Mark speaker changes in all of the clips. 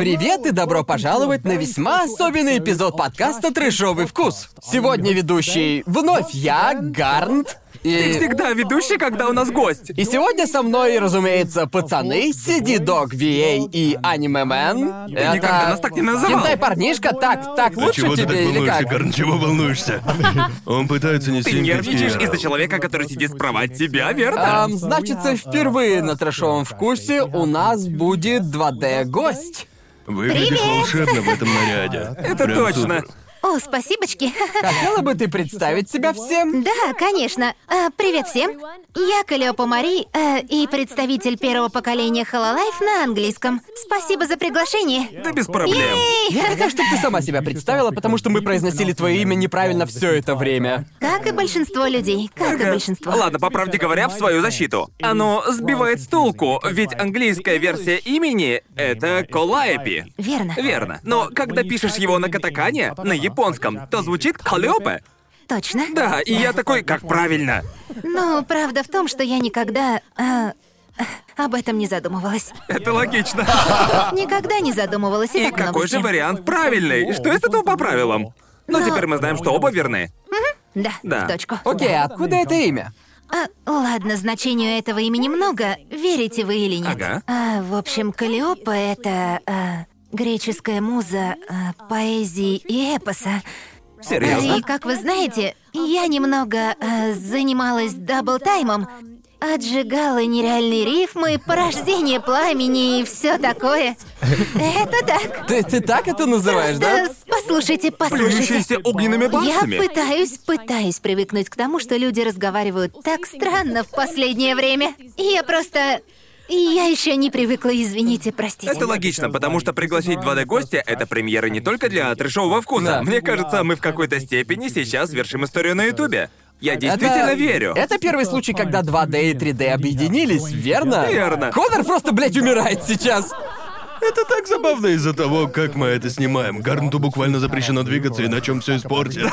Speaker 1: Привет и добро пожаловать на весьма особенный эпизод подкаста «Трэшовый вкус». Сегодня ведущий вновь я, Гарнт,
Speaker 2: Ты
Speaker 1: и...
Speaker 2: всегда ведущий, когда у нас гость.
Speaker 1: И сегодня со мной, разумеется, пацаны, Сиди Дог VA и Аниме Мэн.
Speaker 3: Ты
Speaker 1: Это...
Speaker 2: никогда нас так не называл.
Speaker 1: парнишка, так, так
Speaker 3: Да
Speaker 1: лучше
Speaker 3: А чего ты так
Speaker 1: тебе или
Speaker 3: волнуешься,
Speaker 1: как?
Speaker 3: Гарн? Чего волнуешься? Он пытается не
Speaker 2: Ты нервничаешь из-за человека, который сидит справа от тебя, верно?
Speaker 1: Ам, значится, впервые на трэшовом вкусе у нас будет 2D-гость.
Speaker 3: Выглядишь волшебно в этом наряде.
Speaker 2: Это
Speaker 3: Прям
Speaker 2: точно.
Speaker 3: супер.
Speaker 4: О, спасибочки.
Speaker 1: Хотела бы ты представить себя всем?
Speaker 4: Да, конечно. Э, привет всем. Я Калиопа Мари э, и представитель первого поколения Хололайф на английском. Спасибо за приглашение.
Speaker 2: Да без проблем.
Speaker 1: Я хотела, чтобы ты сама себя представила, потому что мы произносили твое имя неправильно все это время.
Speaker 4: Как и большинство людей, как и большинство.
Speaker 2: Ладно, по правде говоря, в свою защиту. Оно сбивает с толку, ведь английская версия имени — это Колайпи.
Speaker 4: Верно.
Speaker 2: Верно. Но когда пишешь его на катакане, на японском, то звучит Калёпе.
Speaker 4: Точно?
Speaker 2: Да, и я такой, как правильно.
Speaker 4: Ну, правда в том, что я никогда э, э, об этом не задумывалась.
Speaker 2: Это логично.
Speaker 4: Никогда не задумывалась. И,
Speaker 2: А. И
Speaker 4: так много
Speaker 2: какой
Speaker 4: с
Speaker 2: же
Speaker 4: чем.
Speaker 2: вариант правильный? Что из этого по правилам? Но
Speaker 4: Но-
Speaker 2: теперь мы знаем, что оба верны.
Speaker 4: Да,
Speaker 2: Да.
Speaker 4: в точку.
Speaker 1: Окей, а откуда это имя?
Speaker 4: А, ладно, значению этого имени много, верите вы или нет.
Speaker 2: Ага.
Speaker 4: А, в общем, Калиопа — это а, греческая муза а, поэзии и эпоса. А,
Speaker 2: Серьезно?
Speaker 4: И, как вы знаете, я немного а, занималась даблтаймом, отжигала нереальные рифмы, порождение пламени и все такое. Это так.
Speaker 1: Ты, ты так это называешь, да?
Speaker 4: Да, послушайте, послушайте.
Speaker 2: Плюющиеся огненными
Speaker 4: Я
Speaker 2: барсами.
Speaker 4: пытаюсь, пытаюсь привыкнуть к тому, что люди разговаривают так странно в последнее время. И Я просто... и Я еще не привыкла, извините, простите.
Speaker 2: Это логично, потому что пригласить 2D гостя — это премьера не только для трешового вкуса.
Speaker 1: Да.
Speaker 2: Мне кажется, мы в какой-то степени сейчас вершим историю на Ютубе. Я действительно
Speaker 1: Это-
Speaker 2: верю.
Speaker 1: Это первый случай, когда 2D и 3D объединились, верно?
Speaker 2: Верно.
Speaker 1: Конор просто, блядь, умирает сейчас.
Speaker 3: Это так забавно из-за того, как мы это снимаем. Гарнту буквально запрещено двигаться, иначе он все испортит.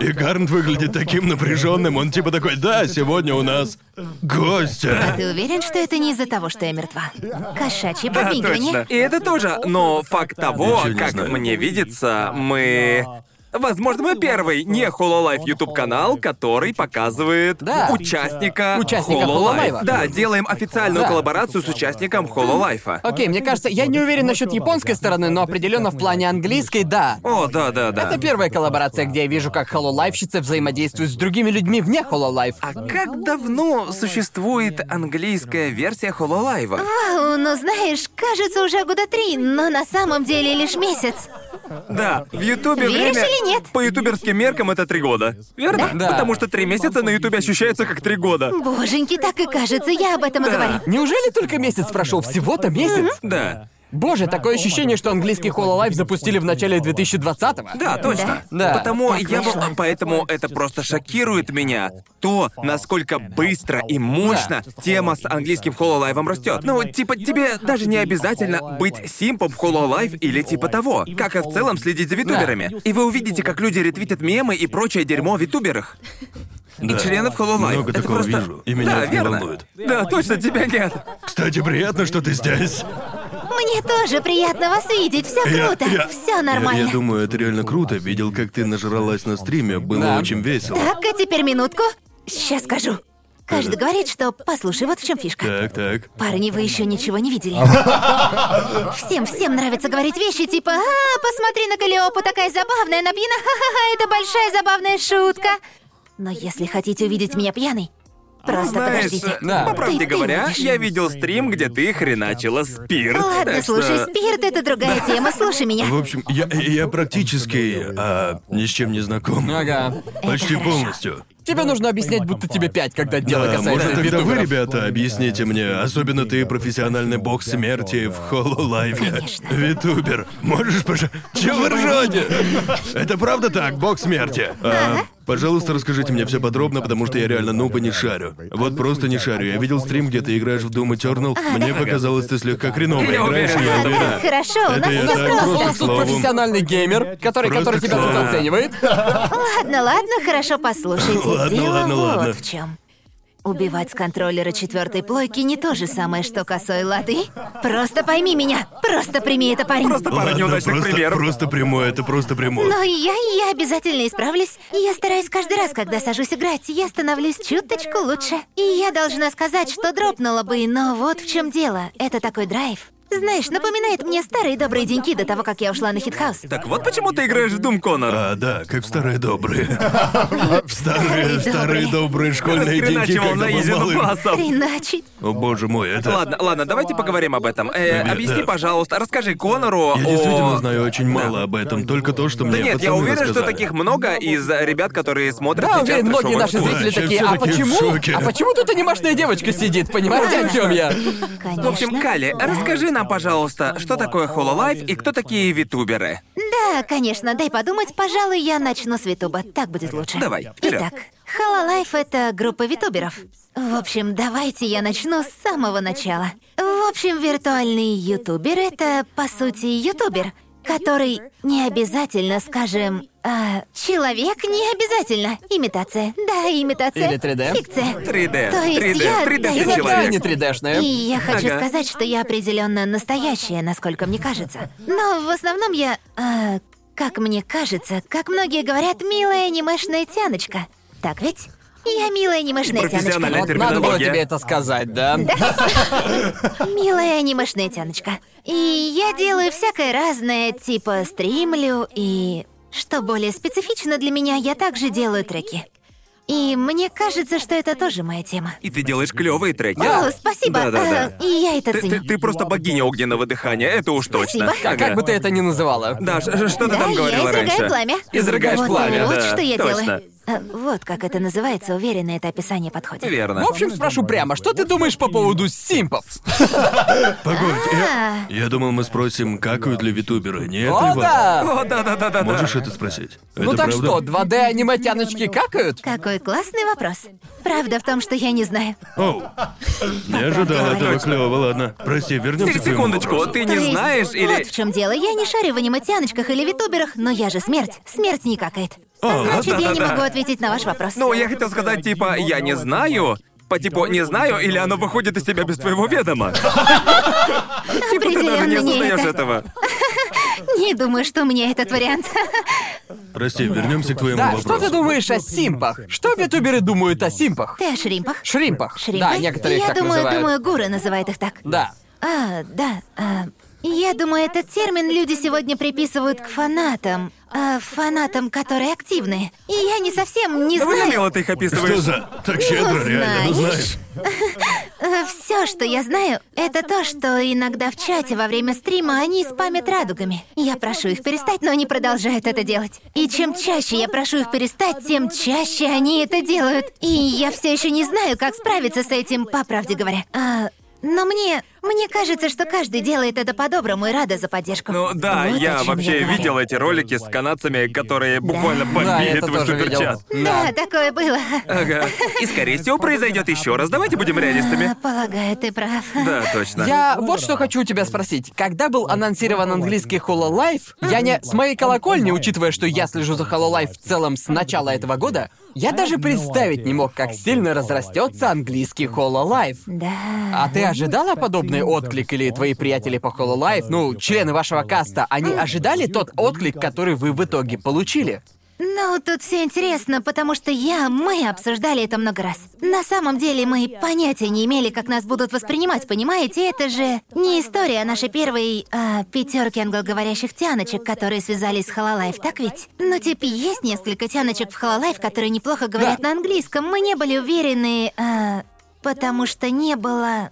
Speaker 3: И Гарнт выглядит таким напряженным, он типа такой, да, сегодня у нас гостя.
Speaker 4: Ты уверен, что это не из-за того, что я мертва? Кошачье
Speaker 2: Да,
Speaker 4: подмигивание.
Speaker 2: точно. И это тоже, но факт того,
Speaker 3: Ничего не
Speaker 2: как
Speaker 3: знаю.
Speaker 2: мне видится, мы... Возможно, мы первый не Hololive YouTube канал, который показывает
Speaker 1: Да.
Speaker 2: участника,
Speaker 1: Участника
Speaker 2: Hololive.
Speaker 1: Hololive.
Speaker 2: Да, делаем официальную
Speaker 1: Да.
Speaker 2: коллаборацию с участником Hololife.
Speaker 1: Окей, мне кажется, я не уверен насчет японской стороны, но определенно в плане английской, да.
Speaker 2: О, да, да, да.
Speaker 1: Это первая коллаборация, где я вижу, как хололайфщицы взаимодействуют с другими людьми вне хололайф.
Speaker 2: А как давно существует английская версия Хололайва?
Speaker 4: Вау, ну знаешь, кажется, уже года три, но на самом деле лишь месяц.
Speaker 2: Да, в Ютубе
Speaker 4: Веришь
Speaker 2: время...
Speaker 4: или нет?
Speaker 2: По ютуберским меркам это три года. Верно?
Speaker 1: Да.
Speaker 2: Потому что три месяца на Ютубе ощущается как три года.
Speaker 4: Боженьки, так и кажется, я об этом и говорю.
Speaker 1: Неужели только месяц прошел? Всего-то месяц?
Speaker 2: Да.
Speaker 1: Боже, такое ощущение, что английский хололайф запустили в начале 2020-го.
Speaker 2: Да, точно.
Speaker 1: Да. Да.
Speaker 2: Потому
Speaker 4: Так
Speaker 2: я бы-
Speaker 4: вышло.
Speaker 2: поэтому это просто шокирует меня то, насколько быстро и мощно тема с английским хололайвом растет. Ну, типа тебе даже не обязательно быть симпом в хололайв или типа того. Как и в целом следить за витуберами. И вы увидите, как люди ретвитят мемы и прочее дерьмо в витуберах. И
Speaker 3: Да.
Speaker 2: членов Хололайф.
Speaker 3: Много
Speaker 2: это
Speaker 3: такого
Speaker 2: просто...
Speaker 3: вижу, и меня
Speaker 2: да,
Speaker 3: это не
Speaker 2: верно.
Speaker 3: волнует.
Speaker 2: Да, точно, тебя нет.
Speaker 3: Кстати, приятно, что ты здесь.
Speaker 4: Мне тоже приятно вас видеть, все
Speaker 3: Я-
Speaker 4: круто,
Speaker 3: я-
Speaker 4: все
Speaker 3: Я,
Speaker 4: нормально.
Speaker 3: я думаю, это реально круто. Видел, как ты нажралась на стриме, было
Speaker 1: Да.
Speaker 3: очень весело.
Speaker 4: Так-ка, а теперь минутку. Сейчас скажу. Каждый говорит, что послушай, вот в чем фишка.
Speaker 3: Так, так.
Speaker 4: Парни, вы еще ничего не видели. Всем, всем нравится говорить вещи типа «А, посмотри на Калиопу, такая забавная, она пьяна, ха-ха-ха, это большая забавная шутка». Но если хотите увидеть меня пьяной, просто
Speaker 2: Ну, Знаешь,
Speaker 4: подождите.
Speaker 1: Да.
Speaker 2: по правде
Speaker 4: Ты- ты
Speaker 2: говоря,
Speaker 4: будешь.
Speaker 2: я видел стрим, где ты хреначила спирт.
Speaker 4: Ладно,
Speaker 2: так что-
Speaker 4: слушай, спирт — это другая тема, слушай меня.
Speaker 3: В общем, я, я практически а, ни с чем не знаком.
Speaker 1: Ну Ага.
Speaker 3: Почти
Speaker 4: хорошо.
Speaker 3: полностью.
Speaker 1: Тебе нужно объяснять, будто тебе пять, когда дело
Speaker 3: Да,
Speaker 1: касается
Speaker 3: может, тогда вы,
Speaker 1: ютуберов.
Speaker 3: ребята, объясните мне, особенно ты профессиональный бог смерти в Хололайфе. Витубер, можешь, пожалуйста... Чего вы ржете? Это правда так, бог смерти? А, Пожалуйста, расскажите мне все подробно, потому что я реально нуб и не шарю. Вот просто не шарю. Я видел стрим, где ты играешь в Doom Eternal. Мне показалось, ты слегка хреново
Speaker 2: Я
Speaker 3: играешь, и я
Speaker 4: А,
Speaker 3: уверен.
Speaker 4: так, хорошо, у
Speaker 3: Это
Speaker 4: нас
Speaker 3: я
Speaker 4: все
Speaker 3: так
Speaker 1: У нас- у
Speaker 3: Просто
Speaker 4: просто.
Speaker 1: нас
Speaker 3: к
Speaker 1: тут
Speaker 3: слову.
Speaker 1: профессиональный геймер, который,
Speaker 3: Просто
Speaker 1: который
Speaker 3: к
Speaker 1: тебя тут
Speaker 3: слову.
Speaker 1: оценивает.
Speaker 4: Ладно, ладно, хорошо, послушайте.
Speaker 3: Ладно,
Speaker 4: Дело
Speaker 3: ладно,
Speaker 4: вот
Speaker 3: ладно.
Speaker 4: в чем. Убивать с контроллера четвертой плойки не то же самое, что косой лады. Просто пойми меня. Просто прими это, парень.
Speaker 2: Просто пара
Speaker 3: Ладно,
Speaker 2: неудачных
Speaker 3: просто,
Speaker 2: примеров.
Speaker 3: просто прямой, это просто прямой.
Speaker 4: Но и я, и я обязательно исправлюсь. Я стараюсь каждый раз, когда сажусь играть, я становлюсь чуточку лучше. И я должна сказать, что дропнула бы, но вот в чем дело. Это такой драйв. Знаешь, напоминает мне старые добрые деньки до того, как я ушла на хитхаус.
Speaker 2: Так вот почему ты играешь в Doom Connor.
Speaker 3: А, да, как в старые добрые. В старые, старые добрые школьные деньги,
Speaker 2: Расхреначивал
Speaker 3: когда
Speaker 2: на
Speaker 3: был
Speaker 2: Изину
Speaker 3: малым.
Speaker 2: басом.
Speaker 4: Хреначить.
Speaker 3: О боже мой, это...
Speaker 2: Ладно, ладно, давайте поговорим об этом. Э,
Speaker 3: Ребята.
Speaker 2: объясни, пожалуйста, расскажи Конору
Speaker 3: Я
Speaker 2: о...
Speaker 3: действительно знаю очень мало об этом, только то, что
Speaker 2: Да
Speaker 3: мне
Speaker 2: нет, я
Speaker 3: пацаны
Speaker 2: уверен, что
Speaker 3: рассказали.
Speaker 2: таких много из э, ребят, которые смотрят
Speaker 1: Да,
Speaker 2: сейчас
Speaker 1: уверен, многие
Speaker 2: трешовый
Speaker 1: наши
Speaker 2: вкус.
Speaker 1: зрители
Speaker 3: Вообще
Speaker 1: такие,
Speaker 3: все
Speaker 1: а
Speaker 3: такие в
Speaker 1: почему?
Speaker 3: шоке».
Speaker 1: А почему тут анимашная девочка сидит? Понимаете, о чем я?
Speaker 4: Конечно.
Speaker 2: В общем, Кали, расскажи нам, пожалуйста, что такое Хололайф и кто такие витуберы.
Speaker 4: Да, конечно, дай подумать, пожалуй, я начну с Витуба. Так будет лучше.
Speaker 2: Давай, вперед.
Speaker 4: Итак, Халалайф это группа витуберов. В общем, давайте я начну с самого начала. В общем, виртуальный ютубер это, по сути, ютубер, который не обязательно, скажем, а, человек не обязательно. Имитация. Да, имитация.
Speaker 1: Или 3D.
Speaker 4: Фикция.
Speaker 2: 3D.
Speaker 4: То есть
Speaker 2: 3D.
Speaker 4: я-
Speaker 2: 3D
Speaker 4: да,
Speaker 2: ты
Speaker 4: я-
Speaker 1: Иногда
Speaker 2: человек.
Speaker 1: они 3D-шные.
Speaker 4: И я хочу
Speaker 2: Ага.
Speaker 4: сказать, что я определенно настоящая, насколько мне кажется. Но в основном я, а, как мне кажется, как многие говорят, милая анимешная тяночка. Так ведь? Я милая анимешная
Speaker 2: Профессиональная
Speaker 4: тяночка.
Speaker 1: Вот надо было
Speaker 2: терминология.
Speaker 1: тебе это сказать, да?
Speaker 4: Милая анимешная тяночка. И я делаю всякое разное, типа стримлю и... Что более специфично для меня, я также делаю треки. И мне кажется, что это тоже моя тема.
Speaker 2: И ты делаешь клевые треки.
Speaker 4: О, спасибо.
Speaker 2: Да-да-да.
Speaker 4: А, и я это
Speaker 2: Ты,
Speaker 4: ценю.
Speaker 2: ты- ты просто богиня огненного дыхания, это уж точно.
Speaker 4: Спасибо.
Speaker 1: А Как бы ты это ни называла.
Speaker 2: Да, ш- ш- что ты
Speaker 4: да,
Speaker 2: там говорила
Speaker 4: я изрыгаю
Speaker 2: раньше?
Speaker 4: пламя.
Speaker 2: Изрыгаешь
Speaker 4: вот,
Speaker 2: пламя,
Speaker 4: Вот
Speaker 2: да,
Speaker 4: что я
Speaker 2: точно.
Speaker 4: делаю. А, Вот как это называется, уверена, это описание подходит.
Speaker 2: Верно.
Speaker 1: В общем, спрошу прямо, что ты думаешь по поводу симпов?
Speaker 3: Погодь, я...
Speaker 4: А.
Speaker 3: Я думал, мы спросим, какают ли витуберы, не это ли
Speaker 1: О,
Speaker 3: важно?
Speaker 1: да!
Speaker 4: Ну,
Speaker 2: О, да-да-да-да.
Speaker 3: Можешь это спросить?
Speaker 1: Ну
Speaker 3: Это
Speaker 1: так
Speaker 3: правда?
Speaker 1: что, 2D-аниме-тяночки какают?
Speaker 4: Какой классный вопрос. Правда в том, что я не знаю.
Speaker 3: Оу. Не ожидал этого клёво, ладно. Прости, вернемся к твоему
Speaker 2: Секундочку,
Speaker 3: вопросу.
Speaker 2: ты
Speaker 4: То
Speaker 2: не
Speaker 4: есть,
Speaker 2: знаешь или...
Speaker 4: Вот в чем дело. Я не шарю в аниметяночках или витуберах, но я же смерть. Смерть не какает.
Speaker 3: А,
Speaker 4: Значит, я не
Speaker 2: да-да-да.
Speaker 4: могу ответить на ваш вопрос.
Speaker 2: Ну, я хотел сказать, типа, я не знаю. По типу, не знаю, или оно выходит из тебя без твоего ведома. Типа, ты даже не
Speaker 4: Определенно не
Speaker 2: осознаешь
Speaker 4: это.
Speaker 2: этого.
Speaker 4: Не думаю, что мне этот вариант.
Speaker 3: Прости, вернемся к твоему
Speaker 1: Да,
Speaker 3: вопросу.
Speaker 1: что ты думаешь о симпах? Что витуберы думают о симпах?
Speaker 4: Ты о шримпах?
Speaker 1: Шримпах.
Speaker 4: Шримпы?
Speaker 1: Да, некоторые их
Speaker 4: я
Speaker 1: так
Speaker 4: думаю,
Speaker 1: называют.
Speaker 4: думаю, гуры называют их так.
Speaker 1: Да.
Speaker 4: А, да. а, я думаю, этот термин люди сегодня приписывают к фанатам. а, фанатам, которые активны. И я не совсем не
Speaker 2: Да вы
Speaker 4: знаю.
Speaker 2: умело Ну, ты их
Speaker 3: Что
Speaker 2: описываешь.
Speaker 3: за... Так щедро, реально, ну знаешь.
Speaker 4: Все, что я знаю, это то, что иногда в чате во время стрима они спамят радугами. Я прошу их перестать, но они продолжают это делать. И чем чаще я прошу их перестать, тем чаще они это делают. И я все еще не знаю, как справиться с этим, по правде говоря. А, но мне. мне кажется, что каждый делает это по-доброму и рада за поддержку.
Speaker 2: Ну да,
Speaker 4: Вот о
Speaker 2: я
Speaker 4: чем
Speaker 2: вообще
Speaker 4: говорю.
Speaker 2: видел эти ролики с канадцами, которые буквально
Speaker 1: Да, я
Speaker 2: бомбили
Speaker 1: это
Speaker 2: твой
Speaker 1: тоже видел.
Speaker 2: суперчат.
Speaker 4: Да, такое было.
Speaker 2: Ага. И скорее всего произойдет еще раз. Давайте будем
Speaker 4: А,
Speaker 2: реалистами.
Speaker 4: Полагаю, ты прав.
Speaker 2: Э. Да, точно.
Speaker 1: Я вот что хочу у тебя спросить. Когда был анонсирован английский Hololive, я не... С моей колокольни, учитывая, что я слежу за Hololive в целом с начала этого года, я даже представить не мог, как сильно разрастется английский Hololive.
Speaker 4: Да.
Speaker 1: А ты ожидала подобный отклик или твои приятели по Hololive, ну, члены вашего каста, они ожидали тот отклик, который вы в итоге получили?
Speaker 4: Ну, тут все интересно, потому что я, мы обсуждали это много раз. На самом деле мы понятия не имели, как нас будут воспринимать, понимаете? Это же не история нашей первой а, пятерки англоговорящих тяночек, которые связались с Хололайф, так ведь? Но теперь есть несколько тяночек в Хололайф, которые неплохо говорят на английском. Мы не были уверены, а, потому что не было...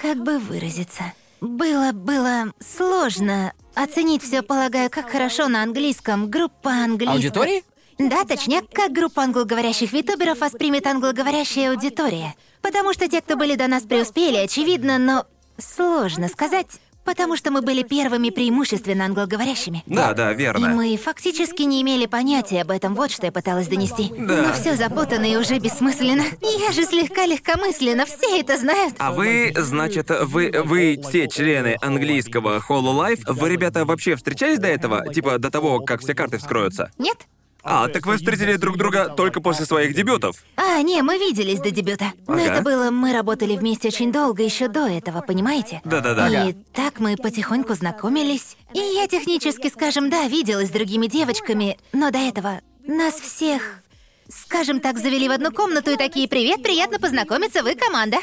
Speaker 4: Как бы выразиться? Было, было сложно оценить все, полагаю, как хорошо на английском группа английского...
Speaker 1: Аудитории?
Speaker 4: Да, точняк, как группа англоговорящих витуберов а воспримет англоговорящая аудитория. Потому что те, кто были до нас, преуспели, очевидно, но сложно сказать, потому что мы были первыми преимущественно англоговорящими.
Speaker 2: Да, да,
Speaker 4: И
Speaker 2: верно.
Speaker 4: мы фактически не имели понятия об этом, вот что я пыталась донести.
Speaker 2: Да.
Speaker 4: Но все запутано и уже бессмысленно. Я же слегка легкомысленно, все это знают.
Speaker 2: А вы, значит, вы, вы все члены английского Hololive. Вы, ребята, вообще встречались до этого? Типа до того, как все карты вскроются?
Speaker 4: Нет?
Speaker 2: А, так вы встретили друг друга только после своих дебютов.
Speaker 4: А, не, мы виделись до дебюта. Но
Speaker 2: Ага.
Speaker 4: это было, мы работали вместе очень долго еще до этого, понимаете?
Speaker 2: Да-да-да.
Speaker 4: И так мы потихоньку знакомились. И я технически, скажем, да, виделась с другими девочками, но до этого нас всех, скажем так, завели в одну комнату и такие «Привет, приятно познакомиться, вы команда».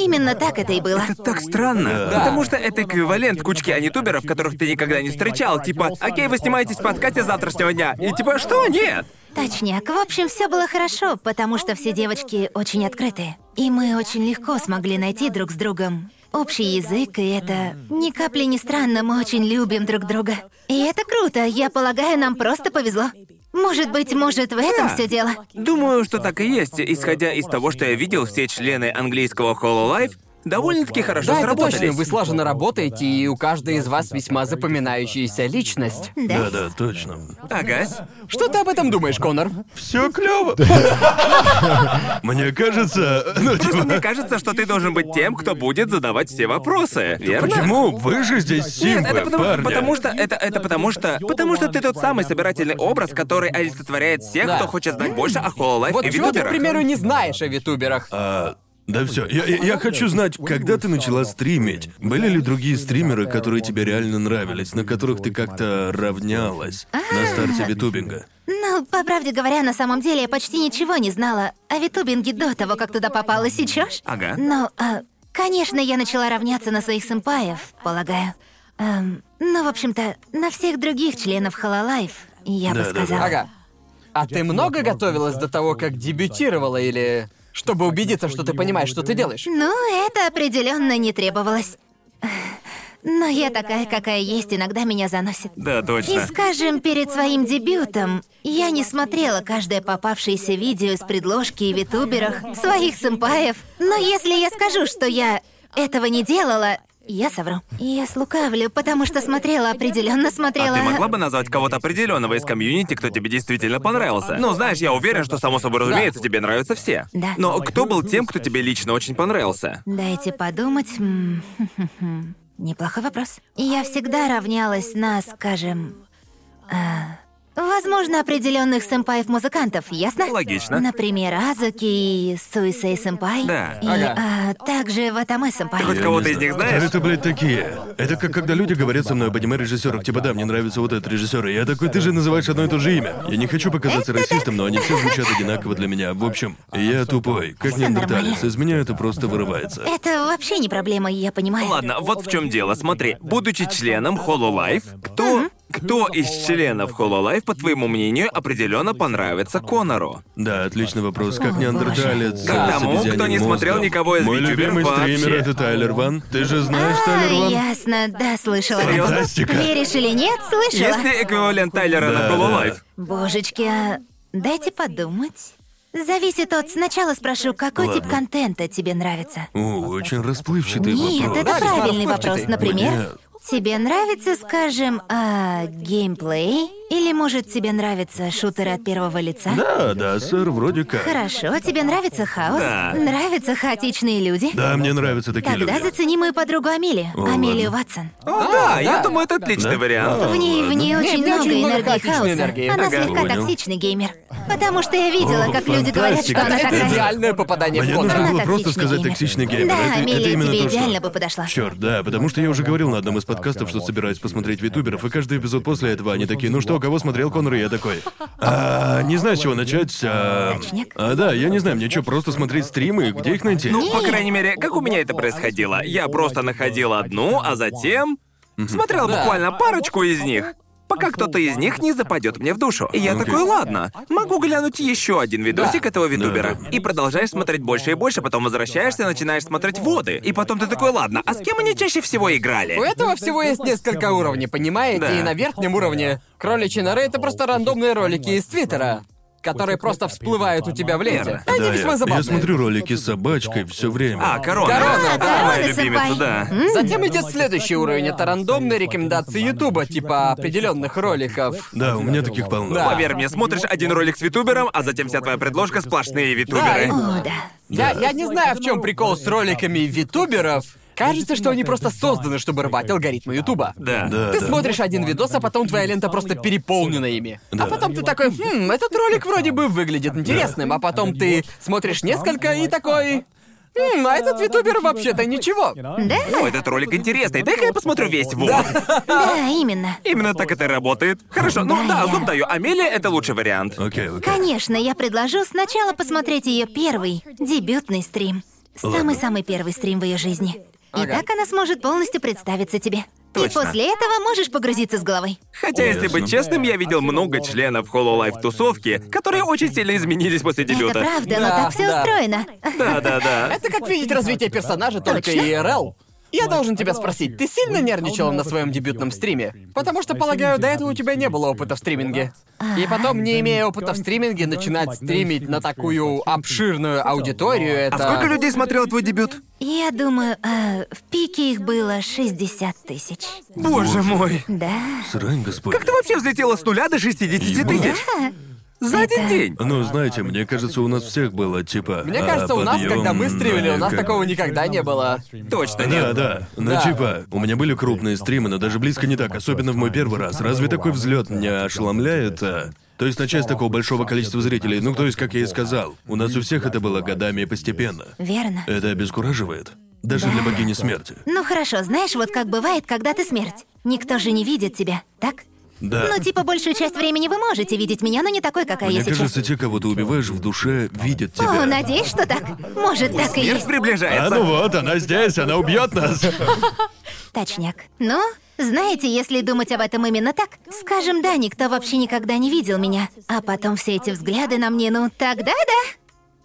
Speaker 4: Именно так это и было.
Speaker 2: Это так странно, потому что это эквивалент кучки анитуберов, которых ты никогда не встречал. Типа, окей, вы снимаетесь в подкате с завтрашнего дня. И типа, что? Нет.
Speaker 4: Точняк. В общем, все было хорошо, потому что все девочки очень открытые. И мы очень легко смогли найти друг с другом общий язык, и это ни капли не странно, мы очень любим друг друга. И это круто, я полагаю, нам просто повезло. Может быть, может, в этом
Speaker 2: Да.
Speaker 4: все дело.
Speaker 2: Думаю, что так и есть. Исходя из того, что я видел, все члены английского Hololive довольно-таки хорошо
Speaker 1: Да, это
Speaker 2: сработались.
Speaker 1: точно, вы слаженно работаете, и у каждой из вас весьма запоминающаяся личность.
Speaker 4: Да.
Speaker 3: Да-да, точно.
Speaker 2: Ага.
Speaker 1: Что ты об этом думаешь, Конор?
Speaker 3: Все клево. Мне кажется, ну
Speaker 2: Просто
Speaker 3: типа.
Speaker 2: мне кажется, что ты должен быть тем, кто будет задавать все вопросы, верно?
Speaker 3: Почему вы же здесь
Speaker 2: Нет,
Speaker 3: симпы,
Speaker 2: это потому,
Speaker 3: парни?
Speaker 2: потому что это это потому что потому что ты тот самый собирательный образ, который олицетворяет всех,
Speaker 1: Да.
Speaker 2: кто хочет знать больше о Hololive
Speaker 1: Вот
Speaker 2: и
Speaker 1: чего ты, к
Speaker 2: витуберах.
Speaker 1: примеру, не знаешь о витуберах?
Speaker 3: А, да все. Я, я- я хочу знать, когда ты начала стримить? Были ли другие стримеры, которые тебе реально нравились, на которых ты как-то равнялась
Speaker 2: А.
Speaker 3: на старте витубинга?
Speaker 4: Ну, по правде говоря, на самом деле я почти ничего не знала о витубинге до того, как туда попала сейчас.
Speaker 2: Ага.
Speaker 4: Но, а, конечно, я начала равняться на своих сэмпаев, полагаю. Эм, ну, в общем-то, на всех других членов Хололайф, я бы
Speaker 3: Да-да-да.
Speaker 4: сказала.
Speaker 1: Ага. А ты много готовилась до того, как дебютировала, или... Чтобы убедиться, что ты понимаешь, что ты делаешь?
Speaker 4: Ну, это определенно не требовалось. Но я такая, какая есть, иногда меня заносит.
Speaker 2: Да,
Speaker 4: И
Speaker 2: точно. А
Speaker 4: скажем, перед своим дебютом я не смотрела каждое попавшееся видео с предложки и витуберах своих сэмпаев. Но если я скажу, что я этого не делала, я совру. Я слукавлю, потому что смотрела, определенно
Speaker 2: А
Speaker 4: смотрела.
Speaker 2: ты могла бы назвать кого-то определенного из комьюнити, кто тебе действительно понравился? Ну, знаешь, я уверен, что само собой разумеется, тебе нравятся все.
Speaker 4: Да.
Speaker 2: Но кто был тем, кто тебе лично очень понравился?
Speaker 4: Дайте подумать. М, хм-хм-хм. Неплохой вопрос. Я всегда равнялась на, скажем, а, возможно, определенных сэмпаев-музыкантов, ясно?
Speaker 2: Логично.
Speaker 4: Например, Азуки и Суисей Сэмпай.
Speaker 2: Да.
Speaker 4: И
Speaker 1: Ага.
Speaker 4: а, также Ватаме Сэмпай.
Speaker 2: Хоть кого-то из них
Speaker 3: Кто
Speaker 2: знаешь?
Speaker 3: это, блядь, такие? Это как когда люди говорят со мной об аниме режиссерах, типа да, мне нравится вот этот режиссер, и я такой, ты же называешь одно и то же имя. Я не хочу показаться расистом, но они все звучат одинаково для меня. В общем, я тупой, как неандерталец, из меня это просто вырывается.
Speaker 4: Это вообще не проблема, я понимаю.
Speaker 2: Ладно, вот в чем дело. Смотри, будучи членом Hololive, кто, кто из членов Hololive, по твоему мнению, определенно понравится Конору?
Speaker 3: Да, отличный вопрос. Как неандерталец
Speaker 2: К
Speaker 3: с
Speaker 2: тому,
Speaker 3: обезьяньим
Speaker 2: кто не
Speaker 3: мозгом.
Speaker 2: смотрел никого из
Speaker 3: Мой
Speaker 2: ютуберов
Speaker 3: любимый стример —
Speaker 2: вообще.
Speaker 3: это Тайлер Ван. Ты же знаешь Тайлер
Speaker 4: А,
Speaker 3: Ван?
Speaker 4: ясно, да, слышала.
Speaker 2: Серьёзно?
Speaker 3: Фантастика.
Speaker 4: Веришь или нет, слышала.
Speaker 2: Есть ли эквивалент Тайлера на
Speaker 3: Да,
Speaker 2: Hololive?
Speaker 4: Божечки, а дайте подумать. Зависит от... Сначала спрошу, какой
Speaker 3: Ладно.
Speaker 4: тип контента тебе нравится?
Speaker 3: О, очень расплывчатый
Speaker 4: Нет,
Speaker 3: вопрос.
Speaker 4: это
Speaker 1: Да,
Speaker 4: правильный
Speaker 1: весьма
Speaker 4: вопрос.
Speaker 1: расплывчатый.
Speaker 4: Например,
Speaker 3: Мне-
Speaker 4: тебе нравится, скажем, а, геймплей? Или, может, тебе нравятся шутеры от первого лица?
Speaker 3: Да, да, сэр, вроде как.
Speaker 4: Хорошо, тебе нравится хаос?
Speaker 2: Да.
Speaker 4: Нравятся хаотичные люди?
Speaker 3: Да, мне нравятся такие
Speaker 4: Тогда
Speaker 3: люди.
Speaker 4: зацени мою подругу Амелию,
Speaker 3: О,
Speaker 4: Амелию Ватсон.
Speaker 2: О, да, я
Speaker 1: да.
Speaker 2: думаю, это отличный
Speaker 3: Да?
Speaker 2: вариант.
Speaker 4: В ней, в
Speaker 1: В
Speaker 4: ней
Speaker 1: ней
Speaker 4: очень много
Speaker 1: очень много
Speaker 4: энергии
Speaker 1: хаотичной
Speaker 4: хаоса.
Speaker 1: энергии.
Speaker 4: Она
Speaker 2: Ага.
Speaker 4: слегка
Speaker 3: Понял.
Speaker 4: токсичный геймер. Потому что я видела,
Speaker 3: О,
Speaker 4: как люди говорят, что
Speaker 3: фантастика.
Speaker 4: она
Speaker 3: Это
Speaker 1: Это
Speaker 4: такая.
Speaker 1: идеальное попадание в
Speaker 3: Мне
Speaker 1: контур.
Speaker 3: А нужно
Speaker 4: Она
Speaker 3: было просто
Speaker 4: токсичный
Speaker 3: сказать
Speaker 4: геймер.
Speaker 3: токсичный геймер.
Speaker 4: Да,
Speaker 3: это, это
Speaker 4: Амелия
Speaker 3: именно
Speaker 4: тебе
Speaker 3: то, что...
Speaker 4: идеально бы подошла.
Speaker 3: Черт, да, потому что я уже говорил на одном из подкастов, что собираюсь посмотреть витуберов, и каждый эпизод после этого они такие, ну что, кого смотрел Конор, и я такой. «А, не знаю, с чего начать. А,
Speaker 4: Начник.
Speaker 3: а да, я не знаю, мне что, просто смотреть стримы, где их найти?
Speaker 1: Ну,
Speaker 2: По крайней мере, как у меня это происходило? Я просто находил одну, а затем смотрел
Speaker 1: Да.
Speaker 2: буквально парочку из них. Пока кто-то из них не западет мне в душу. И я
Speaker 3: Окей.
Speaker 2: такой, ладно, могу глянуть еще один видосик
Speaker 1: Да.
Speaker 2: этого витубера.
Speaker 3: Да.
Speaker 2: И продолжаешь смотреть больше и больше, потом возвращаешься, начинаешь смотреть воды. И потом ты такой, ладно, а с кем они чаще всего играли?
Speaker 1: У этого всего есть несколько уровней, понимаете?
Speaker 2: Да.
Speaker 1: И на верхнем уровне кроличьи норы — это просто рандомные ролики из Твиттера, которые просто всплывают у тебя в ленте.
Speaker 2: Верно.
Speaker 1: Они
Speaker 3: Да,
Speaker 1: весьма
Speaker 3: я,
Speaker 1: забавные.
Speaker 3: я смотрю ролики с собачкой все время.
Speaker 2: А, корона.
Speaker 1: Корона,
Speaker 2: да, моя
Speaker 4: корона,
Speaker 2: любимица,
Speaker 4: сэмпай.
Speaker 2: да.
Speaker 1: Затем идет следующий уровень. Это рандомные рекомендации Ютуба, типа определенных роликов.
Speaker 3: Да, у меня таких полно.
Speaker 1: Да.
Speaker 2: Поверь мне, смотришь один ролик с витубером, а затем вся твоя предложка сплошные витуберы.
Speaker 4: О, да.
Speaker 1: Я, я не знаю, в чем прикол с роликами витуберов, Кажется, что они просто созданы, чтобы рвать алгоритмы Ютуба.
Speaker 2: Да.
Speaker 3: Да,
Speaker 1: Ты
Speaker 3: да.
Speaker 1: смотришь один видос, а потом твоя лента просто переполнена ими.
Speaker 3: Да.
Speaker 1: А потом ты такой, хм, этот ролик вроде бы выглядит интересным, а потом ты смотришь несколько и такой... Хм, а этот ютубер вообще-то ничего.
Speaker 4: Да?
Speaker 2: Ну, этот ролик интересный. Дай-ка я посмотрю весь вот.
Speaker 4: Да, именно.
Speaker 2: Именно так это и работает. Хорошо, ну да, зуб даю. Амелия это лучший вариант.
Speaker 3: Окей, окей.
Speaker 4: Конечно, я предложу сначала посмотреть ее первый, дебютный стрим. Самый-самый первый стрим в ее жизни. И
Speaker 1: Ага.
Speaker 4: так она сможет полностью представиться тебе.
Speaker 2: Точно.
Speaker 4: И после этого можешь погрузиться с головой.
Speaker 2: Хотя, если быть честным, я видел много членов Hololive тусовки, которые очень сильно изменились после
Speaker 4: Это
Speaker 2: дебюта.
Speaker 4: правда, но
Speaker 1: Да,
Speaker 4: так все
Speaker 1: да.
Speaker 4: устроено.
Speaker 2: Да, да, да.
Speaker 1: Это как видеть развитие персонажа только
Speaker 4: Точно.
Speaker 1: ИРЛ. Я должен тебя спросить, ты сильно нервничала на своем дебютном стриме? Потому что, полагаю, до этого у тебя не было опыта в стриминге. И потом, не имея опыта в стриминге, начинать стримить на такую обширную аудиторию, это...
Speaker 2: А сколько людей смотрело твой дебют?
Speaker 4: Я думаю, э, в пике их было 60 тысяч.
Speaker 2: Боже мой.
Speaker 4: Да.
Speaker 3: Срань, господи.
Speaker 2: Как ты вообще взлетела с нуля до 60 тысяч? За один день.
Speaker 3: Ну, знаете, мне кажется, у нас всех было, типа...
Speaker 1: Мне
Speaker 3: а,
Speaker 1: кажется, у нас,
Speaker 3: подъём,
Speaker 1: когда мы стримили, у
Speaker 3: э,
Speaker 1: нас
Speaker 3: как-
Speaker 1: такого никогда не было.
Speaker 2: Точно
Speaker 3: Да,
Speaker 2: нет.
Speaker 3: да. Ну,
Speaker 1: А, Да.
Speaker 3: типа, у меня были крупные стримы, но даже близко не так, особенно в мой первый раз. Разве такой взлет меня ошеломляет? а? То есть начать с такого большого количества зрителей, ну то есть, как я и сказал, у нас у всех это было годами и постепенно.
Speaker 4: Верно.
Speaker 3: Это обескураживает. Даже для богини смерти.
Speaker 4: Ну хорошо, знаешь, вот как бывает, когда ты смерть. Никто же не видит тебя, так?
Speaker 3: Да.
Speaker 4: Ну, типа, большую часть времени вы можете видеть меня, но не такой, какая
Speaker 3: Мне
Speaker 4: я сейчас.
Speaker 3: кажется, те, кого ты убиваешь, в душе видят
Speaker 4: О,
Speaker 3: тебя.
Speaker 4: надеюсь, что так. Может, так и
Speaker 2: Мир
Speaker 4: есть.
Speaker 3: А ну
Speaker 2: приближается.
Speaker 3: вот, она здесь, она убьет нас.
Speaker 4: Точняк. Но, знаете, если думать об этом именно так, скажем, да, никто вообще никогда не видел меня. А потом все эти взгляды на мне, ну тогда да.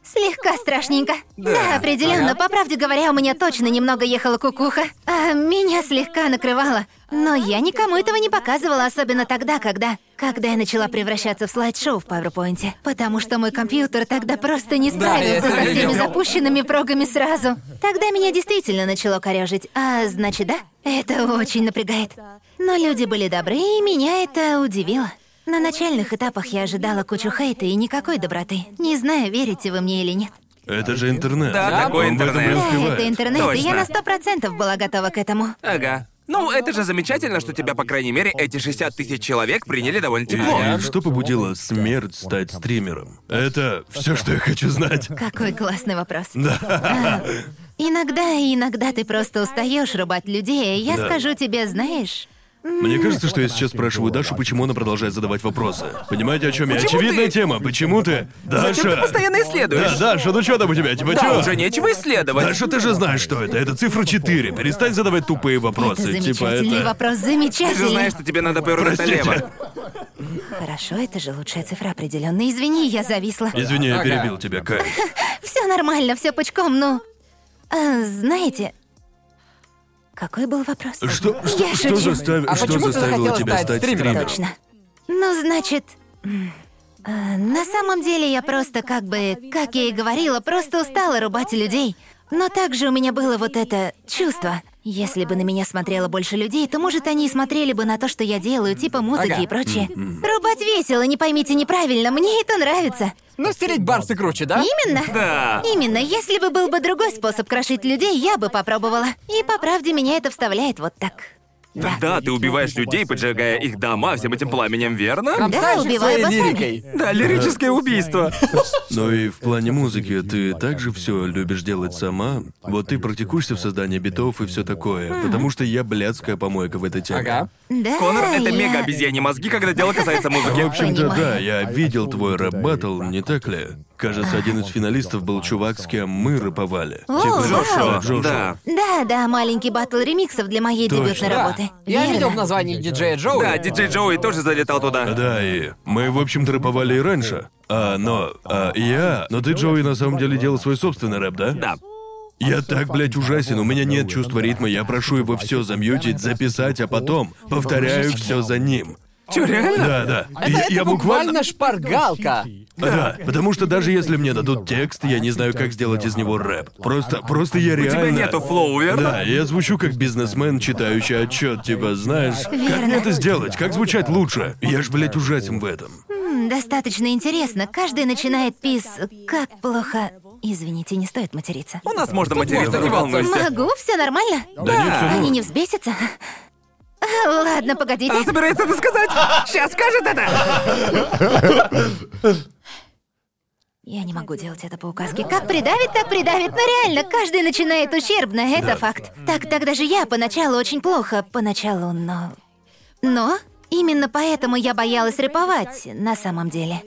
Speaker 4: Слегка страшненько. Да, определенно, по правде говоря, у меня точно немного ехала кукуха. А меня слегка накрывало. Но я никому этого не показывала, особенно тогда, когда... Когда я начала превращаться в слайд-шоу в PowerPoint. Потому что мой компьютер тогда просто не
Speaker 1: я
Speaker 4: справился
Speaker 1: это
Speaker 4: со всеми
Speaker 1: видел.
Speaker 4: запущенными прогами сразу. Тогда меня действительно начало корежить. А значит, да, это очень напрягает. Но люди были добры, и меня это удивило. На начальных этапах я ожидала кучу хейта и никакой доброты. Не знаю, верите вы мне или нет.
Speaker 3: Это же интернет.
Speaker 2: Да, такой
Speaker 3: Он в этом
Speaker 2: интернет.
Speaker 4: Да,
Speaker 3: преуспевает.
Speaker 4: это интернет, и я
Speaker 2: Точно.
Speaker 4: на сто процентов была готова к этому.
Speaker 2: Ага. Ну, это же замечательно, что тебя, по крайней мере, эти 60 тысяч человек приняли довольно тепло.
Speaker 3: И что побудило смерть стать стримером? Это все, что я хочу знать.
Speaker 4: Какой классный вопрос. А, Иногда и иногда ты просто устаешь рубать людей. а Я
Speaker 3: Да.
Speaker 4: скажу тебе, знаешь,
Speaker 3: Мне кажется, что я сейчас спрашиваю Дашу, почему она продолжает задавать вопросы. Понимаете, о чем я?
Speaker 2: Почему
Speaker 3: Очевидная
Speaker 2: ты-
Speaker 3: тема. Почему ты?
Speaker 2: Зачем ты
Speaker 3: Даша!
Speaker 2: постоянно
Speaker 3: Да,
Speaker 2: исследуешь?
Speaker 3: Даша, ну что там у тебя? Типа
Speaker 2: Да,
Speaker 3: чё?
Speaker 2: уже нечего исследовать.
Speaker 3: Даша, ты же знаешь, что это. Это цифра 4. Перестань задавать тупые
Speaker 4: это
Speaker 3: вопросы. типа
Speaker 4: замечательный
Speaker 3: это...
Speaker 4: вопрос,
Speaker 2: Ты же
Speaker 4: замечательный.
Speaker 2: знаешь, что тебе надо повернуть
Speaker 3: Простите.
Speaker 2: налево.
Speaker 4: Хорошо, это же лучшая цифра определенно. Извини, я зависла.
Speaker 3: Извини, я перебил тебя, Кай.
Speaker 4: Все нормально, все пучком, ну. а, знаете. Какой был вопрос?
Speaker 3: Что, что,
Speaker 4: Я
Speaker 3: что,
Speaker 4: шучу.
Speaker 3: застави-
Speaker 1: А
Speaker 3: что
Speaker 1: почему ты
Speaker 3: заставило
Speaker 1: захотела
Speaker 3: тебя
Speaker 1: стать
Speaker 3: стать
Speaker 1: стримером?
Speaker 3: стримером?
Speaker 4: Точно. Ну, значит. м, э, На самом деле я просто как бы, как я и говорила, просто устала рубать людей. Но также у меня было вот это чувство. Если бы на меня смотрело больше людей, то, может, они и смотрели бы на то, что я делаю, типа музыки
Speaker 1: Ага.
Speaker 4: и прочее. Рубать весело, не поймите неправильно, мне это нравится.
Speaker 1: Ну, стереть барсы круче, да?
Speaker 4: Именно.
Speaker 2: Да.
Speaker 4: Именно, если бы был бы другой способ крошить людей, я бы попробовала. И по правде меня это вставляет вот так. Да.
Speaker 2: Да, ты убиваешь людей, поджигая их дома всем этим пламенем, верно?
Speaker 1: Хамсаешь их
Speaker 4: убиваю
Speaker 1: своей
Speaker 4: басами.
Speaker 1: лирикой.
Speaker 2: Да, лирическое убийство.
Speaker 3: Ну и в плане музыки ты также все любишь делать сама. Вот ты практикуешься в создании битов и все такое, потому что я блядская помойка в этой теме.
Speaker 1: Ага.
Speaker 4: Да,
Speaker 2: Конор — это
Speaker 4: я-
Speaker 2: мега обезьяне мозги, когда дело касается
Speaker 3: В
Speaker 2: музыки.
Speaker 3: общем-то,
Speaker 4: Понимаю.
Speaker 3: да, я видел твой рэп баттл, не так ли? Кажется, один из финалистов был чувак, с кем мы рэповали.
Speaker 4: О,
Speaker 3: Типа
Speaker 4: вау.
Speaker 3: Джошуа.
Speaker 2: Да.
Speaker 3: Джошуа.
Speaker 4: Да, да, маленький батл ремиксов для моей
Speaker 3: Точно.
Speaker 4: дебютной
Speaker 1: Да.
Speaker 4: работы.
Speaker 1: Я
Speaker 4: Верно.
Speaker 1: видел в названии диджея Джоуи.
Speaker 2: Да, диджей Джоуи тоже залетал туда.
Speaker 3: Да, и мы, в общем-то, рэповали и раньше. А, но... а, я... Но ты, Джоуи, на самом деле делал свой собственный рэп, да?
Speaker 2: Да.
Speaker 3: Я так, блядь, ужасен, у меня нет чувства ритма, я прошу его все замьютить, записать, а потом повторяю все за ним.
Speaker 2: Чё, реально?
Speaker 3: Да, да.
Speaker 1: Это,
Speaker 3: я,
Speaker 1: это
Speaker 3: я
Speaker 1: буквально...
Speaker 3: буквально...
Speaker 1: шпаргалка.
Speaker 3: Да, потому что даже если мне дадут текст, я не знаю, как сделать из него рэп. Просто, просто я
Speaker 2: У
Speaker 3: реально...
Speaker 2: тебя нету флоу, верно?
Speaker 3: Да, я звучу как бизнесмен, читающий отчет, типа, знаешь, как мне это сделать, как звучать лучше? Я ж, блядь, ужасен в этом.
Speaker 4: М, Достаточно интересно. Каждый начинает пис... Как плохо. Извините, не стоит материться.
Speaker 2: У нас можно материться, не
Speaker 1: можно
Speaker 2: волнуйся.
Speaker 4: Могу, все нормально?
Speaker 3: Да нет, всё
Speaker 4: Они
Speaker 3: норм.
Speaker 4: не взбесятся? Ладно, погодите.
Speaker 2: Она собирается это сказать. Сейчас скажет это.
Speaker 4: Я не могу делать это по указке. Как придавит, так придавит. Но реально, каждый начинает ущербно, это факт. Так, так даже я поначалу очень плохо. Поначалу, но... Но именно поэтому я боялась рэповать, на самом деле.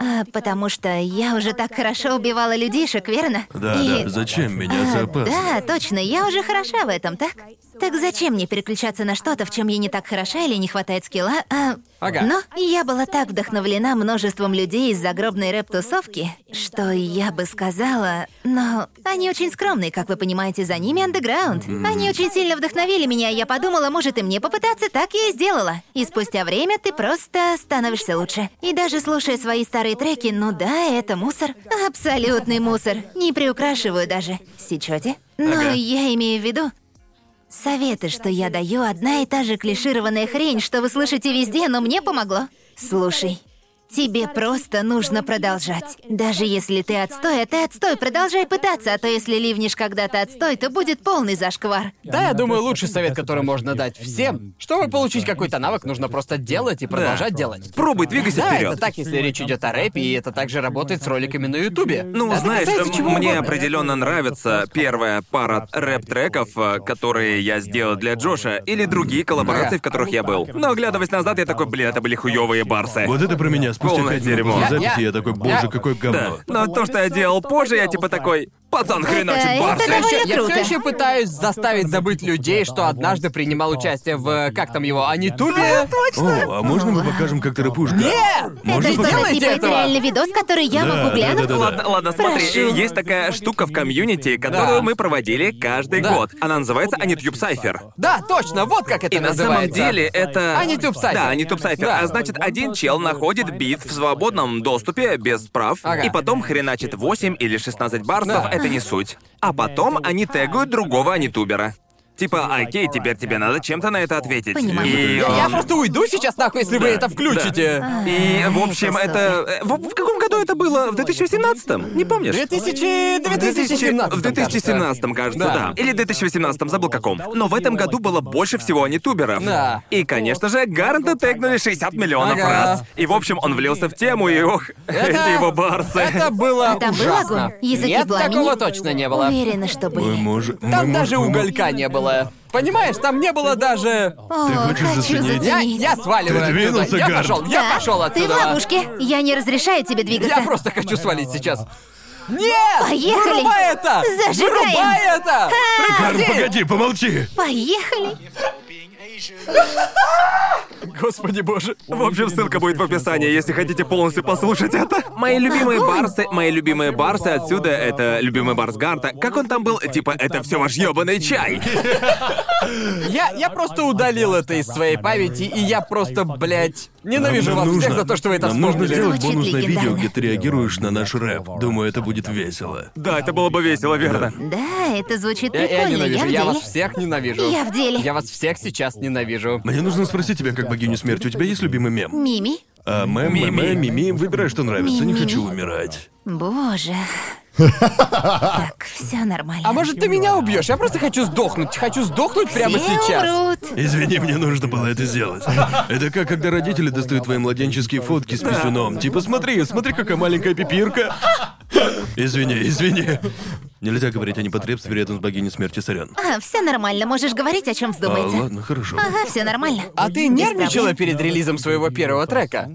Speaker 4: А, потому что я уже так хорошо убивала людишек, верно?
Speaker 3: Да,
Speaker 4: И-
Speaker 3: да, зачем меня
Speaker 4: А,
Speaker 3: запас?
Speaker 4: Да, точно, я уже хороша в этом, так? Так зачем мне переключаться на что-то, в чем я не так хороша или не хватает скилла? а?
Speaker 1: Ага.
Speaker 4: Но я была так вдохновлена множеством людей из загробной рэп-тусовки, что я бы сказала... Но они очень скромные, как вы понимаете, за ними андеграунд. Они очень сильно вдохновили меня, и я подумала, может и мне попытаться, так я и сделала. И спустя время ты просто становишься лучше. И даже слушая свои старые треки, ну да, это мусор. Абсолютный мусор. Не приукрашиваю даже. Сечете? Но я имею в виду, Советы, что я даю, одна и та же клишированная хрень, что вы слышите везде, но мне помогло. Слушай, тебе просто нужно продолжать. Даже если ты отстой, а ты отстой, продолжай пытаться, а то если ливнешь когда-то отстой, то будет полный зашквар.
Speaker 1: Да, я думаю, лучший совет, который можно дать всем, чтобы получить какой-то навык, нужно просто делать и продолжать делать.
Speaker 2: Пробуй, двигайся
Speaker 1: Да, это
Speaker 2: вперед.
Speaker 1: так, если речь идет о рэпе, и это также работает с роликами на Ютубе.
Speaker 2: Ну,
Speaker 1: Это
Speaker 2: знаешь,
Speaker 1: касается чего
Speaker 2: мне
Speaker 1: угодно.
Speaker 2: определенно нравится первая пара рэп-треков, э, которые я сделал для Джоша, или другие коллаборации,
Speaker 1: Ага.
Speaker 2: в которых я был. Но оглядываясь назад, я такой, блин, это были хуёвые барсы.
Speaker 3: Вот это про меня. Спустя
Speaker 2: Полное
Speaker 3: пять минут
Speaker 2: дерьмо.
Speaker 3: после
Speaker 1: Я-
Speaker 3: записи
Speaker 1: я-
Speaker 3: я такой,
Speaker 1: я-
Speaker 3: боже, какое
Speaker 2: Да.
Speaker 3: говно.
Speaker 2: Но то, что я делал позже, я типа такой, пацан, хреначит
Speaker 4: это
Speaker 2: барсы.
Speaker 1: Я
Speaker 4: довольно
Speaker 1: всё- я
Speaker 4: круто.
Speaker 1: все еще пытаюсь заставить забыть людей, что однажды принимал участие в как там его, Анитубе.
Speaker 3: О, а можно мы покажем, как ты рэпуешь? Нет!
Speaker 4: это
Speaker 3: Можно
Speaker 4: что,
Speaker 3: покажем?
Speaker 1: делайте
Speaker 4: типа, это
Speaker 1: этого.
Speaker 4: реальный видос, который я
Speaker 3: Да,
Speaker 4: могу
Speaker 3: да,
Speaker 4: глянуть?
Speaker 3: да, да, да.
Speaker 2: Ладно, ладно, смотри,
Speaker 4: Прошу.
Speaker 2: есть такая штука в комьюнити, которую
Speaker 1: Да.
Speaker 2: мы проводили каждый
Speaker 1: Да.
Speaker 2: год. Она называется Анитюб Сайфер.
Speaker 1: Да, точно, вот как это
Speaker 2: И на самом
Speaker 1: называется.
Speaker 2: деле это...
Speaker 1: Анитюб Сайфер.
Speaker 2: Да, Анитюб Сайфер.
Speaker 1: Да.
Speaker 2: А значит, один чел находит бит в свободном доступе, без прав,
Speaker 1: Ага.
Speaker 2: и потом хреначит 8 или 16 барсов,
Speaker 1: Да.
Speaker 2: это не суть. А потом они тегают другого анитубера. Типа, окей, теперь тебе надо чем-то на это ответить.
Speaker 4: Понимаю.
Speaker 2: И
Speaker 1: Я, я
Speaker 2: он-
Speaker 1: просто уйду сейчас нахуй, если вы это включите.
Speaker 2: И, в общем,
Speaker 4: это
Speaker 2: это... э, В, в каком году это было? В 2017 Не помнишь?
Speaker 1: 2000...
Speaker 2: В 2000 В
Speaker 1: 2017.
Speaker 2: 2017, кажется, да.
Speaker 1: Да.
Speaker 2: Или 2018, забыл каком. Но в этом году было больше всего анитуберов.
Speaker 1: Да.
Speaker 2: И, конечно же, Гарнта тегнули 60 миллионов
Speaker 1: Ага.
Speaker 2: раз. И, в общем, он влился в тему, и ох, эти его барсы.
Speaker 1: Это было
Speaker 4: Это было
Speaker 1: ужасно.
Speaker 4: огонь? Языки
Speaker 1: Нет,
Speaker 4: пламени?
Speaker 1: такого точно не было.
Speaker 4: Уверена, что
Speaker 3: Мы
Speaker 4: были.
Speaker 3: можем...
Speaker 1: Там
Speaker 3: мы
Speaker 1: даже
Speaker 3: можем-
Speaker 1: уголька не было. Понимаешь, там не было даже...
Speaker 4: О,
Speaker 3: хочешь
Speaker 4: хочу
Speaker 3: заценить?
Speaker 1: Я,
Speaker 4: заценить.
Speaker 1: я сваливаю
Speaker 3: Ты
Speaker 1: отсюда.
Speaker 3: двинулся,
Speaker 1: Я
Speaker 3: Гарн?
Speaker 1: пошел, я
Speaker 4: Да,
Speaker 1: пошел
Speaker 4: Ты в
Speaker 1: отсюда.
Speaker 4: ловушке. Я не разрешаю тебе двигаться.
Speaker 1: Я просто хочу свалить сейчас. Нет!
Speaker 4: Поехали!
Speaker 1: Вырубай это!
Speaker 4: Зажигаем! А!
Speaker 1: Вырубай это!
Speaker 3: Гарн,
Speaker 1: Прекрати!
Speaker 3: погоди, помолчи!
Speaker 4: Поехали.
Speaker 1: Господи боже.
Speaker 2: В общем, ссылка будет в описании, если хотите полностью послушать это. Мои любимые барсы, мои любимые барсы отсюда, это любимый барс Гарта. Как он там был? Типа, это все ваш ёбаный чай.
Speaker 1: Я, я просто удалил это из своей памяти, и я просто, блядь, ненавижу
Speaker 3: Нам
Speaker 1: вас всех
Speaker 3: нужно-
Speaker 1: за то, что вы это
Speaker 3: Нам нужно
Speaker 1: вспомнили.
Speaker 3: сделать
Speaker 4: Звучит
Speaker 3: бонусное видео,
Speaker 4: легендарно.
Speaker 3: где ты реагируешь на наш рэп. Думаю, это будет весело.
Speaker 2: Да, это было бы весело, верно?
Speaker 4: Да, это звучит
Speaker 1: Я, я
Speaker 4: прикольно.
Speaker 1: ненавижу,
Speaker 4: в
Speaker 1: я
Speaker 4: деле.
Speaker 1: вас всех ненавижу.
Speaker 4: Я в деле.
Speaker 1: Я вас всех сейчас ненавижу.
Speaker 3: Мне нужно спросить тебя, как богиню смерти, у тебя есть любимый мем?
Speaker 4: Мими.
Speaker 3: А мем, мем,
Speaker 2: Ми-ми.
Speaker 3: мем, мими, выбирай, что нравится, не
Speaker 4: Ми-ми.
Speaker 3: хочу умирать.
Speaker 4: Боже. Так, все нормально.
Speaker 1: А может, ты меня убьешь? Я просто хочу сдохнуть. Хочу сдохнуть прямо
Speaker 4: Все
Speaker 1: сейчас.
Speaker 4: умрут.
Speaker 3: Извини, мне нужно было это сделать. Это как, когда родители достают твои младенческие фотки с писюном. Типа, смотри, смотри, какая маленькая пипирка. Извини, извини. Нельзя говорить о непотребстве рядом с богиней смерти Сорян.
Speaker 4: А, все нормально, можешь говорить, о чем
Speaker 3: А,
Speaker 4: вздумается.
Speaker 3: ладно, хорошо.
Speaker 4: Ага, все нормально.
Speaker 1: А ты нервничала перед релизом своего первого трека?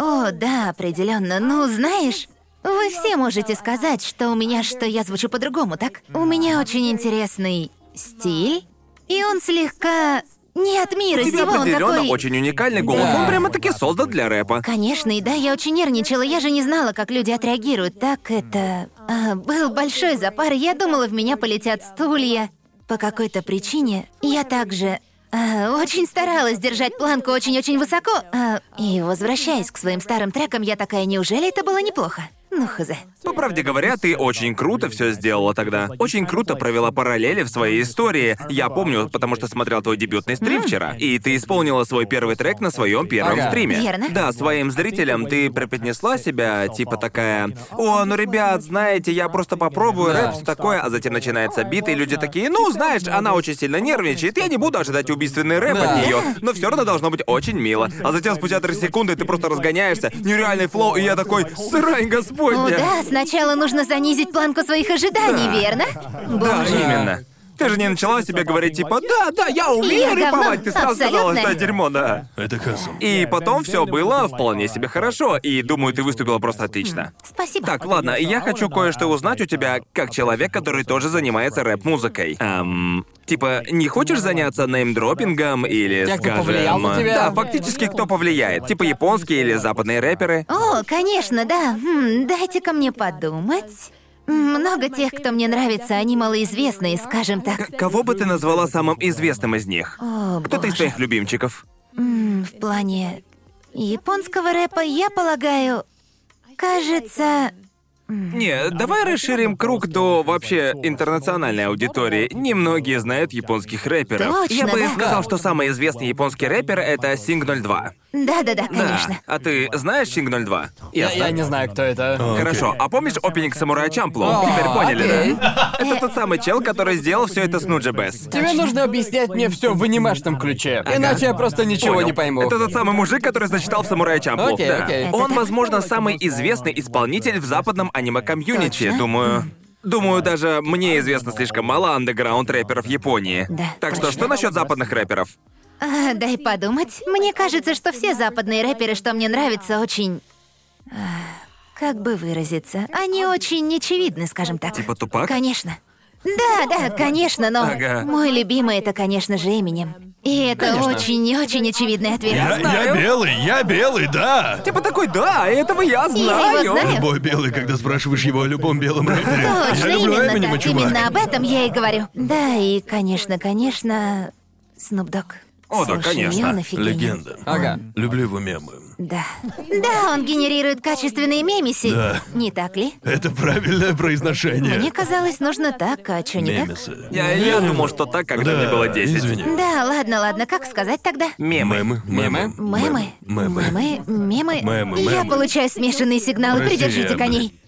Speaker 4: О, да, определенно. Ну, знаешь, вы все можете сказать, что у меня, что я звучу по-другому, так? У меня очень интересный стиль, и он слегка не от мира
Speaker 2: У тебя
Speaker 4: сего, он
Speaker 2: определенно
Speaker 4: такой.
Speaker 2: очень уникальный голос.
Speaker 1: Да.
Speaker 2: Он прямо-таки создан для рэпа.
Speaker 4: Конечно, и да, я очень нервничала, я же не знала, как люди отреагируют. Так это... а, был большой запар, я думала, в меня полетят стулья. По какой-то причине я также... а, очень старалась держать планку очень-очень высоко. а, и возвращаясь к своим старым трекам, я такая, неужели это было неплохо? Ну, хз.
Speaker 2: По правде говоря, ты очень круто все сделала тогда. Очень круто провела параллели в своей истории. Я помню, потому что смотрел твой дебютный стрим вчера, и ты исполнила свой первый трек на своем первом
Speaker 1: Ага.
Speaker 2: стриме.
Speaker 4: Верно.
Speaker 2: Да, своим зрителям ты преподнесла себя, типа такая, о, ну, ребят, знаете, я просто попробую
Speaker 1: Да.
Speaker 2: рэп, все такое, а затем начинается бит, и люди такие, ну, знаешь, она очень сильно нервничает, я не буду ожидать убийственный рэп
Speaker 1: Да.
Speaker 2: от нее, но все равно должно быть очень мило. А затем спустя три секунды ты просто разгоняешься, нереальный флоу, и я такой, срань
Speaker 4: О,
Speaker 2: господня.
Speaker 4: да, сначала нужно занизить планку своих ожиданий, верно?
Speaker 2: Да,
Speaker 4: Боже.
Speaker 2: именно. Ты же не начала себе говорить, типа, да, да, я умею
Speaker 4: Я
Speaker 2: рэповать,
Speaker 4: говно,
Speaker 2: ты сразу сказала,
Speaker 4: абсолютно.
Speaker 2: что дерьмо, да.
Speaker 3: Это Хасум.
Speaker 2: И потом все было вполне себе хорошо, и думаю, ты выступила просто отлично.
Speaker 4: Спасибо.
Speaker 2: Так, ладно, я хочу кое-что узнать у тебя, как человек, который тоже занимается рэп-музыкой. Эм, типа, не хочешь заняться неймдропингом или,
Speaker 1: Те, кто
Speaker 2: скажем...
Speaker 1: повлиял на тебя?
Speaker 2: Да, фактически, кто повлияет? Типа японские или западные рэперы?
Speaker 4: О, конечно, да. М, Дайте-ка мне подумать. М, Много тех, кто мне нравится, они малоизвестные, скажем так.
Speaker 2: К- Кого бы ты назвала самым известным из них?
Speaker 4: О,
Speaker 2: Кто-то из
Speaker 4: боже.
Speaker 2: твоих любимчиков?
Speaker 4: М, В плане японского рэпа, я полагаю, кажется...
Speaker 2: Не, давай расширим круг до вообще интернациональной аудитории. Немногие знают японских рэперов.
Speaker 4: Точно,
Speaker 2: Я бы
Speaker 4: да.
Speaker 2: сказал, что самый известный японский рэпер — это Синг 02.
Speaker 4: Да-да-да, конечно.
Speaker 2: Да. А ты знаешь Синг 02?
Speaker 1: Я, я не знаю, кто это.
Speaker 2: Хорошо, а помнишь опенинг Самурая Чамплу?
Speaker 1: О,
Speaker 2: Теперь поняли,
Speaker 1: окей.
Speaker 2: да? Это тот самый чел, который сделал все это с Нуджи Бэс.
Speaker 1: Тебе нужно объяснять мне все в анимешном ключе. Иначе я просто ничего
Speaker 2: Понял.
Speaker 1: не пойму.
Speaker 2: Это тот самый мужик, который зачитал Самурая Чамплу.
Speaker 1: Окей,
Speaker 2: да.
Speaker 1: окей.
Speaker 2: Он, возможно, самый известный исполнитель в западном аниме-комьюнити,
Speaker 4: Точно.
Speaker 2: думаю. Думаю, даже мне известно слишком мало андеграунд рэперов Японии.
Speaker 4: Да,
Speaker 2: так что,
Speaker 4: точно.
Speaker 2: что насчет западных рэперов?
Speaker 4: А, дай подумать. Мне кажется, что все западные рэперы, что мне нравятся, очень... а, Как бы выразиться? Они очень очевидны, скажем так.
Speaker 2: Типа Тупак?
Speaker 4: Конечно. Да, да, конечно, но
Speaker 2: Ага.
Speaker 4: мой любимый это, конечно же, Эминем. И это
Speaker 1: Конечно.
Speaker 4: очень-очень очевидный ответ.
Speaker 3: Я, я белый, я белый, да!
Speaker 2: Типа такой, да, этого я
Speaker 4: Я
Speaker 2: знаю.
Speaker 4: его знаю.
Speaker 3: Любой белый, когда спрашиваешь его о любом белом рэпере.
Speaker 4: Точно,
Speaker 3: Я люблю
Speaker 4: именно
Speaker 3: Эминема,
Speaker 4: так.
Speaker 3: чувак.
Speaker 4: Именно об этом я и говорю. Да, и, конечно, конечно, Снупдог.
Speaker 2: О, да, конечно.
Speaker 4: Он офигенен.
Speaker 3: Легенда.
Speaker 1: Ага.
Speaker 3: Люблю его мемы.
Speaker 4: Да. Да, он генерирует качественные мемеси.
Speaker 3: Да.
Speaker 4: Не так ли?
Speaker 3: Это правильное
Speaker 4: Мне
Speaker 3: произношение.
Speaker 4: казалось, нужно так, а что не так?
Speaker 3: Мемесы.
Speaker 2: Я, я думал, что так, когда
Speaker 3: Да,
Speaker 2: мне было 10.
Speaker 3: извини.
Speaker 4: Да, ладно, ладно, как сказать тогда?
Speaker 2: Мемы.
Speaker 3: Мемы, мемы,
Speaker 4: Мемы.
Speaker 3: мемы.
Speaker 4: Мемы. Мемы.
Speaker 3: Мемы,
Speaker 4: Я
Speaker 3: мемы.
Speaker 4: получаю смешанные сигналы.
Speaker 3: Прости,
Speaker 4: Придержите
Speaker 3: я,
Speaker 4: коней.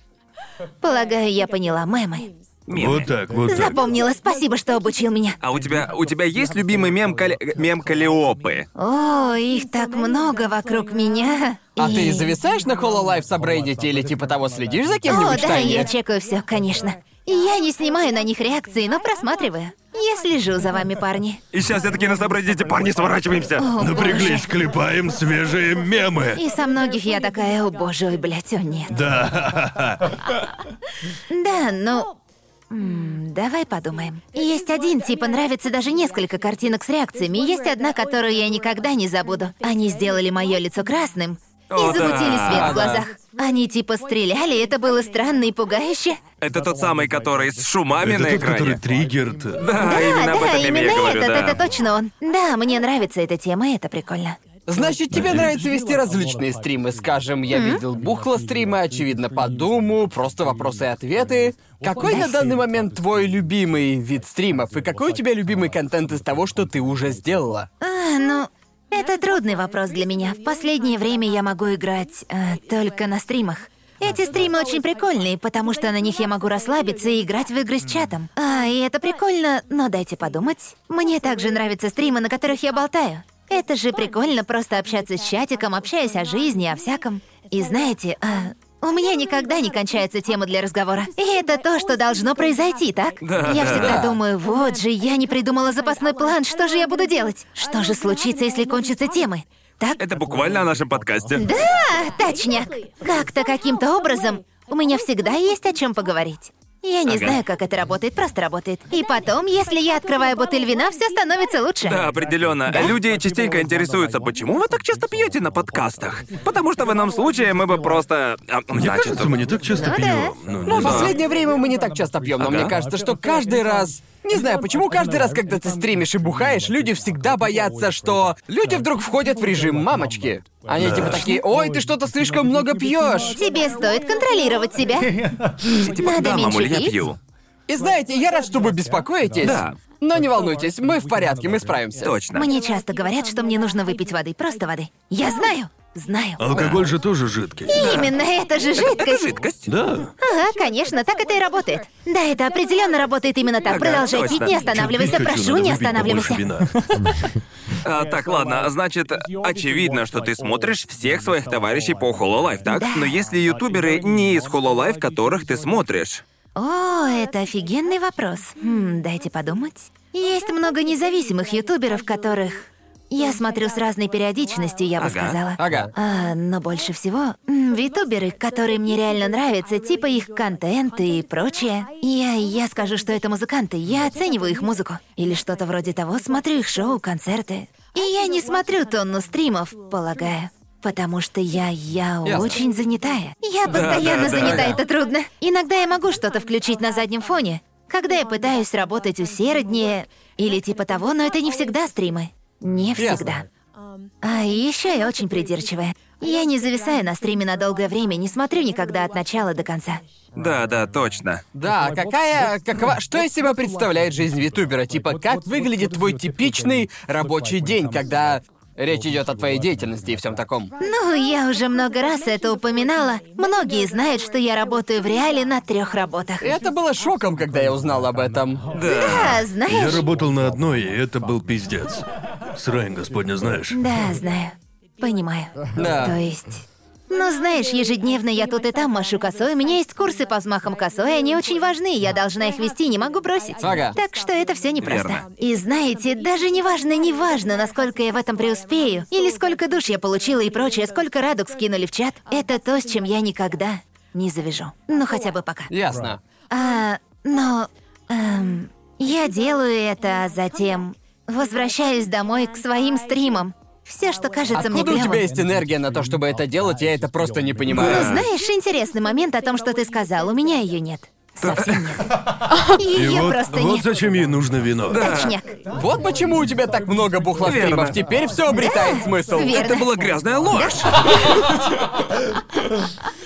Speaker 4: Полагаю, я поняла. Мемы.
Speaker 2: Мемы.
Speaker 3: Вот так, вот так.
Speaker 4: Запомнила. Спасибо, что обучил меня.
Speaker 2: А у тебя, у тебя есть любимый мем, Кале- мем Калиопы?
Speaker 4: О, их так много вокруг меня.
Speaker 1: А
Speaker 4: И-
Speaker 1: ты зависаешь на Хололайф с Абрейдите или типа того следишь за
Speaker 4: О,
Speaker 1: кем-нибудь в
Speaker 4: да,
Speaker 1: тайне?
Speaker 4: я чекаю все, конечно. Я не снимаю на них реакции, но просматриваю. Я слежу за вами, парни.
Speaker 2: И сейчас я такие на собрание, парни, сворачиваемся.
Speaker 4: О,
Speaker 3: Напряглись,
Speaker 4: боже.
Speaker 3: клепаем свежие мемы.
Speaker 4: И со многих я такая, о боже, ой, блядь, о нет.
Speaker 3: Да.
Speaker 4: Да, ну... м, Давай подумаем. Есть один, типа, нравится даже несколько картинок с реакциями. Есть одна, которую я никогда не забуду. Они сделали мое лицо красным и
Speaker 2: О, да.
Speaker 4: замутили свет
Speaker 1: Да.
Speaker 4: в глазах. Они типа стреляли, и это было странно и пугающе.
Speaker 2: Это тот самый, который с шумами
Speaker 3: Это
Speaker 2: на
Speaker 3: тот, который
Speaker 2: экране.
Speaker 3: триггерт.
Speaker 2: Да,
Speaker 4: а,
Speaker 2: именно об
Speaker 4: да,
Speaker 2: этом меме я
Speaker 4: именно
Speaker 2: говорю,
Speaker 4: этот,
Speaker 2: да.
Speaker 4: это точно он. Да, мне нравится эта тема, и это прикольно.
Speaker 1: Значит, тебе нравится вести различные стримы. Скажем, я видел бухло стримы, очевидно, по думу, просто вопросы и ответы. Какой на данный момент твой любимый вид стримов и какой у тебя любимый контент из того, что ты уже сделала?
Speaker 4: А, ну, это трудный вопрос для меня. В последнее время я могу играть э, только на стримах. Эти стримы очень прикольные, потому что на них я могу расслабиться и играть в игры с чатом. А, и это прикольно, но дайте подумать. Мне также нравятся стримы, на которых я болтаю. Это же прикольно просто общаться с чатиком, общаясь о жизни, о всяком. И знаете, а, у меня никогда не кончается тема для разговора. И это то, что должно произойти, так? я всегда думаю, вот же, я не придумала запасной план, что же я буду делать? Что же случится, если кончатся темы? Так?
Speaker 2: Это буквально о нашем подкасте.
Speaker 4: Да, точняк. Как-то каким-то образом у меня всегда есть о чем поговорить. Я не
Speaker 2: Ага.
Speaker 4: знаю, как это работает, просто работает. И потом, если я открываю бутыль вина, все становится лучше.
Speaker 2: Да, определенно. Люди частенько интересуются, почему вы так часто пьете на подкастах? Потому что в ином случае мы бы просто. а,
Speaker 3: Мне
Speaker 2: значит,
Speaker 3: кажется, мы не так часто
Speaker 4: Ну да.
Speaker 3: пьем. Ну,
Speaker 1: Ну,
Speaker 3: не
Speaker 1: в
Speaker 3: знаю.
Speaker 1: последнее время мы не так часто пьем, но мне кажется, что каждый раз Не знаю, почему каждый раз, когда ты стримишь и бухаешь, люди всегда боятся, что люди вдруг входят в режим мамочки. Они типа такие, ой, ты что-то слишком много пьешь.
Speaker 4: Тебе стоит контролировать себя.
Speaker 2: Типа,
Speaker 4: Надо
Speaker 2: да, мамуль,
Speaker 4: меньше
Speaker 2: я
Speaker 4: пить.
Speaker 2: пью.
Speaker 1: И знаете, я рад, что вы беспокоитесь.
Speaker 2: Да.
Speaker 1: Но не волнуйтесь, мы в порядке, мы справимся.
Speaker 2: Точно.
Speaker 4: Мне часто говорят, что мне нужно выпить воды, просто воды. Я знаю, знаю.
Speaker 3: Алкоголь же тоже жидкий.
Speaker 4: Именно это же
Speaker 2: Это
Speaker 4: жидкость.
Speaker 2: жидкость.
Speaker 3: Да.
Speaker 4: Ага, конечно, так это и работает. Да, это определенно работает именно так.
Speaker 2: Ага,
Speaker 4: Продолжай
Speaker 2: точно.
Speaker 4: пить, не останавливайся,
Speaker 3: Чё, пить хочу,
Speaker 4: прошу,
Speaker 3: надо
Speaker 4: не
Speaker 3: выпить побольше
Speaker 4: останавливайся.
Speaker 3: вина.
Speaker 2: А, так, ладно, значит, очевидно, что ты смотришь всех своих товарищей по Hololive, так?
Speaker 4: Да.
Speaker 2: Но если ютуберы не из Hololive, которых ты смотришь?
Speaker 4: О, это офигенный вопрос. Хм, дайте подумать. Есть много независимых ютуберов, которых я смотрю с разной периодичностью, я бы
Speaker 2: Ага.
Speaker 4: сказала.
Speaker 1: Ага.
Speaker 4: А, но больше всего м, ютуберы, которые мне реально нравятся, типа их контент и прочее. Я, я скажу, что это музыканты, я оцениваю их музыку. Или что-то вроде того, смотрю их шоу, концерты. И я не смотрю тонну стримов, полагаю. Потому что я, я
Speaker 1: Ясно.
Speaker 4: очень занятая. Я постоянно
Speaker 2: да,
Speaker 4: занята,
Speaker 2: да.
Speaker 4: это трудно. Иногда я могу что-то включить на заднем фоне, когда я пытаюсь работать усерднее или типа того, но это не всегда стримы. Не
Speaker 1: Ясно.
Speaker 4: всегда. А еще я очень придирчивая. Я не зависаю на стриме на долгое время, не смотрю никогда от начала до конца.
Speaker 2: Да, да, точно.
Speaker 1: Да, какая, какова, что из себя представляет жизнь витубера? Типа, как выглядит твой типичный рабочий день, когда речь идет о твоей деятельности и всем таком?
Speaker 4: Ну, я уже много раз это упоминала. Многие знают, что я работаю в реале на трех работах.
Speaker 1: И Это было шоком, когда я узнал об этом.
Speaker 2: Да.
Speaker 4: Да,
Speaker 3: Я
Speaker 4: знаешь?
Speaker 3: работал на одной, и это был пиздец. Срань, господня, знаешь.
Speaker 4: Да, знаю. Понимаю.
Speaker 1: Да.
Speaker 4: То есть... Ну, знаешь, ежедневно я тут и там машу косой, у меня есть курсы по взмахам косой, они очень важны, я должна их вести, не могу бросить.
Speaker 1: Ага.
Speaker 4: Так что это все непросто.
Speaker 2: Верно.
Speaker 4: И знаете, даже не важно, не важно, насколько я в этом преуспею, или сколько душ я получила и прочее, сколько радуг скинули в чат, это то, с чем я никогда не завяжу. Ну, хотя бы пока.
Speaker 1: Ясно.
Speaker 4: А, но эм, я делаю это, а затем возвращаюсь домой к своим стримам. Все, что кажется
Speaker 1: Откуда
Speaker 4: мне
Speaker 1: у
Speaker 4: клёвым.
Speaker 1: тебя есть энергия на то, чтобы это делать? Я это просто не
Speaker 4: Ну,
Speaker 1: понимаю.
Speaker 4: знаешь, интересный момент о том, что ты сказал. У меня ее нет. Совсем нет. Ее
Speaker 3: вот,
Speaker 4: просто
Speaker 3: вот
Speaker 4: нет.
Speaker 3: зачем ей нужно вино.
Speaker 4: Точняк.
Speaker 1: Вот почему у тебя так много бухлостримов.
Speaker 2: Верно.
Speaker 1: Теперь все обретает смысл.
Speaker 4: верно.
Speaker 2: Это была грязная ложь.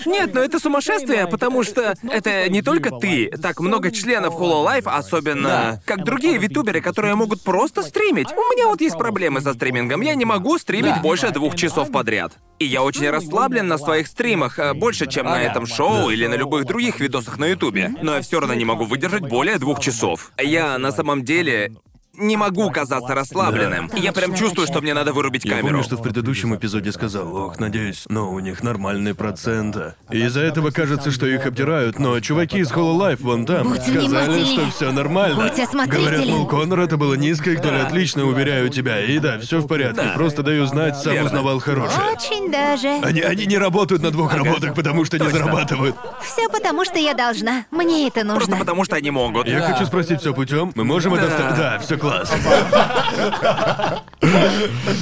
Speaker 2: Нет, но это сумасшествие, потому что это не только ты. Так много членов Hololive, особенно как другие витуберы, которые могут просто стримить. У меня вот есть проблемы со стримингом. Я не могу стримить
Speaker 1: Да.
Speaker 2: больше двух часов подряд. И я очень расслаблен на своих стримах, э, больше, чем на
Speaker 1: Ага.
Speaker 2: этом шоу или на любых других видосах на Ютубе. Но я все равно не могу выдержать более двух часов. Я на самом деле не могу казаться расслабленным. Я прям чувствую, что мне надо вырубить
Speaker 3: Я
Speaker 2: камеру.
Speaker 3: помню, что в предыдущем эпизоде сказал, ох, надеюсь, но у них нормальные проценты. И Из-за этого кажется, что их обдирают, но чуваки из Hololive вон там
Speaker 4: Будь
Speaker 3: сказали,
Speaker 4: внимательнее.
Speaker 3: что все нормально.
Speaker 4: Будь осмотрителен.
Speaker 3: Говорят, мол, Коннор, это было низко, их доля отлично, уверяю тебя. И да, все в порядке, просто даю знать, сам
Speaker 2: Верно.
Speaker 3: узнавал хорошее.
Speaker 4: Очень даже.
Speaker 3: Они, они не работают на двух работах, потому что не зарабатывают.
Speaker 4: Все потому, что я должна. Мне это
Speaker 2: Просто
Speaker 4: нужно.
Speaker 2: потому, что они могут.
Speaker 3: Я хочу спросить все путем. Мы можем это
Speaker 2: Да.
Speaker 3: вста- Да, все класс.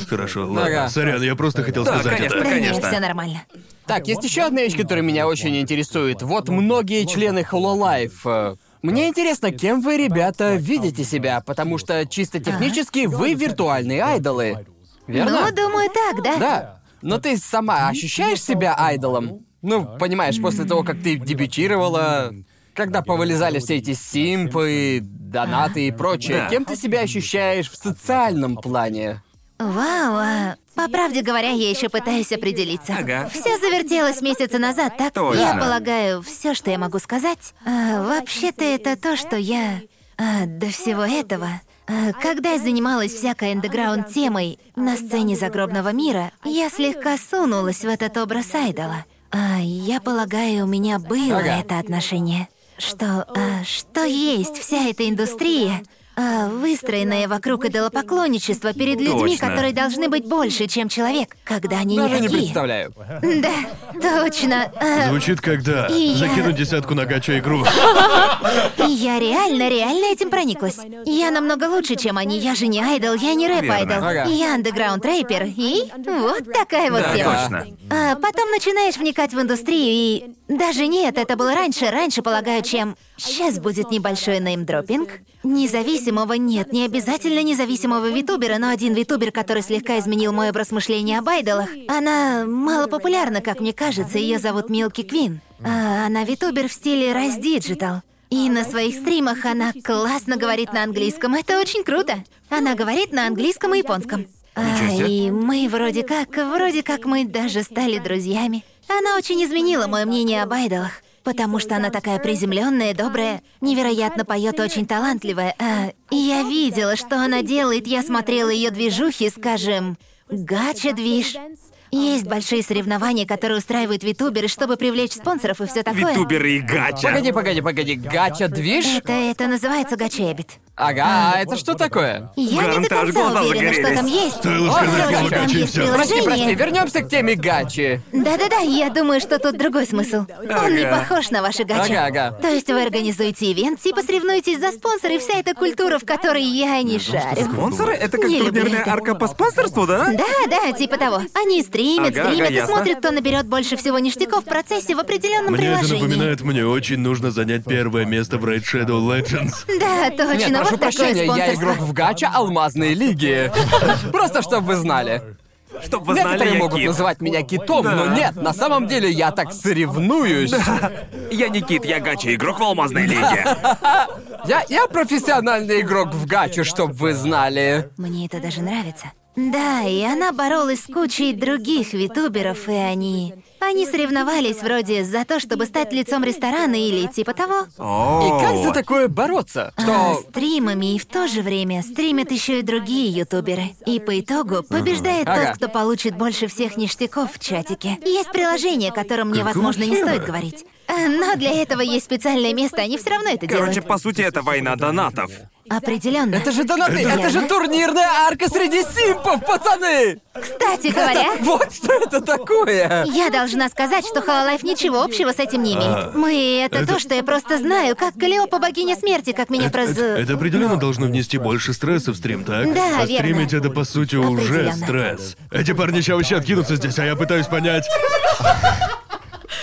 Speaker 3: Хорошо,
Speaker 1: Ага.
Speaker 3: ладно. Сорян, я просто хотел
Speaker 2: Ну Да,
Speaker 3: сказать
Speaker 2: конечно,
Speaker 3: это.
Speaker 4: Да нет,
Speaker 2: конечно.
Speaker 4: все нормально.
Speaker 1: Так, есть еще одна вещь, которая меня очень интересует. Вот многие члены Hololive. э, Мне интересно, кем вы, ребята, видите себя, потому что чисто технически вы виртуальные айдолы.
Speaker 4: Ну,
Speaker 1: Верно?
Speaker 4: думаю, так, да?
Speaker 1: Да. Но ты сама ощущаешь себя айдолом? Ну, понимаешь, после того, как ты дебютировала, когда повылезали все эти симпы, донаты и прочее,
Speaker 2: Да.
Speaker 1: кем ты себя ощущаешь в социальном плане?
Speaker 4: Вау, а по правде говоря, я еще пытаюсь определиться.
Speaker 2: Ага.
Speaker 4: Все завертелось месяца назад, так?
Speaker 2: Точно.
Speaker 4: Я полагаю, все, что я могу сказать, а, вообще-то это то, что я а, до всего этого. а, Когда я занималась всякой андеграунд темой на сцене загробного мира, я слегка сунулась в этот образ айдола. А, я полагаю, у меня было
Speaker 1: Ага.
Speaker 4: это отношение. Что, а, что есть вся эта индустрия, а, выстроенная вокруг идолопоклонничества перед людьми,
Speaker 2: Точно.
Speaker 4: которые должны быть больше, чем человек, когда они
Speaker 1: Даже
Speaker 4: не
Speaker 1: не
Speaker 4: такие.
Speaker 1: представляю.
Speaker 4: Да, Точно. Э,
Speaker 3: Звучит как да.
Speaker 4: И я-
Speaker 3: Закину десятку на гача игру.
Speaker 4: И я реально, реально этим прониклась. Я намного лучше, чем они. Я же не айдол, я не рэп-айдол.
Speaker 1: Верно. Ага.
Speaker 4: Я андеграунд рэпер. И вот такая вот
Speaker 2: Да,
Speaker 4: тема.
Speaker 2: точно.
Speaker 4: А потом начинаешь вникать в индустрию и... Даже нет, это было раньше, раньше, полагаю, чем... Сейчас будет небольшой неймдропинг. Независимого нет, не обязательно независимого витубера, но один витубер, который слегка изменил мой образ мышления об айдолах. Она мало популярна, как мне кажется, ее зовут Милки Квин. А она витубер в стиле Rise Digital. И на своих стримах она классно говорит на английском. Это очень круто. Она говорит на английском и японском. А,
Speaker 2: Ничего себе.
Speaker 4: и мы вроде как, вроде как мы даже стали друзьями. Она очень изменила мое мнение об айдолах. Потому что она такая приземленная, добрая, невероятно поет, очень талантливая. А, и я видела, что она делает, я смотрела ее движухи, скажем, гача движ.
Speaker 1: А,
Speaker 4: Есть большие соревнования, которые устраивают витуберы, чтобы привлечь спонсоров и все такое.
Speaker 2: Витуберы и гача.
Speaker 1: Погоди, погоди, погоди. Гача движ?
Speaker 4: Это, это называется гачебит.
Speaker 1: Ага, а это что такое?
Speaker 4: Я не до
Speaker 2: Гаранта, аж
Speaker 4: конца
Speaker 2: глаза
Speaker 4: уверена, что
Speaker 2: загорелись.
Speaker 4: там есть.
Speaker 3: Стоило
Speaker 4: Там
Speaker 3: сказать
Speaker 1: Гача,
Speaker 3: слово
Speaker 1: там
Speaker 3: гача и
Speaker 4: есть
Speaker 3: все.
Speaker 1: Прости, прости,
Speaker 4: приложение.
Speaker 1: вернемся к теме гачи.
Speaker 4: Да-да-да, я думаю, что тут другой смысл. Он не похож на ваши гачи.
Speaker 1: Ага, ага.
Speaker 4: То есть вы организуете ивент, типа соревнуетесь за спонсор, и вся эта культура, в которой я не шарю.
Speaker 2: Спонсоры — это как
Speaker 4: Не люблю
Speaker 2: турнирная
Speaker 4: это.
Speaker 2: арка по спонсорству, да?
Speaker 4: Да, да, типа того. Они стримят,
Speaker 2: Ага, ага,
Speaker 4: стримят и
Speaker 2: ясно.
Speaker 4: смотрят, кто наберет больше всего ништяков в процессе в определенном
Speaker 3: Мне это
Speaker 4: приложении.
Speaker 3: напоминает, мне очень нужно занять первое место в Raid Shadow Legends.
Speaker 4: Да, точно,
Speaker 1: Нет, прошу
Speaker 4: вот такое
Speaker 1: прощения, я
Speaker 4: спонсорство.
Speaker 1: игрок в гача алмазной лиги. Просто чтобы вы знали.
Speaker 2: Чтоб вы знали,
Speaker 1: Некоторые
Speaker 2: я
Speaker 1: могут
Speaker 2: кит.
Speaker 1: называть меня китом, но нет, на самом деле я так соревнуюсь.
Speaker 2: Я не кит, я гача, игрок в алмазной лиге.
Speaker 1: Я, я профессиональный игрок в гачу, чтобы вы знали.
Speaker 4: Мне это даже нравится. Да, и она боролась с кучей других витуберов, и они... Они соревновались вроде за то, чтобы стать лицом ресторана или типа того.
Speaker 1: И
Speaker 2: О,
Speaker 1: как за такое бороться?
Speaker 4: А,
Speaker 1: Что...
Speaker 4: стримами и в то же время стримят еще и другие ютуберы. И по итогу побеждает
Speaker 1: Ага.
Speaker 4: тот, кто получит больше всех ништяков в чатике. Есть приложение, о котором мне,
Speaker 3: Какого
Speaker 4: возможно, не
Speaker 3: хера?
Speaker 4: стоит говорить. А, Но для этого есть специальное место, они все равно это
Speaker 2: Короче,
Speaker 4: делают.
Speaker 2: по сути, это война донатов.
Speaker 4: Определенно.
Speaker 1: Это же донаты, это же турнирная арка среди симпов, пацаны!
Speaker 4: Кстати говоря,
Speaker 1: Это- вот что это такое!
Speaker 4: Я должна сказать, что Хололайф ничего общего с этим не имеет. Мы это, то, что я просто знаю, как Калиопа богиня смерти, как меня проз...
Speaker 3: Это, это определенно должно внести больше стресса в стрим, так?
Speaker 4: Да,
Speaker 3: а стримить
Speaker 4: верно.
Speaker 3: это, по сути, уже
Speaker 4: Определенно.
Speaker 3: стресс. Эти парни сейчас вообще откинутся здесь, а я пытаюсь понять.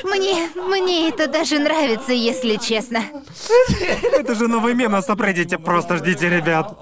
Speaker 4: Мне, мне это даже нравится, если честно.
Speaker 2: Это же новый мем на сабреддите, просто ждите, ребят.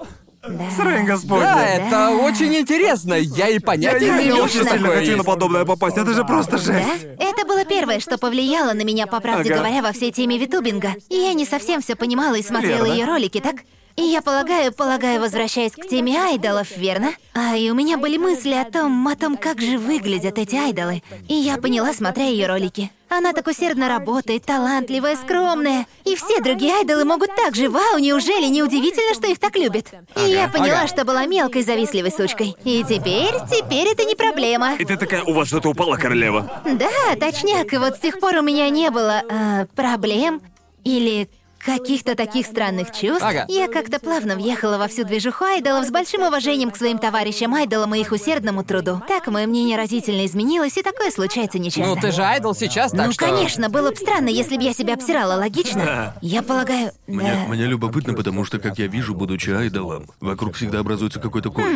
Speaker 4: Да.
Speaker 2: Срань господи.
Speaker 1: Да, это очень интересно. Я и
Speaker 2: Я
Speaker 1: понятия не
Speaker 2: реально
Speaker 1: имел,
Speaker 2: очень
Speaker 1: что
Speaker 2: сильно
Speaker 1: такое
Speaker 2: хочу на
Speaker 1: есть.
Speaker 2: подобное попасть, это же просто
Speaker 4: Да?
Speaker 2: жесть.
Speaker 4: Это было первое, что повлияло на меня, по правде
Speaker 2: Ага.
Speaker 4: говоря, во всей теме витубинга. И я не совсем все понимала и смотрела
Speaker 2: Верно.
Speaker 4: ее ролики, так? И я полагаю, полагаю, возвращаясь к теме айдолов, верно? А и у меня были мысли о том, о том, как же выглядят эти айдолы. И я поняла, смотря ее ролики. Она так усердно работает, талантливая, скромная. И все другие айдолы могут так же. Вау, неужели неудивительно, что их так любят? И я поняла,
Speaker 1: Ага.
Speaker 4: что была мелкой завистливой сучкой. И теперь, теперь это не проблема.
Speaker 2: И ты такая, у вас что-то упало, королева.
Speaker 4: Да, точняк, и вот с тех пор у меня не было э, проблем или каких-то таких странных чувств.
Speaker 1: Ага.
Speaker 4: Я как-то плавно въехала во всю движуху айдолов с большим уважением к своим товарищам айдолам и их усердному труду. Так мое мнение разительно изменилось, и такое случается нечасто.
Speaker 1: Ну ты же айдол сейчас, так
Speaker 4: Ну,
Speaker 1: что...
Speaker 4: конечно, было бы странно, если бы я себя обсирала, логично? Я полагаю...
Speaker 3: Мне,
Speaker 4: да.
Speaker 3: мне любопытно, потому что, как я вижу, будучи айдолом, вокруг всегда образуется какой-то культ.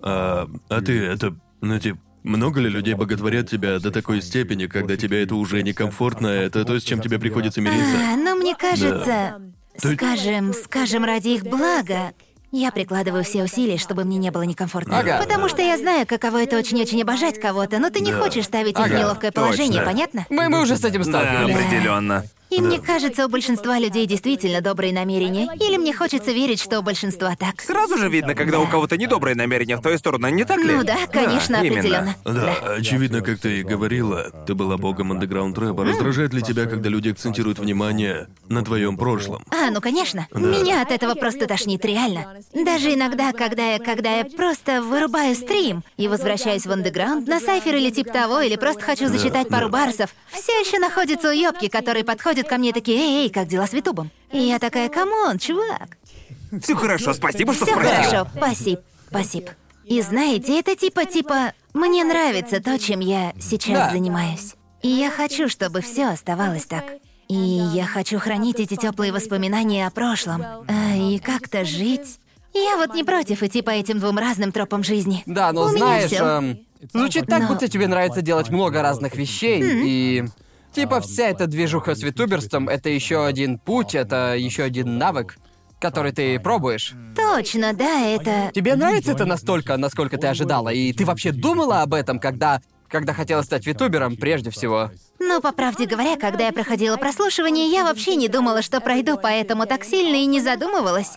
Speaker 3: А, а ты это, ну типа, много ли людей боготворят тебя до такой степени, когда тебе это уже некомфортно, это то, с чем тебе приходится мириться?
Speaker 4: А, но мне кажется,
Speaker 3: Ты-
Speaker 4: скажем, скажем, ради их блага, я прикладываю все усилия, чтобы мне не было некомфортно.
Speaker 1: Ага.
Speaker 4: Потому что я знаю, каково это очень-очень обожать кого-то, но ты не
Speaker 3: Да.
Speaker 4: хочешь ставить их в
Speaker 1: Ага,
Speaker 4: неловкое положение,
Speaker 3: точно.
Speaker 4: понятно?
Speaker 1: Мы, мы уже с этим
Speaker 2: Да,
Speaker 1: сталкивались.
Speaker 2: определенно.
Speaker 4: И мне кажется, у большинства людей действительно добрые намерения. Или мне хочется верить, что у большинства так.
Speaker 2: Сразу же видно, когда у кого-то недобрые намерения в твою сторону, не так ли?
Speaker 4: Ну да, конечно,
Speaker 2: именно.
Speaker 4: определенно.
Speaker 3: Да, очевидно, как ты и говорила, ты была богом андеграунд рэпа. Раздражает ли тебя, когда люди акцентируют внимание на твоем прошлом?
Speaker 4: А, ну конечно. Меня от этого просто тошнит, реально. Даже иногда, когда я, когда я просто вырубаю стрим и возвращаюсь в андеграунд на сайфер или типа того, или просто хочу зачитать пару барсов, все еще находятся уёбки, которые подходят ко мне такие, эй, эй, как дела с Витубом? И я такая, камон, чувак.
Speaker 2: Все хорошо, спасибо, что
Speaker 4: Все
Speaker 2: спросил.
Speaker 4: хорошо, спасибо, спасибо. И знаете, это типа, типа, мне нравится то, чем я сейчас
Speaker 1: Да.
Speaker 4: занимаюсь. И я хочу, чтобы все оставалось так. И я хочу хранить эти теплые воспоминания о прошлом. А, и как-то жить. Я вот не против идти по этим двум разным тропам жизни.
Speaker 1: Да, но
Speaker 4: У меня
Speaker 1: знаешь,
Speaker 4: всё.
Speaker 1: эм, звучит так,
Speaker 4: Но-
Speaker 1: будто тебе нравится делать много разных вещей, и типа вся эта движуха с витуберством — это еще один путь, это еще один навык, который ты пробуешь.
Speaker 4: Точно, да, это...
Speaker 1: Тебе нравится это настолько, насколько ты ожидала, и ты вообще думала об этом, когда когда хотела стать витубером, прежде всего.
Speaker 4: Но, по правде говоря, когда я проходила прослушивание, я вообще не думала, что пройду по этому так сильно и не задумывалась.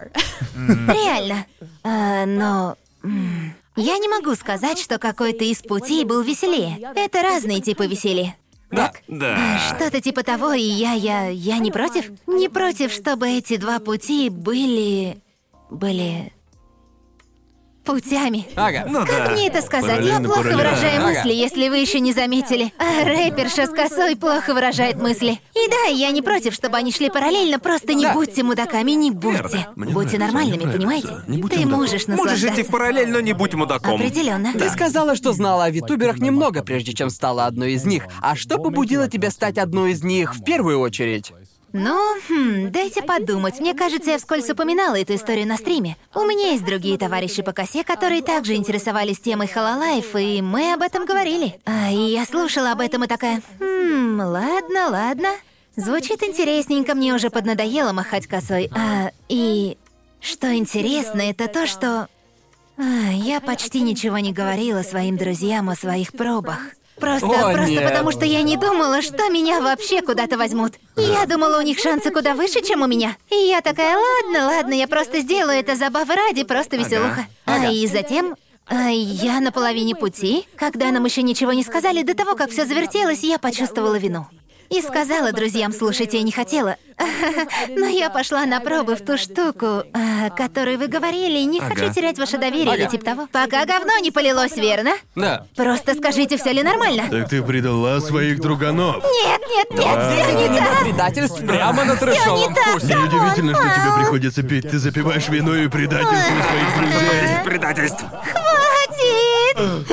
Speaker 4: Реально. А, но... м, Я не могу сказать, что какой-то из путей был веселее. Это разные типы веселья.
Speaker 1: Да.
Speaker 2: Да.
Speaker 4: Что-то типа того, и я, я, я не против. Не против, чтобы эти два пути были... были... путями.
Speaker 1: Ага.
Speaker 2: Ну
Speaker 4: Как
Speaker 2: да.
Speaker 4: мне это сказать? Я
Speaker 3: Параллельно,
Speaker 4: плохо
Speaker 3: параллельно.
Speaker 4: выражаю
Speaker 1: Ага.
Speaker 4: мысли, если вы еще не заметили. А рэперша с косой плохо выражает мысли. И да, я не против, чтобы они шли параллельно, просто не
Speaker 1: Да.
Speaker 4: будьте мудаками, не будьте.
Speaker 3: Верно. Мне
Speaker 4: будьте
Speaker 3: нравится,
Speaker 4: нормальными,
Speaker 3: мне нравится.
Speaker 4: понимаете?
Speaker 3: Не будьте
Speaker 4: Ты
Speaker 3: мудаком.
Speaker 4: можешь
Speaker 2: Можешь идти в
Speaker 4: наслаждаться.
Speaker 2: параллель, но не будь мудаком.
Speaker 4: Определенно.
Speaker 1: Ты сказала, что знала о витуберах немного, прежде чем стала одной из них. А что побудило тебя стать одной из них в первую очередь?
Speaker 4: Ну, хм, дайте подумать. Мне кажется, я вскользь упоминала эту историю на стриме. У меня есть другие товарищи по косе, которые также интересовались темой Хололайф, и мы об этом говорили. А, и я слушала об этом и такая, «Хм, ладно, ладно. Звучит интересненько, мне уже поднадоело махать косой. А, и что интересно, это то, что... а, я почти ничего не говорила своим друзьям о своих пробах. Просто,
Speaker 1: О,
Speaker 4: просто
Speaker 1: нет.
Speaker 4: потому что я не думала, что меня вообще куда-то возьмут. Я думала, у них шансы куда выше, чем у меня. И я такая, ладно, ладно, я просто сделаю это забавы ради, просто веселуха. А и затем... а, я на половине пути, когда нам еще ничего не сказали, до того, как все завертелось, я почувствовала вину. И сказала друзьям, слушайте, я не хотела. Но я пошла на пробы в ту штуку, а, о которой вы говорили. Не хочу терять ваше доверие или типа того. Пока говно не полилось, верно?
Speaker 1: Да.
Speaker 4: Просто скажите, все ли нормально?
Speaker 3: Так ты предала своих друганов.
Speaker 4: Нет, нет, нет,
Speaker 1: Здесь
Speaker 4: все
Speaker 1: аниме
Speaker 4: не так.
Speaker 1: предательств прямо на трешовом вкусе.
Speaker 3: Неудивительно, что тебе приходится пить. Ты запиваешь вино и предательство своих друзей.
Speaker 2: Предательств.
Speaker 4: Хватит!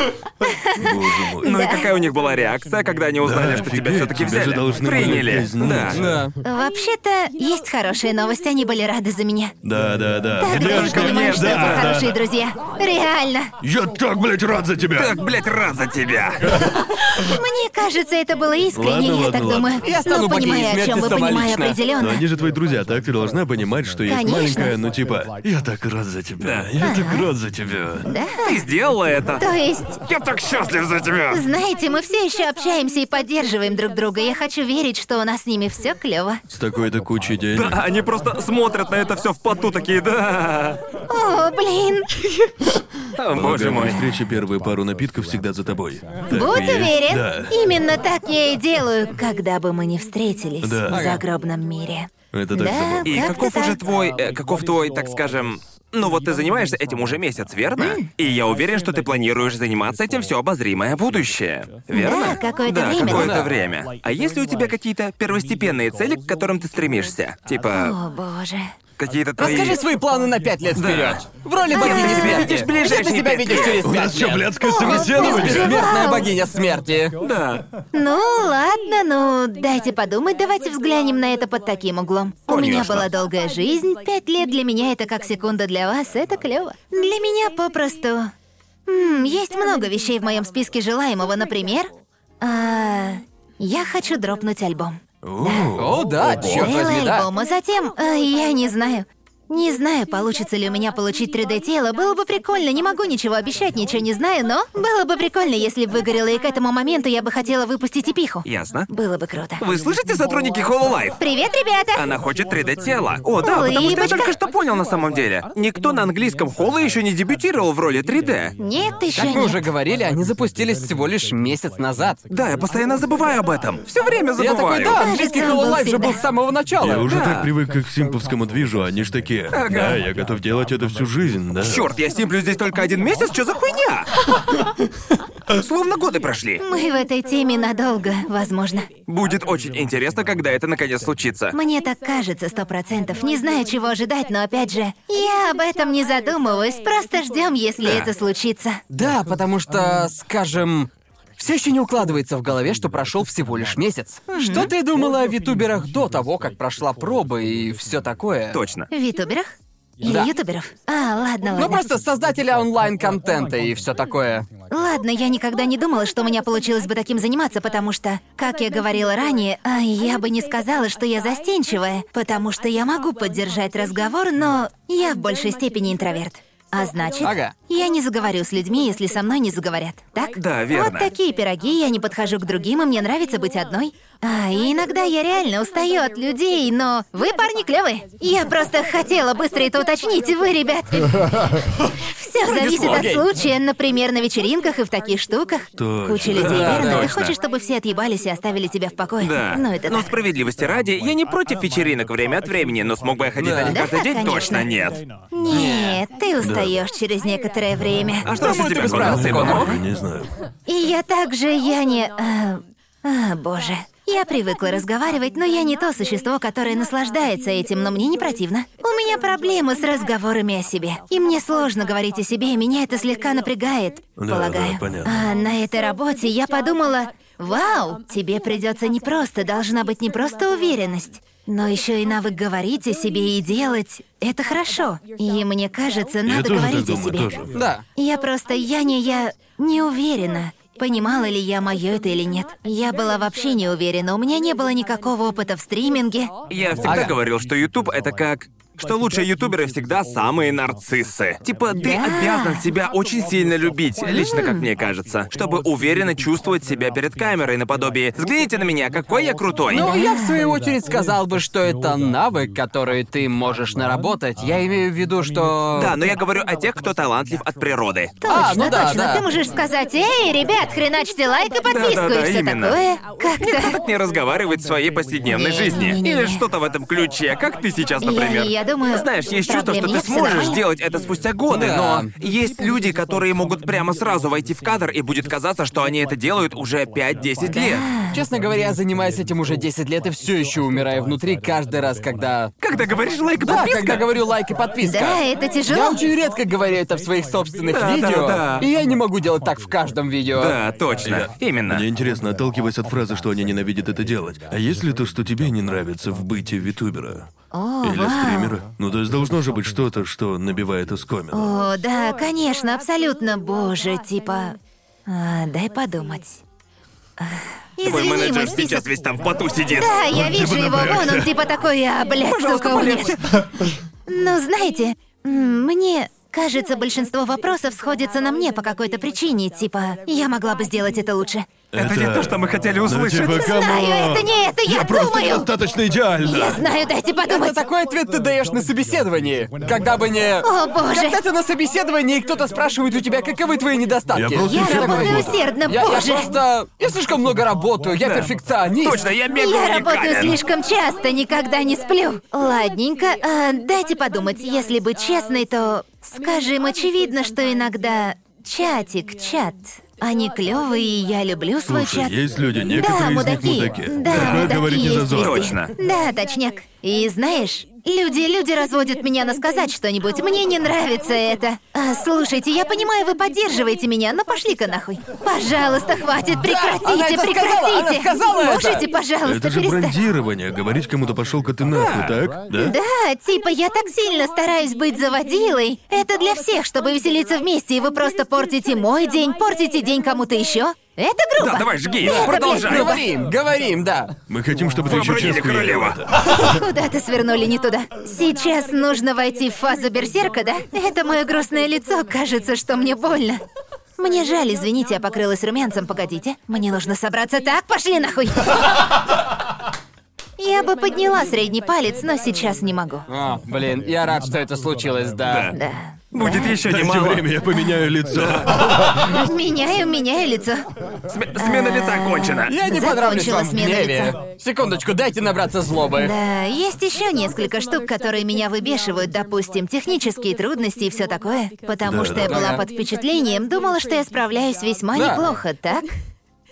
Speaker 2: Ну и какая у них была реакция, когда они узнали,
Speaker 3: Да,
Speaker 2: что тебя
Speaker 3: офигеть,
Speaker 2: все-таки
Speaker 3: тебя же
Speaker 2: взяли?
Speaker 3: должны были
Speaker 2: Приняли. Да. Ну,
Speaker 3: казнить.
Speaker 1: Да.
Speaker 4: Вообще-то, есть хорошие новости, они были рады за меня.
Speaker 3: Да, да, да.
Speaker 4: Так я
Speaker 3: Конечно,
Speaker 4: понимаю, что это
Speaker 3: да,
Speaker 4: хорошие
Speaker 3: да.
Speaker 4: друзья. Реально.
Speaker 3: Я так, блядь, рад за тебя.
Speaker 2: Так, блядь, раз за тебя.
Speaker 4: Мне кажется, это было искренне,
Speaker 3: Ладно,
Speaker 4: я
Speaker 3: ладно,
Speaker 4: так
Speaker 3: ладно.
Speaker 4: думаю.
Speaker 1: Я стану
Speaker 4: ну,
Speaker 1: богиней
Speaker 4: понимаю, о
Speaker 1: смерти
Speaker 4: чем вы понимаю
Speaker 1: самолично.
Speaker 4: определенно.
Speaker 3: Но они же твои друзья, так ты должна понимать, что есть
Speaker 4: Конечно.
Speaker 3: маленькая, ну типа, я так рад за тебя, я так рад за тебя.
Speaker 2: Ты сделала
Speaker 4: То
Speaker 2: это.
Speaker 4: есть,
Speaker 2: Я так счастлив за тебя.
Speaker 4: Знаете, мы все еще общаемся и поддерживаем друг друга. Я хочу верить, что у нас с ними все клево.
Speaker 3: С такой-то кучей денег.
Speaker 2: Да, они просто смотрят на это все в поту такие, да.
Speaker 4: О, блин!
Speaker 2: О, боже
Speaker 3: Полагаю, при
Speaker 2: мой.
Speaker 3: встрече первые пару напитков всегда за тобой. Так
Speaker 4: Будь
Speaker 3: и есть?
Speaker 4: уверен,
Speaker 3: Да.
Speaker 4: именно так я и делаю, когда бы мы ни встретились
Speaker 3: Да.
Speaker 4: в загробном мире.
Speaker 3: Это так
Speaker 4: Да.
Speaker 3: забавно.
Speaker 2: И
Speaker 4: Как-то
Speaker 2: каков уже
Speaker 4: так.
Speaker 2: твой, э, каков твой, так скажем, ну вот ты занимаешься этим уже месяц, верно? И я уверен, что ты планируешь заниматься этим все обозримое будущее, верно?
Speaker 4: Да, какое-то
Speaker 2: Да,
Speaker 4: время,
Speaker 2: какое-то
Speaker 1: да.
Speaker 2: время. А если у тебя какие-то первостепенные цели, к которым ты стремишься? Типа,
Speaker 4: О, боже.
Speaker 2: какие-то твои...
Speaker 1: Расскажи свои планы на пять лет вперед. В роли богини
Speaker 2: Где ты
Speaker 1: смерти. Где
Speaker 2: видишь
Speaker 1: ты
Speaker 2: ближайшие
Speaker 1: себя
Speaker 2: пять
Speaker 1: видишь
Speaker 2: лет?
Speaker 1: через
Speaker 3: У нас
Speaker 1: пять
Speaker 3: что,
Speaker 1: лет?
Speaker 3: блядское
Speaker 1: Ты
Speaker 3: собеседование?
Speaker 1: Бессмертная богиня смерти.
Speaker 2: Да.
Speaker 4: Ну, ладно, ну, дайте подумать, давайте взглянем на это под таким углом. У меня
Speaker 2: Конечно.
Speaker 4: была долгая жизнь, пять лет для меня это как секунда для вас, это клево. Для меня попросту... М, есть много вещей в моем списке желаемого, например... а, я хочу дропнуть альбом.
Speaker 1: О, да, черт возьми,
Speaker 4: Целый
Speaker 1: да.
Speaker 4: альбом, а затем... а, я не знаю. Не знаю, получится ли у меня получить 3D-тело. Было бы прикольно, не могу ничего обещать, ничего не знаю, но... Было бы прикольно, если бы выгорело, и к этому моменту я бы хотела выпустить эпиху.
Speaker 2: Ясно.
Speaker 4: Было бы круто.
Speaker 2: Вы слышите, сотрудники Hololive?
Speaker 4: Привет, ребята!
Speaker 2: Она хочет 3D-тело. О, да, потому что я
Speaker 4: Улыбочка.
Speaker 2: только что понял на самом деле. Никто на английском холла еще не дебютировал в роли 3D.
Speaker 4: Нет, еще
Speaker 1: Как мы
Speaker 4: нет.
Speaker 1: уже говорили, они запустились всего лишь месяц назад.
Speaker 2: Да, я постоянно забываю об этом. Все время
Speaker 1: Я такой,
Speaker 2: забываю.
Speaker 1: да, английский
Speaker 4: Кажется, он был
Speaker 1: Hollow Life же был с
Speaker 4: всегда.
Speaker 1: самого начала.
Speaker 3: Я уже
Speaker 2: Да.
Speaker 3: так привык как к симповскому движу, они ж такие. Да, я готов делать это всю жизнь, да.
Speaker 2: Черт, я симплю здесь только один месяц, что за хуйня? Словно годы прошли.
Speaker 4: Мы в этой теме надолго, возможно.
Speaker 2: Будет очень интересно, когда это наконец случится.
Speaker 4: Мне так кажется, сто процентов. Не знаю, чего ожидать, но опять же, я об этом не задумываюсь. Просто ждем, если это случится.
Speaker 1: Да, потому что, скажем, Все еще не укладывается в голове, что прошел всего лишь месяц. Что ты думала о витуберах до того, как прошла проба и все такое?
Speaker 2: Точно.
Speaker 4: В ютуберах? Или
Speaker 1: Да.
Speaker 4: ютуберов? А, ладно, ладно.
Speaker 1: Ну просто создателя онлайн-контента и все такое. Ну,
Speaker 4: Ладно, я никогда не думала, что у меня получилось бы таким заниматься, потому что, как я говорила ранее, а, я бы не сказала, что я застенчивая, потому что я могу поддержать разговор, но я в большей степени интроверт. А значит,
Speaker 1: Ага.
Speaker 4: я не заговорю с людьми, если со мной не заговорят, так?
Speaker 2: Да, верно.
Speaker 4: Вот такие пироги, я не подхожу к другим, и мне нравится быть одной. А, и иногда я реально устаю от людей, но вы, парни, клевые. Я просто хотела быстро это уточнить, вы, ребят. Все зависит от
Speaker 2: Окей.
Speaker 4: случая, например, на вечеринках и в таких штуках.
Speaker 3: Точно.
Speaker 4: Куча людей,
Speaker 2: Да,
Speaker 4: верно? Ты
Speaker 2: точно.
Speaker 4: хочешь, чтобы все отъебались и оставили тебя в покое?
Speaker 2: Да.
Speaker 4: Ну, это
Speaker 2: Но
Speaker 4: так.
Speaker 2: справедливости ради, я не против вечеринок время от времени, но смог бы я ходить
Speaker 1: Да.
Speaker 2: на них
Speaker 4: Да,
Speaker 2: каждый день?
Speaker 4: конечно.
Speaker 2: Точно нет.
Speaker 4: Нет, ты устаешь через некоторое время.
Speaker 2: А что
Speaker 1: Думаю,
Speaker 2: же
Speaker 1: ты
Speaker 2: тебя
Speaker 1: бы
Speaker 2: Конор,
Speaker 1: справился,
Speaker 2: ты
Speaker 1: Конор.
Speaker 2: помог?
Speaker 3: Я не знаю.
Speaker 4: И я также, я не... А, а, боже. Я привыкла разговаривать, но я не то существо, которое наслаждается этим, но мне не противно. У меня проблемы с разговорами о себе. И мне сложно говорить о себе, и меня это слегка напрягает,
Speaker 3: Да,
Speaker 4: полагаю.
Speaker 3: да, понятно.
Speaker 4: А на этой работе я подумала, вау, тебе придется не просто, должна быть не просто уверенность. Но еще и навык говорить о себе и делать — это хорошо. И мне кажется,
Speaker 3: я
Speaker 4: надо
Speaker 3: тоже так
Speaker 4: говорить о
Speaker 3: думаю,
Speaker 4: себе.
Speaker 3: тоже.
Speaker 1: Да.
Speaker 4: Я просто, я не, я не уверена, понимала ли я мое это или нет. Я была вообще не уверена, у меня не было никакого опыта в стриминге.
Speaker 2: Я всегда
Speaker 1: Ага.
Speaker 2: говорил, что YouTube это как что лучшие ютуберы всегда самые нарциссы. Типа, ты
Speaker 4: Да.
Speaker 2: обязан себя очень сильно любить, лично как мне кажется, чтобы уверенно чувствовать себя перед камерой наподобие «Взгляните на меня, какой я крутой!»
Speaker 1: Ну,
Speaker 4: Да.
Speaker 1: я в свою очередь сказал бы, что это навык, который ты можешь наработать. Я имею в виду, что...
Speaker 2: Да, но я говорю о тех, кто талантлив от природы.
Speaker 1: А,
Speaker 4: Точно,
Speaker 1: ну да,
Speaker 4: точно.
Speaker 1: да.
Speaker 4: Ты можешь сказать, эй, ребят, хреначьте лайк и подписку,
Speaker 2: Да-да-да,
Speaker 4: и все
Speaker 2: именно.
Speaker 4: такое. Как-то.
Speaker 2: Как не разговаривать в своей повседневной
Speaker 4: Не,
Speaker 2: жизни?
Speaker 4: не, не,
Speaker 2: Или
Speaker 4: не.
Speaker 2: что-то в этом ключе, как ты сейчас, например.
Speaker 4: Я, я думаю,
Speaker 2: Знаешь, есть чувство,
Speaker 4: проблем
Speaker 2: что ты
Speaker 4: нет, всё
Speaker 2: сможешь
Speaker 4: нормально.
Speaker 2: делать это спустя годы,
Speaker 1: Да.
Speaker 2: но есть люди, которые могут прямо сразу войти в кадр, и будет казаться, что они это делают уже 5-10 лет.
Speaker 1: Честно говоря, я занимаюсь этим уже 10 лет и все еще умираю внутри каждый раз, когда...
Speaker 2: Когда говоришь лайк,
Speaker 1: Да,
Speaker 2: подписка.
Speaker 1: когда говорю лайк и подписка.
Speaker 4: Да, это
Speaker 1: Я
Speaker 4: тяжело.
Speaker 1: очень редко говорю это в своих собственных
Speaker 2: Да, да,
Speaker 1: видео,
Speaker 2: да.
Speaker 1: и я не могу делать так в каждом видео.
Speaker 2: Да, точно. Именно.
Speaker 3: Мне интересно, отталкиваясь от фразы, что они ненавидят это делать, а есть ли то, что тебе не нравится в быте витубера?
Speaker 4: О,
Speaker 3: Или
Speaker 4: вау.
Speaker 3: стримера? Ну, то есть должно же быть что-то, что набивает оскомину.
Speaker 4: О, да, конечно, абсолютно, боже, типа... а, дай подумать. А,
Speaker 2: Твой
Speaker 4: извини, мой
Speaker 2: менеджер
Speaker 4: список
Speaker 2: сейчас весь там в поту сидит.
Speaker 4: Да, я вижу
Speaker 3: типа
Speaker 4: его,
Speaker 3: напрягся.
Speaker 4: вон он типа такой, а, блядь, сука, умер. Ну, знаете, м, мне кажется, большинство вопросов сходятся на мне по какой-то причине, типа, я могла бы сделать это лучше.
Speaker 2: Это не то, что мы хотели
Speaker 3: Ну,
Speaker 2: услышать.
Speaker 3: типа,
Speaker 4: Знаю, это
Speaker 3: камон!
Speaker 4: не это, я,
Speaker 3: Я просто
Speaker 4: думаю!
Speaker 3: недостаточно идеально!
Speaker 4: Я знаю, дайте
Speaker 1: Это
Speaker 4: подумать.
Speaker 1: такой ответ ты даешь на собеседовании. Когда бы не...
Speaker 4: О, боже.
Speaker 1: Когда ты на собеседовании, и кто-то спрашивает у тебя, каковы твои недостатки.
Speaker 3: Я просто
Speaker 4: Я
Speaker 3: Ты всё
Speaker 4: работаю
Speaker 3: работаешь.
Speaker 4: усердно,
Speaker 1: Я, я
Speaker 4: боже!
Speaker 1: просто... Я слишком много работаю, я перфекционист.
Speaker 2: Точно, я мега
Speaker 4: Я работаю
Speaker 2: уникален.
Speaker 4: слишком часто, никогда не сплю. Ладненько, а, дайте подумать. Если быть честной, то скажем, очевидно, что иногда чатик, чат. Они клевые, и я люблю свой
Speaker 3: Слушай,
Speaker 4: чат.
Speaker 3: есть люди, некоторые из них
Speaker 4: мудаки.
Speaker 3: мудаки.
Speaker 4: Да,
Speaker 3: Такое
Speaker 4: мудаки
Speaker 3: говорить не
Speaker 4: есть
Speaker 3: зазорно.
Speaker 4: везде.
Speaker 2: Точно.
Speaker 4: Да, точняк. И знаешь, люди, люди разводят меня на сказать что-нибудь. Мне не нравится это. А, слушайте, я понимаю, вы поддерживаете меня, но пошли-ка нахуй. Пожалуйста, хватит, прекратите,
Speaker 1: она это
Speaker 4: прекратите.
Speaker 1: сказала, она сказала это.
Speaker 4: Можете, пожалуйста,
Speaker 3: Это же
Speaker 4: перестать.
Speaker 3: брендирование, говорить кому-то пошел-ка ты нахуй, так? Да?
Speaker 4: Да, типа я так сильно стараюсь быть заводилой. Это для всех, чтобы веселиться вместе, и вы просто портите мой день, портите день кому-то еще. Это грубо.
Speaker 2: Да, давай, жги,
Speaker 4: Это, блядь,
Speaker 2: продолжай.
Speaker 4: грубо.
Speaker 1: Говорим, говорим, да.
Speaker 3: Мы хотим, чтобы ты
Speaker 2: Вы
Speaker 3: еще
Speaker 2: обронили
Speaker 3: честно
Speaker 2: королева.
Speaker 4: Куда-то свернули не туда. Сейчас нужно войти в фазу берсерка, да? Это мое грустное лицо, кажется, что мне больно. Мне жаль, извините, я покрылась румянцем, погодите. Мне нужно собраться так, пошли нахуй. Я бы подняла средний палец, но сейчас не могу.
Speaker 1: А, блин, я рад, что это случилось, да.
Speaker 4: Да.
Speaker 2: Будет еще
Speaker 3: Дайте
Speaker 2: немало.
Speaker 3: время, я поменяю лицо.
Speaker 4: Меняю, меняю лицо.
Speaker 2: Сме- Смена лица кончена.
Speaker 1: Я не
Speaker 4: Закончила
Speaker 1: понравлюсь вам в
Speaker 4: смена
Speaker 1: гневе. Секундочку, дайте набраться
Speaker 2: Э,
Speaker 1: злобы.
Speaker 4: Да, есть еще несколько штук, которые меня выбешивают, допустим, технические трудности и все такое. Потому
Speaker 3: Да,
Speaker 4: что
Speaker 3: да.
Speaker 4: я была
Speaker 1: Ага.
Speaker 4: под впечатлением, думала, что я справляюсь весьма
Speaker 1: Да.
Speaker 4: неплохо, так?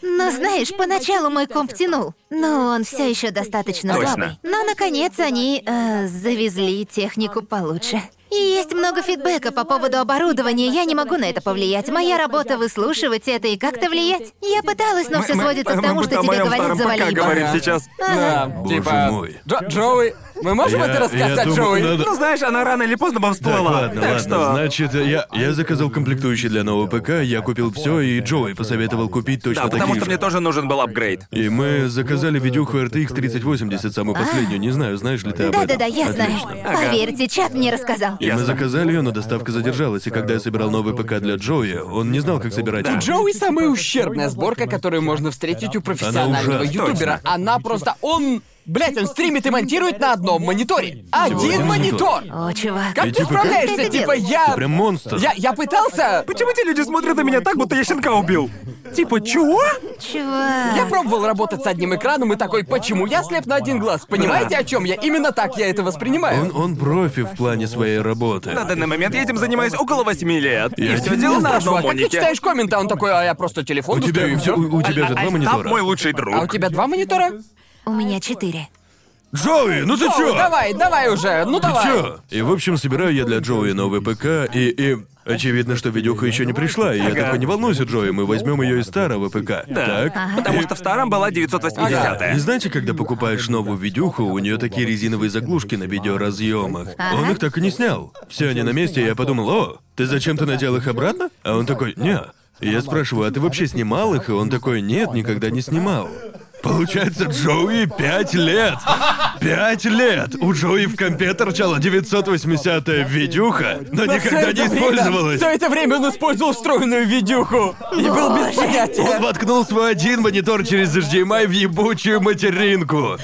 Speaker 4: Но знаешь, поначалу мой комп тянул, но он все еще достаточно
Speaker 2: Точно.
Speaker 4: слабый. Но наконец они э, завезли технику получше. И есть много фидбэка по поводу оборудования, я не могу на это повлиять. Моя работа выслушивать это и как-то влиять. Я пыталась, но все
Speaker 2: Мы-
Speaker 4: сводится к
Speaker 2: мы
Speaker 4: тому,
Speaker 2: будто
Speaker 4: что
Speaker 2: о
Speaker 4: тебе
Speaker 2: моем
Speaker 4: говорит
Speaker 2: старом ПК
Speaker 4: завали.
Speaker 2: говорим
Speaker 1: Ага.
Speaker 2: сейчас.
Speaker 1: Да,
Speaker 3: Боже
Speaker 1: типа...
Speaker 3: мой.
Speaker 1: Джо- Джоуи, мы можем
Speaker 3: Я-
Speaker 1: это
Speaker 3: я
Speaker 1: рассказать,
Speaker 3: думал,
Speaker 1: Джоуи?
Speaker 3: надо-
Speaker 2: Ну, знаешь, она рано или поздно бы всплыла.
Speaker 3: Так, ладно,
Speaker 2: Так
Speaker 3: ладно.
Speaker 2: что...
Speaker 3: Значит, я, я заказал комплектующие для нового ПК, я купил все, и Джоуи посоветовал купить точно
Speaker 2: Да, потому
Speaker 3: такие
Speaker 2: что
Speaker 3: же.
Speaker 2: мне тоже нужен был апгрейд.
Speaker 3: И мы заказали видюху RTX 3080, самую последнюю. Не знаю, знаешь ли ты об этом.
Speaker 4: Да-да-да, я знаю.
Speaker 3: Отлично.
Speaker 4: Поверьте, чат мне рассказал.
Speaker 3: И мы
Speaker 2: Ясно.
Speaker 3: заказали ее, но доставка задержалась, и когда я собирал новый ПК для Джоуи, он не знал, как собирать
Speaker 1: У
Speaker 3: его.
Speaker 1: Джоуи самая ущербная сборка, которую можно встретить у профессионального
Speaker 3: ужасна,
Speaker 1: ютубера. Она просто... Он... Блять, он стримит и монтирует на одном мониторе. Один
Speaker 3: один
Speaker 1: монитор!
Speaker 4: О, чувак.
Speaker 1: Как
Speaker 3: И
Speaker 1: ты
Speaker 3: типа, как-
Speaker 4: Ты
Speaker 1: справляешься?
Speaker 4: это
Speaker 1: Типа
Speaker 4: делаешь?
Speaker 1: я...
Speaker 3: Прям монстр.
Speaker 1: Я, я пытался...
Speaker 2: Почему те люди смотрят на меня так, будто я щенка убил? Типа, чего?
Speaker 1: Я
Speaker 4: Чувак.
Speaker 1: пробовал работать с одним экраном и такой, почему я слеп на один глаз? Понимаете, о чем я? Именно так я это воспринимаю.
Speaker 3: Он, он профи в плане своей работы.
Speaker 2: На данный момент я этим занимаюсь около восьми лет. И
Speaker 3: Я
Speaker 2: все
Speaker 3: тебя
Speaker 2: дело
Speaker 1: Я
Speaker 2: на
Speaker 1: спрашиваю, а как
Speaker 2: одном
Speaker 1: ты
Speaker 2: монике.
Speaker 1: читаешь комменты? А Он такой, а я просто телефон
Speaker 3: У тебя,
Speaker 1: достаю, и всё».
Speaker 3: у, у тебя же два
Speaker 2: Альтап мой
Speaker 3: монитора.
Speaker 2: лучший
Speaker 1: А у
Speaker 2: друг.
Speaker 1: тебя два монитора?
Speaker 4: У меня четыре.
Speaker 3: Джоуи, ну ты
Speaker 1: О,
Speaker 3: чё?
Speaker 1: давай, давай уже, ну давай.
Speaker 3: Чё? И в общем, собираю я для Джоуи новый ПК, и, и очевидно, что видюха еще не пришла, и я такой, не волнуйся, Джоуи, мы возьмем ее из старого ПК. Так?
Speaker 2: Потому что в старом была
Speaker 3: И
Speaker 2: 980
Speaker 3: знаете, когда покупаешь новую видюху, у нее такие резиновые заглушки на видеоразъемах.
Speaker 4: Ага.
Speaker 3: Он их так и не снял. Все они на месте, и я подумал, о, ты зачем-то надел их обратно? А он такой, не. И я спрашиваю, а ты вообще снимал их? И он такой, нет, никогда не снимал. Получается, Джоуи пять лет. Пять лет! У Джоуи в компе торчала 980-я видюха, но никогда не использовалась.
Speaker 1: Все это время он использовал встроенную видюху. И был без
Speaker 3: Он
Speaker 1: понятия.
Speaker 3: воткнул свой один монитор через HDMI в ебучую материнку.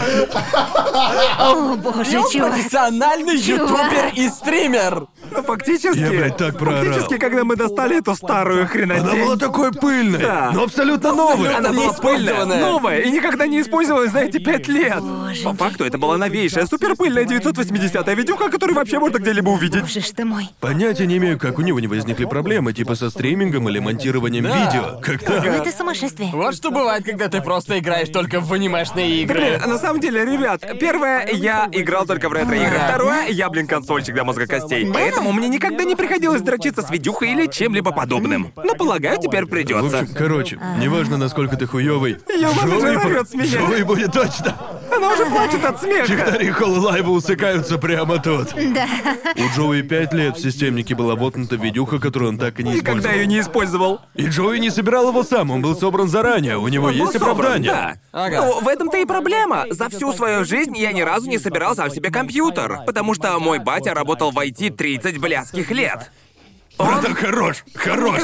Speaker 4: О,
Speaker 1: И
Speaker 4: боже,
Speaker 1: он
Speaker 4: чувак.
Speaker 1: профессиональный ютубер и стример.
Speaker 2: Ну, фактически...
Speaker 3: Я, блядь, так проорал.
Speaker 2: Фактически, когда мы достали эту старую
Speaker 3: Она была
Speaker 2: хренотень...
Speaker 3: такой пыльной,
Speaker 2: Да.
Speaker 3: но абсолютно новая.
Speaker 1: Она
Speaker 2: была пыльная,
Speaker 1: неиспользованная.
Speaker 2: новая, и никогда не использовалась за эти пять лет. По факту, это была новейшая, суперпыльная 980-я видюха, которую вообще можно где-либо увидеть.
Speaker 4: Боже ж ты мой.
Speaker 3: Понятия не имею, как у него не возникли проблемы, типа со стримингом или монтированием видео. Как
Speaker 4: Ну
Speaker 3: так?
Speaker 4: это сумасшествие.
Speaker 1: Вот что бывает, когда ты просто играешь только в анимешные игры.
Speaker 2: Блин, на самом деле, ребят, первое, я играл только в ретро-игры.
Speaker 1: Да.
Speaker 2: Второе, я, блин, консольщик для мозга костей. Поэтому мне никогда не приходилось дрочиться с видюхой или чем-либо подобным. Но, полагаю, теперь
Speaker 3: В
Speaker 2: придется.
Speaker 3: общем, короче, неважно, насколько ты хуёвый,
Speaker 2: Ёбаный
Speaker 3: Джоуи
Speaker 2: же
Speaker 3: бу-
Speaker 2: орёт с меня.
Speaker 3: Джоуи будет точно.
Speaker 2: Она уже плачет от смеха.
Speaker 3: Чехари Холлайва усыкаются прямо тут.
Speaker 4: Да.
Speaker 3: У Джоуи пять лет в системнике была воткнута видюха, которую он так и не
Speaker 2: Никогда
Speaker 3: использовал.
Speaker 2: ее не использовал.
Speaker 3: И Джоуи не собирал его сам, он был собран заранее, у него есть
Speaker 2: Ну, собран,
Speaker 3: оправдание.
Speaker 2: Да.
Speaker 1: Ага.
Speaker 2: Ну, в этом-то и проблема. За всю свою жизнь я ни разу не собирал сам себе компьютер, потому что мой батя работал в IT 30 блядских лет.
Speaker 3: Братан, хорош, хорош.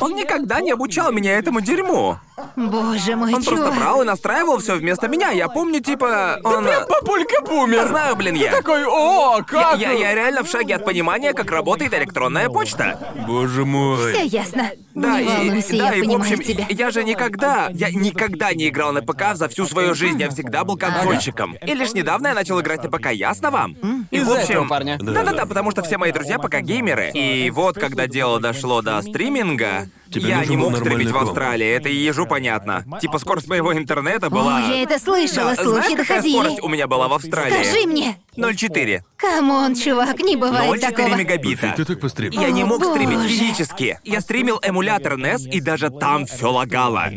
Speaker 2: Он никогда не обучал меня этому дерьму.
Speaker 4: Боже мой,
Speaker 2: Он просто
Speaker 4: чувак.
Speaker 2: брал и настраивал все вместо меня. Я помню, типа, он...
Speaker 1: Папулька
Speaker 2: Я
Speaker 1: бумер.
Speaker 2: знаю, блин, я.
Speaker 1: Такой, о,
Speaker 2: Я,
Speaker 1: как...
Speaker 2: я- я реально в шаге от понимания, как работает электронная почта.
Speaker 3: Боже мой.
Speaker 4: Все ясно.
Speaker 2: Да,
Speaker 4: не волнуйся,
Speaker 2: и, да,
Speaker 4: я
Speaker 2: и в
Speaker 4: понимаю
Speaker 2: общем,
Speaker 4: тебя.
Speaker 2: я же никогда, я никогда не играл на ПК за всю свою жизнь, я всегда был консольщиком. И лишь недавно я начал играть на ПК, ясно вам? И в
Speaker 1: Из-за этого
Speaker 2: общем,
Speaker 1: парня.
Speaker 2: Да-да-да, потому что все мои друзья пока геймеры. И вот, когда дело дошло до стриминга,
Speaker 3: Тебе
Speaker 2: я
Speaker 3: нужен
Speaker 2: не
Speaker 3: был
Speaker 2: мог стримить
Speaker 3: нормальный
Speaker 2: в
Speaker 3: комп.
Speaker 2: Австралии, это и ежу понятно. Типа скорость моего интернета была...
Speaker 4: О, я это слышала,
Speaker 2: Да,
Speaker 4: слухи
Speaker 2: знаешь, какая скорость
Speaker 4: доходили.
Speaker 2: у меня была в Австралии?
Speaker 4: Скажи мне,
Speaker 2: 0,4.
Speaker 4: камон, чувак, не бывает
Speaker 2: 0,4
Speaker 4: такого.
Speaker 2: мегабита.
Speaker 3: Офиг, ты так постримил.
Speaker 2: Я не
Speaker 4: О,
Speaker 2: мог стримить
Speaker 4: боже.
Speaker 2: физически. Я стримил эмулятор NES, и даже там все лагало.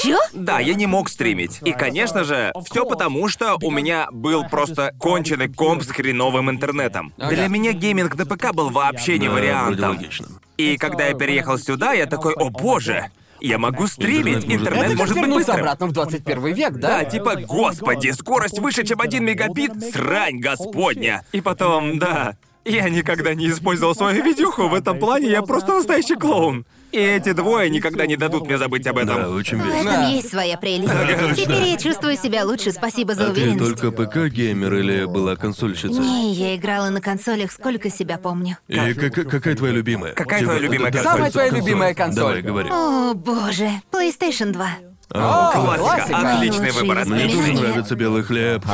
Speaker 4: Чё?
Speaker 2: Да, я не мог стримить. И, конечно же, все потому, что у меня был просто конченый комп с хреновым интернетом. Для меня гейминг на ПК был вообще не
Speaker 3: Да, вроде
Speaker 2: вариантом.
Speaker 3: логично.
Speaker 2: И когда я переехал сюда, я такой, о боже, я могу стримить,
Speaker 3: Интернет может
Speaker 2: интернет
Speaker 3: быть
Speaker 1: Это
Speaker 2: может
Speaker 1: как
Speaker 2: быть
Speaker 1: вернуться
Speaker 2: быстрым.
Speaker 1: обратно в 21 век,
Speaker 2: Да,
Speaker 1: да?
Speaker 2: типа, господи, скорость выше, чем 1 мегабит, срань господня. И потом, да, я никогда не использовал свою видюху, в этом плане я просто настоящий клоун. И эти двое никогда не дадут мне забыть об
Speaker 3: Да,
Speaker 2: этом.
Speaker 3: очень
Speaker 4: В
Speaker 3: весело.
Speaker 4: этом есть своя прелесть.
Speaker 3: точно.
Speaker 4: Теперь я чувствую себя лучше, спасибо за
Speaker 3: А ты
Speaker 4: уверенность.
Speaker 3: только ПК-геймер или была консольщица?
Speaker 4: Не, я играла на консолях, сколько себя помню.
Speaker 3: И как- какая твоя любимая?
Speaker 2: Какая
Speaker 3: Типа,
Speaker 2: твоя любимая
Speaker 3: да,
Speaker 2: консоль?
Speaker 1: Самая твоя
Speaker 3: консоль.
Speaker 1: любимая консоль.
Speaker 3: Давай, говори.
Speaker 4: О, боже, PlayStation 2.
Speaker 1: О,
Speaker 2: Классика, отличный
Speaker 4: Лучшие
Speaker 2: выбор,
Speaker 3: Мне
Speaker 2: отличный.
Speaker 4: воспоминания.
Speaker 3: тоже
Speaker 4: Блин.
Speaker 3: нравится белый хлеб.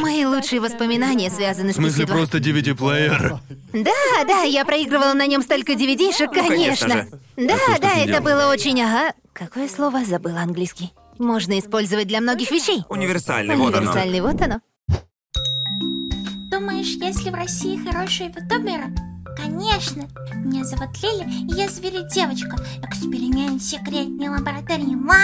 Speaker 4: Мои лучшие воспоминания связаны с
Speaker 3: В смысле,
Speaker 4: PC2.
Speaker 3: просто DVD-плеер.
Speaker 4: Да, да, я проигрывала на нем столько DVD-шек,
Speaker 2: конечно
Speaker 4: конечно.
Speaker 2: же.
Speaker 4: Да,
Speaker 3: что ж
Speaker 4: да,
Speaker 3: ты
Speaker 4: это
Speaker 3: делала?
Speaker 4: было очень, ага. Какое слово забыла английский? Можно использовать для многих вещей.
Speaker 2: Универсальный, вот оно.
Speaker 4: Универсальный, вот оно.
Speaker 5: Думаешь, если в России хорошие ютуберы? Конечно! Меня зовут Лили, и я звери-девочка. Эксперимент секретной лаборатории. Ма!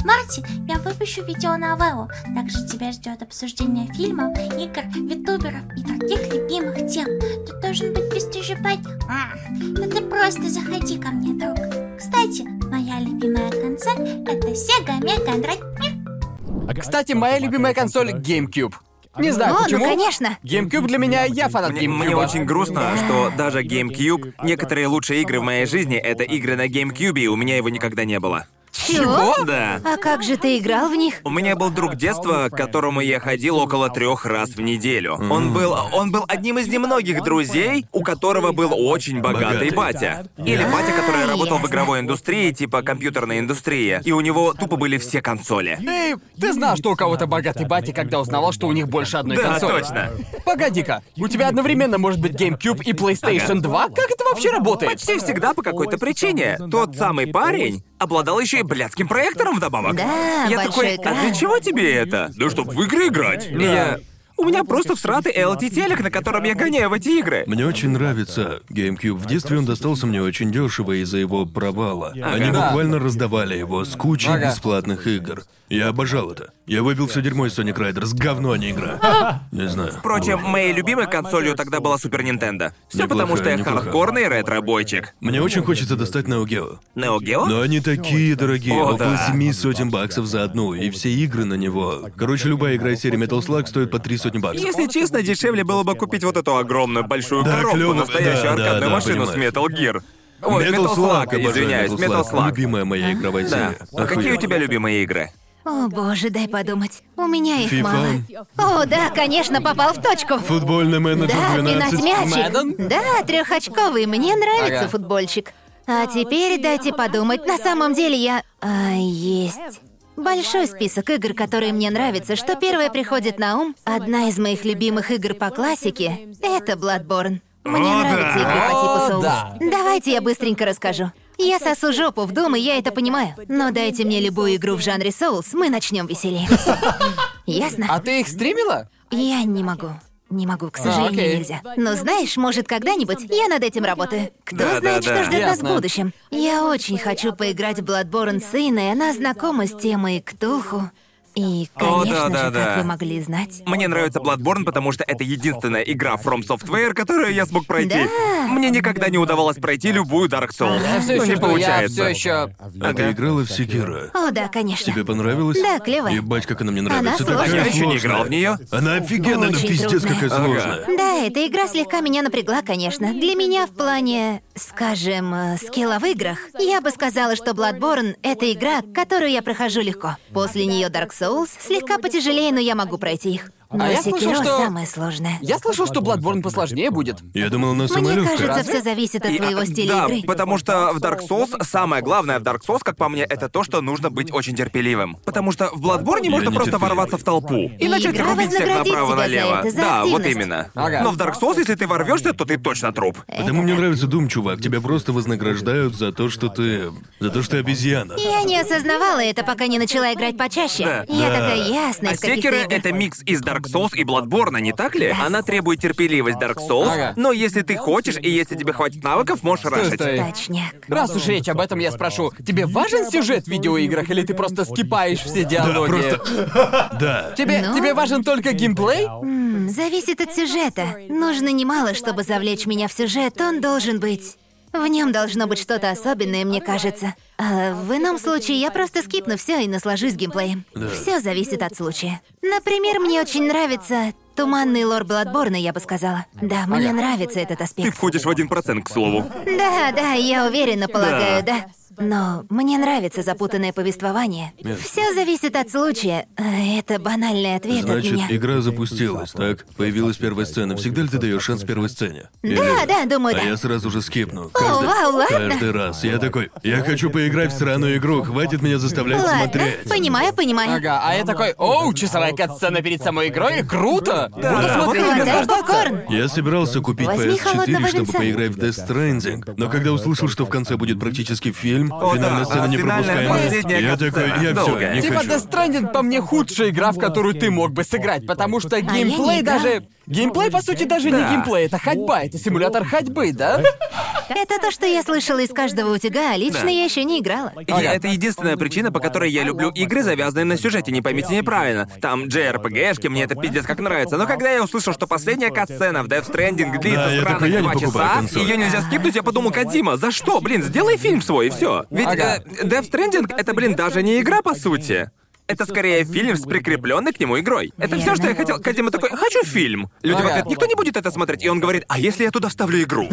Speaker 5: В марте я выпущу видеоновеллу. Также тебя ждет обсуждение фильмов, игр, ютуберов и других любимых тем. Ты должен быть бесстыжебать. Да ты просто заходи ко мне, друг. Кстати, моя любимая концерт это Sega Mega Drive.
Speaker 1: Кстати, моя любимая консоль GameCube. Не знаю
Speaker 4: О,
Speaker 1: почему.
Speaker 4: ну конечно.
Speaker 1: GameCube для меня я фанат
Speaker 2: Мне, мне
Speaker 1: GameCube.
Speaker 2: очень грустно, что даже GameCube, некоторые лучшие игры в моей жизни — это игры на GameCube, и у меня его никогда не было.
Speaker 4: Чего?
Speaker 2: Да.
Speaker 4: А как же ты играл в них?
Speaker 2: У меня был друг детства, к которому я ходил около трех раз в неделю. Он был, он был одним из немногих друзей, у которого был очень богатый
Speaker 3: Богатый.
Speaker 2: батя. Или батя, который
Speaker 4: А,
Speaker 2: работал в
Speaker 4: ясно.
Speaker 2: игровой индустрии, типа компьютерной индустрии. И у него тупо были все консоли.
Speaker 1: Ты, ты знал, что у кого-то богатый батя, когда узнавал, что у них больше одной
Speaker 2: Да,
Speaker 1: консоли.
Speaker 2: точно.
Speaker 1: Погоди-ка, у тебя одновременно может быть GameCube и PlayStation 2? Как это вообще работает?
Speaker 2: Почти всегда по какой-то причине. Тот самый парень обладал еще и блядским проектором вдобавок.
Speaker 4: Да,
Speaker 2: Я
Speaker 4: большой
Speaker 2: такой, а
Speaker 4: экран.
Speaker 2: для чего тебе это? Да чтоб в игры играть. И я... У меня просто всратый LT телек, на котором я гоняю в эти игры.
Speaker 3: Мне очень нравится GameCube. В детстве он достался мне очень дешево из-за его провала. Они
Speaker 1: Да.
Speaker 3: буквально раздавали его с кучей
Speaker 1: Ага.
Speaker 3: бесплатных игр. Я обожал это. Я выбил все дерьмо из Sonic Riders. Говно, а не игра. Не знаю.
Speaker 2: Впрочем, моей любимой консолью тогда была Супер Нинтендо. Все
Speaker 3: Неплохо,
Speaker 2: потому, что я
Speaker 3: неплохо.
Speaker 2: хардкорный ретро-бойчик.
Speaker 3: Мне очень хочется достать Neo Geo.
Speaker 2: Neo Geo?
Speaker 3: Но они такие дорогие,
Speaker 2: О,
Speaker 3: около
Speaker 2: да.
Speaker 3: семи сотен баксов за одну, и все игры на него. Короче, любая игра из серии Metal Slug стоит по три сотни баксов.
Speaker 2: Если честно, дешевле было бы купить вот эту огромную большую
Speaker 3: Да,
Speaker 2: коробку,
Speaker 3: клёво,
Speaker 2: настоящую
Speaker 3: да, да,
Speaker 2: аркадную
Speaker 3: да,
Speaker 2: машину
Speaker 3: понимаю.
Speaker 2: с Metal Gear. Ой, Metal Slug,
Speaker 3: обожаю
Speaker 2: извиняюсь, Metal Slug.
Speaker 3: Любимая моя игровая
Speaker 2: Да.
Speaker 3: серия.
Speaker 2: А какие у тебя любимые игры?
Speaker 4: О боже, дай подумать. У меня их
Speaker 3: FIFA.
Speaker 4: мало. О, да, конечно, попал в точку.
Speaker 3: Футбольный менеджер
Speaker 4: Да,
Speaker 3: 12.
Speaker 4: пинать мячик.
Speaker 1: Madden?
Speaker 4: Да, трехочковый. Мне нравится
Speaker 1: Ага.
Speaker 4: футбольщик. А теперь дайте подумать. На самом деле я... А, есть. Большой список игр, которые мне нравятся. Что первое приходит на ум? Одна из моих любимых игр по классике — это Bloodborne. Мне
Speaker 2: О,
Speaker 4: нравятся
Speaker 2: да.
Speaker 4: игры по типу
Speaker 1: О,
Speaker 4: Souls.
Speaker 1: да.
Speaker 4: Давайте я быстренько расскажу. Я сосу жопу в дом, и я это понимаю. Но дайте мне любую игру в жанре Souls, мы начнем веселее. Ясно?
Speaker 1: А ты их стримила?
Speaker 4: Я не могу. Не могу,
Speaker 2: А,
Speaker 4: к сожалению,
Speaker 1: окей.
Speaker 4: нельзя. Но знаешь, может, когда-нибудь я над этим работаю. Кто
Speaker 2: Да, да,
Speaker 4: знает,
Speaker 2: да.
Speaker 4: что ждет нас в
Speaker 1: Ясно.
Speaker 4: будущем. Я очень хочу поиграть в Bloodborne с Иной, она знакома с темой Ктулху. И,
Speaker 2: О,
Speaker 4: конечно
Speaker 2: да, да,
Speaker 4: же,
Speaker 2: да.
Speaker 4: как вы могли знать.
Speaker 2: Мне нравится Bloodborne, потому что это единственная игра From Software, которую я смог пройти.
Speaker 4: Да.
Speaker 2: Мне никогда не удавалось пройти любую Dark Souls.
Speaker 1: Я все
Speaker 2: Ну,
Speaker 1: еще
Speaker 2: не
Speaker 1: я
Speaker 2: получается.
Speaker 1: все еще.
Speaker 3: А ты играла в Секира?
Speaker 4: О, да, конечно.
Speaker 3: Тебе понравилось?
Speaker 4: Да, клево.
Speaker 3: Ебать, как она мне нравится.
Speaker 4: Она
Speaker 3: Такая
Speaker 2: Я еще не
Speaker 3: сложная.
Speaker 2: играл в нее.
Speaker 3: Она офигенная, но
Speaker 4: Очень
Speaker 3: пиздец
Speaker 4: трудная.
Speaker 3: какая
Speaker 2: Ага.
Speaker 3: сложная.
Speaker 4: Да, эта игра слегка меня напрягла, конечно. Для меня в плане, скажем, э, скилла в играх, я бы сказала, что Bloodborne — это игра, которую я прохожу легко. После нее Dark Souls слегка потяжелее, но я могу пройти их. Но
Speaker 1: А я
Speaker 4: Sekiro
Speaker 1: слышал, что-
Speaker 4: самое сложное.
Speaker 1: Я слышал, что Bloodborne посложнее будет.
Speaker 3: Я думал, она самая
Speaker 4: Мне
Speaker 3: легкая.
Speaker 4: кажется, все зависит от
Speaker 2: И, а,
Speaker 4: твоего стиля
Speaker 2: да,
Speaker 4: игры.
Speaker 2: потому что в Dark Souls самое главное в Dark Souls, как по мне, это то, что нужно быть очень терпеливым. Потому что в Bloodborne можно просто
Speaker 3: нетерпеливый.
Speaker 2: порваться в толпу и
Speaker 4: И
Speaker 2: начать
Speaker 4: игра
Speaker 2: рубить всех
Speaker 4: вознаградит
Speaker 2: направо-налево.
Speaker 4: тебя за это, за
Speaker 2: да, вот
Speaker 4: активность.
Speaker 2: именно.
Speaker 1: Ага.
Speaker 2: Но в Dark Souls, если ты ворвешься, то ты точно труп.
Speaker 3: Потому мне нравится Дум, чувак. Тебя просто вознаграждают за то, что ты... За то, что ты обезьяна.
Speaker 4: Я не осознавала это, пока не начала играть почаще. Я такая ясная,
Speaker 2: А
Speaker 4: из каких-то
Speaker 2: Секера —
Speaker 4: игр.
Speaker 2: это микс из Dark Souls и Bloodborne, не так ли? Она требует терпеливость Dark Souls,
Speaker 1: Ага.
Speaker 2: но если ты хочешь и если тебе хватит навыков, можешь рашить.
Speaker 1: стой.
Speaker 4: Точняк.
Speaker 1: Раз уж речь об этом, я спрошу, тебе важен сюжет в видеоиграх, или ты просто скипаешь все диалоги?
Speaker 3: просто- Да.
Speaker 1: Тебе,
Speaker 4: Ну?
Speaker 1: тебе важен только геймплей?
Speaker 4: М, Зависит от сюжета. Нужно немало, чтобы завлечь меня в сюжет. Он должен быть. В нем должно быть что-то особенное, мне кажется. А в ином случае я просто скипну все и наслажусь геймплеем. Все зависит от случая. Например, мне очень нравится туманный лор Бладборна, я бы сказала. Да, мне нравится этот
Speaker 2: Ты
Speaker 4: аспект.
Speaker 2: входишь в один процент, к слову.
Speaker 4: Да, да, я уверена, полагаю, да. Но мне нравится запутанное повествование. Все зависит от случая. Э, Это банальный ответ от
Speaker 3: Значит,
Speaker 4: меня.
Speaker 3: игра запустилась, так? Появилась первая сцена. Всегда ли ты даешь шанс первой сцене?
Speaker 4: Да, да, думаю,
Speaker 3: А
Speaker 4: да.
Speaker 3: я сразу же скипну. Каждый,
Speaker 4: вау, ладно.
Speaker 3: каждый раз. Я такой, я хочу поиграть в сраную игру, хватит меня заставлять
Speaker 4: Ладно,
Speaker 3: смотреть.
Speaker 4: понимаю, понимаю.
Speaker 1: Ага, а я такой, оу, часовая катсцена перед самой игрой, круто! Буду
Speaker 2: Да.
Speaker 1: смотреть и
Speaker 4: Ладно, дай
Speaker 1: наслаждаться.
Speaker 4: попкорн.
Speaker 3: Я собирался купить
Speaker 4: Возьми
Speaker 3: PS4,
Speaker 4: холодного
Speaker 3: чтобы
Speaker 4: винца.
Speaker 3: поиграть в Death Stranding, но когда услышал, что в конце будет практически фильм,
Speaker 2: да,
Speaker 3: финальная сцена
Speaker 2: а
Speaker 3: не
Speaker 2: финальная
Speaker 3: пропускаемая,
Speaker 2: последняя
Speaker 3: я
Speaker 2: катсцена
Speaker 3: такой, я все,
Speaker 2: долгая.
Speaker 3: не
Speaker 1: Типа
Speaker 3: хочу.
Speaker 1: Death Stranding по мне худшая игра, в которую ты мог бы сыграть, потому что геймплей
Speaker 4: А играла.
Speaker 1: даже... Геймплей, по сути, даже
Speaker 2: Да.
Speaker 1: не геймплей, это ходьба, это симулятор ходьбы, да?
Speaker 4: Это то, что я слышала из каждого утюга, а лично
Speaker 2: Да. А
Speaker 4: я еще не играла.
Speaker 2: Я- это единственная причина, по которой я люблю игры, завязанные на сюжете, не поймите неправильно. Там JRPG-шки, мне это пиздец как нравится. Но когда я услышал, что последняя катсцена в Death Stranding длится
Speaker 3: Да, я
Speaker 2: сраных
Speaker 3: такой, я не
Speaker 2: два
Speaker 3: покупаю
Speaker 2: часа,
Speaker 3: консоль.
Speaker 2: ее нельзя скипнуть, я подумал, Кадима, за что, блин, сделай фильм свой, и все. Ведь
Speaker 1: Ага.
Speaker 2: э, Death Stranding — это, блин, даже не игра, по сути. Это скорее фильм с прикрепленной к нему игрой. Это все, что я хотел. Кадима такой, хочу фильм. Люди в
Speaker 1: Ага.
Speaker 2: ответ, никто не будет это смотреть. И он говорит, а если я туда вставлю игру?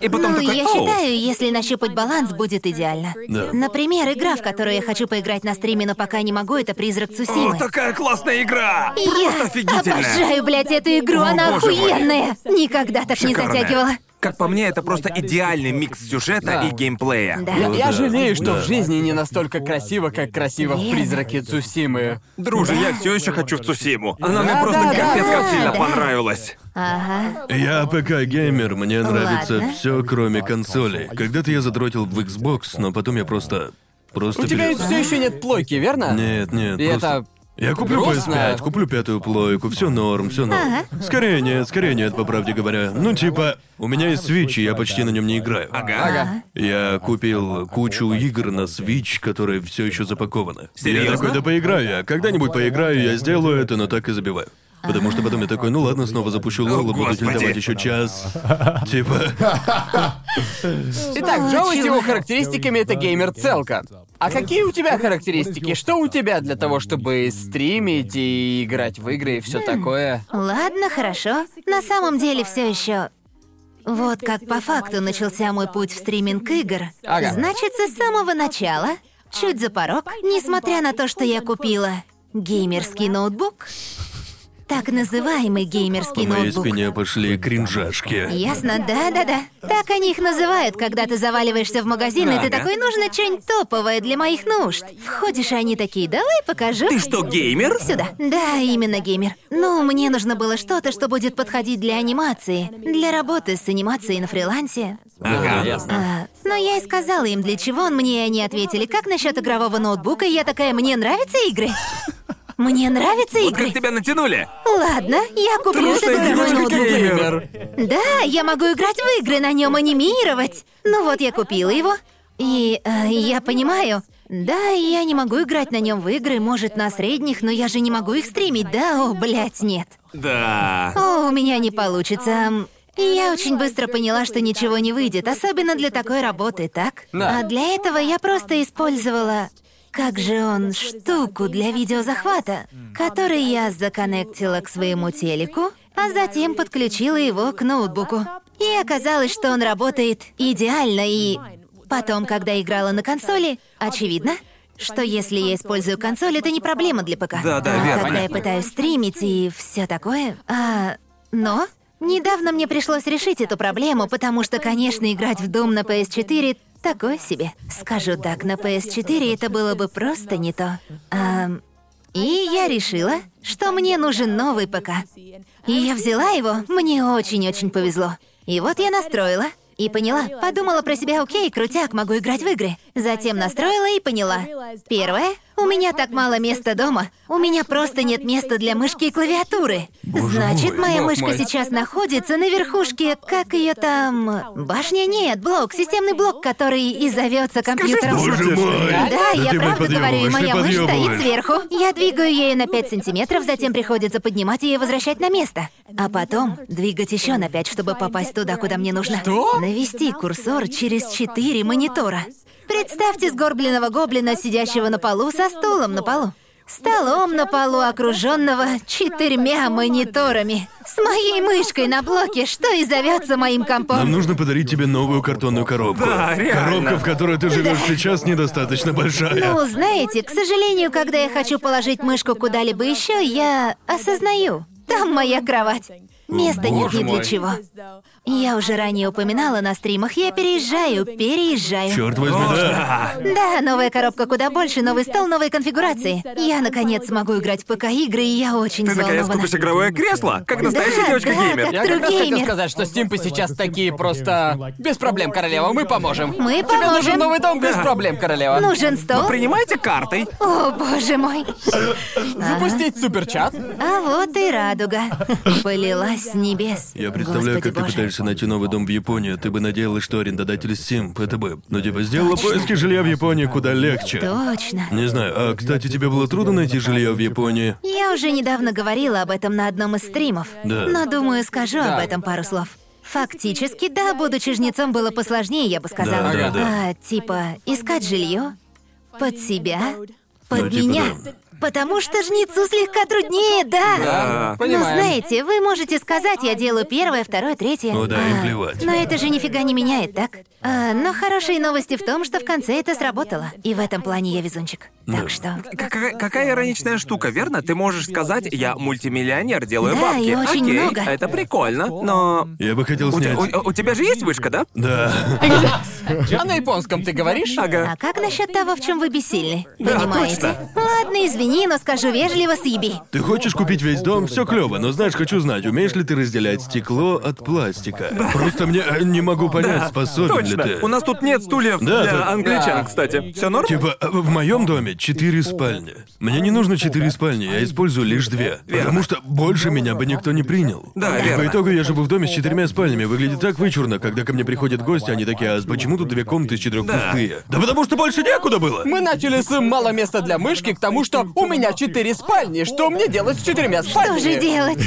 Speaker 2: И потом
Speaker 4: Ну,
Speaker 2: такой,
Speaker 4: я
Speaker 2: «Оу».
Speaker 4: считаю, если нащупать баланс, будет идеально.
Speaker 3: Да.
Speaker 4: Например, игра, в которую я хочу поиграть на стриме, но пока не могу, это «Призрак
Speaker 2: О,
Speaker 4: Цусимы».
Speaker 2: такая классная игра! Просто
Speaker 4: я
Speaker 2: офигительная!
Speaker 4: обожаю, блядь, эту игру, она
Speaker 2: боже мой.
Speaker 4: охуенная. Никогда так не
Speaker 2: Шикарная.
Speaker 4: затягивала.
Speaker 2: Как по мне, это просто идеальный микс сюжета
Speaker 1: Да.
Speaker 2: и геймплея.
Speaker 4: Да.
Speaker 1: Я, я
Speaker 3: Ну да,
Speaker 1: жалею, что
Speaker 3: да.
Speaker 1: в жизни не настолько красиво, как красиво в
Speaker 4: Верно.
Speaker 1: призраке Цусимы.
Speaker 2: Друже, я все еще хочу в Цусиму. Она
Speaker 1: Да,
Speaker 2: мне просто
Speaker 1: да,
Speaker 2: капец
Speaker 4: да,
Speaker 2: как сильно
Speaker 4: да.
Speaker 2: понравилась.
Speaker 4: Ага.
Speaker 3: Я ПК-геймер, мне нравится
Speaker 4: Ладно.
Speaker 3: все, кроме консолей. Когда-то я задротил в Xbox, но потом я просто... Просто
Speaker 1: У тебя ведь
Speaker 3: перес-
Speaker 1: все еще нет плойки, верно?
Speaker 3: Нет, нет,
Speaker 1: И
Speaker 3: просто...
Speaker 1: это.
Speaker 3: Я куплю
Speaker 1: грустно.
Speaker 3: PS5, куплю пятую плойку, все норм, все норм. Скорее нет, скорее нет, по правде говоря. Ну, типа, у меня есть Switch, и я почти на нем не играю.
Speaker 2: Ага.
Speaker 1: Ага.
Speaker 3: Я купил кучу игр на Switch, которые все еще запакованы. Я
Speaker 2: Серьёзно?
Speaker 3: такой, да поиграю я. Когда-нибудь поиграю, я сделаю это, но так и забиваю. Потому что потом я такой, ну ладно, снова запущу Лола, буду
Speaker 2: господи.
Speaker 3: давать еще час. Типа,
Speaker 1: Итак, Джоуи с
Speaker 4: Ну, чего?
Speaker 1: его характеристиками это геймер целка. А какие у тебя характеристики? Что у тебя для того, чтобы стримить и играть в игры и все
Speaker 4: Хм.
Speaker 1: такое?
Speaker 4: Ладно, хорошо. На самом деле все еще. Вот как по факту начался мой путь в стриминг игр.
Speaker 1: Ага.
Speaker 4: Значит, с самого начала, чуть за порог, несмотря на то, что я купила геймерский ноутбук, так называемый
Speaker 3: по
Speaker 4: геймерский
Speaker 3: моей
Speaker 4: ноутбук.
Speaker 3: спине пошли кринжашки.
Speaker 4: Ясно, да-да-да. Так они их называют, когда ты заваливаешься в магазин, и ты
Speaker 2: Ага.
Speaker 4: такой, нужно что-нибудь топовое для моих нужд. Входишь, и они такие, давай покажу.
Speaker 2: Ты что, геймер?
Speaker 4: Сюда. Да, именно геймер. Ну, мне нужно было что-то, что будет подходить для анимации, для работы с анимацией на фрилансе.
Speaker 1: Да, ясно.
Speaker 4: А, но я и сказала им, для чего он мне, и они ответили, как насчет игрового ноутбука, и я такая, мне нравятся игры. Мне нравятся
Speaker 2: Вот как
Speaker 4: игры.
Speaker 2: тебя натянули?
Speaker 4: Ладно, я куплю этот
Speaker 2: Трусая
Speaker 4: игровой
Speaker 2: девочка
Speaker 4: ноутбук.
Speaker 1: Геймер.
Speaker 4: Да, я могу играть в игры, на нем анимировать. Ну вот я купила его. И э, я понимаю. Да, я не могу играть на нем в игры, может, на средних, но я же не могу их стримить, да? О, блядь, нет.
Speaker 2: Да.
Speaker 4: О, у меня не получится. М, И я очень быстро поняла, что ничего не выйдет, особенно для такой работы, так?
Speaker 1: Да.
Speaker 4: А для этого я просто использовала... Как же он, штуку для видеозахвата, который я законнектила к своему телеку, а затем подключила его к ноутбуку. И оказалось, что он работает идеально, и потом, когда играла на консоли, очевидно, что если я использую консоль, это не проблема для ПК.
Speaker 2: Да, да,
Speaker 4: А
Speaker 2: верно.
Speaker 4: Когда я пытаюсь стримить и все такое. А, но недавно мне пришлось решить эту проблему, потому что, конечно, играть в Doom на PS4 такое себе. Скажу так, на PS4 это было бы просто не то. Ам, и я решила, что мне нужен новый ПК. И я взяла его, мне очень-очень повезло. И вот я настроила. И поняла, подумала про себя, окей, крутяк, могу играть в игры. Затем настроила и поняла. Первое, у меня так мало места дома. У меня просто нет места для мышки и клавиатуры. Значит, моя
Speaker 1: бог
Speaker 4: мышка
Speaker 1: мой.
Speaker 4: сейчас находится на верхушке, как ее там... Башня нет, блок, системный блок, который и зовется компьютером.
Speaker 3: Боже мой!
Speaker 4: Да, я
Speaker 3: ты, блин,
Speaker 4: правда говорю, и
Speaker 3: подъёбываешь, ты
Speaker 4: моя мышь стоит
Speaker 3: подъёбываешь.
Speaker 4: сверху. Я двигаю ею на 5 сантиметров, затем приходится поднимать ее и возвращать на место. А потом двигать еще на 5, чтобы попасть туда, куда мне нужно.
Speaker 1: Что?
Speaker 4: Навести курсор через 4 монитора. Представьте сгорбленного гоблина, сидящего на полу со стулом на полу. Столом на полу, окруженного четырьмя мониторами. С моей мышкой на блоке, что и зовется моим
Speaker 3: Нам
Speaker 4: компом.
Speaker 3: нужно подарить тебе новую картонную коробку.
Speaker 2: Да, реально.
Speaker 3: Коробка, в которой ты живешь сейчас, недостаточно большая.
Speaker 4: Ну, знаете, к сожалению, когда я хочу положить мышку куда-либо еще, я осознаю. Там моя кровать. Места нет
Speaker 3: Боже
Speaker 4: ни для
Speaker 3: мой.
Speaker 4: чего. Я уже ранее упоминала на стримах, я переезжаю, переезжаю.
Speaker 3: Черт возьми, да.
Speaker 4: Да, новая коробка куда больше, новый стол, новые конфигурации. Я наконец смогу играть в ПК-игры, и я очень
Speaker 2: Ты наконец
Speaker 4: взволнована.
Speaker 2: купишь игровое кресло, как настоящая
Speaker 4: Да,
Speaker 2: девочка-геймер.
Speaker 4: да,
Speaker 1: Я как раз хотел
Speaker 4: Другими.
Speaker 1: сказать, что стимпы сейчас такие просто... Без проблем, королева, мы поможем.
Speaker 4: Мы
Speaker 1: Тебе нужен
Speaker 4: поможем. Ну
Speaker 1: новый дом, без проблем, королева.
Speaker 4: Нужен стол?
Speaker 2: Принимайте картой.
Speaker 4: О, боже мой.
Speaker 1: Запустить суперчат.
Speaker 4: А вот и радуга. Полилась с небес.
Speaker 3: Я представляю,
Speaker 4: Господи
Speaker 3: как ты
Speaker 4: боже.
Speaker 3: пытаешься найти новый дом в Японии. Ты бы надеялась, что арендодатель Симп, это бы... Ну, типа, сделала поиски жилья в Японии куда легче.
Speaker 4: Точно.
Speaker 3: Не знаю, а, кстати, тебе было трудно найти жилье в Японии?
Speaker 4: Я уже недавно говорила об этом на одном из стримов.
Speaker 3: Да.
Speaker 4: Но думаю, скажу об
Speaker 1: Да.
Speaker 4: этом пару слов. Фактически, да, будучи жнецом, было посложнее, я бы сказала.
Speaker 3: Да, да, да.
Speaker 4: А, типа, искать жилье под себя, под
Speaker 3: Ну, типа,
Speaker 4: меня.
Speaker 3: да.
Speaker 4: Потому что жнецу слегка труднее, да.
Speaker 3: А.
Speaker 2: Да.
Speaker 4: Но
Speaker 1: Понимаем.
Speaker 4: Ну, знаете, вы можете сказать, я делаю первое, второе, третье.
Speaker 3: Ну да, им
Speaker 4: А,
Speaker 3: плевать.
Speaker 4: Но это же нифига не меняет, так? А, но хорошие новости в том, что в конце это сработало. И в этом плане я везунчик. Так что.
Speaker 2: Какая, какая ироничная штука, верно? Ты можешь сказать, я мультимиллионер, делаю
Speaker 4: Да,
Speaker 2: бабки.
Speaker 4: и очень
Speaker 2: Окей,
Speaker 4: много.
Speaker 2: это прикольно, но...
Speaker 3: Я бы хотел
Speaker 2: У, те-
Speaker 3: снять...
Speaker 2: у- у тебя же есть вышка, да?
Speaker 3: Да.
Speaker 1: А на японском ты говоришь?
Speaker 2: Ага.
Speaker 4: А как насчет того, в чем вы бессильны?
Speaker 2: Да,
Speaker 4: Понимаете?
Speaker 2: точно.
Speaker 4: Ладно, извини, но скажу вежливо, съеби.
Speaker 3: Ты хочешь купить весь дом, все клево, но знаешь, хочу знать, умеешь ли ты разделять стекло от пластика. Просто мне э, не могу понять, способен ли
Speaker 2: Точно.
Speaker 3: ты.
Speaker 2: У нас тут нет стульев
Speaker 3: Да,
Speaker 2: для
Speaker 3: тут-
Speaker 2: англичан,
Speaker 1: Да.
Speaker 2: кстати. Все норм?
Speaker 3: Типа, э, в моем доме четыре спальни. Мне не нужно четыре спальни, я использую лишь две. Потому что больше меня бы никто не принял.
Speaker 2: Да,
Speaker 3: И
Speaker 2: верно.
Speaker 3: по итогу я живу в доме с четырьмя спальнями. Выглядит так вычурно, когда ко мне приходят гости, они такие, а почему тут две комнаты из четырех пустые? Да потому что больше некуда было!
Speaker 1: Мы начали с мало места для мышки к тому, что у меня четыре спальни. Что мне делать с четырьмя
Speaker 4: Что
Speaker 1: спальнями?
Speaker 4: же делать?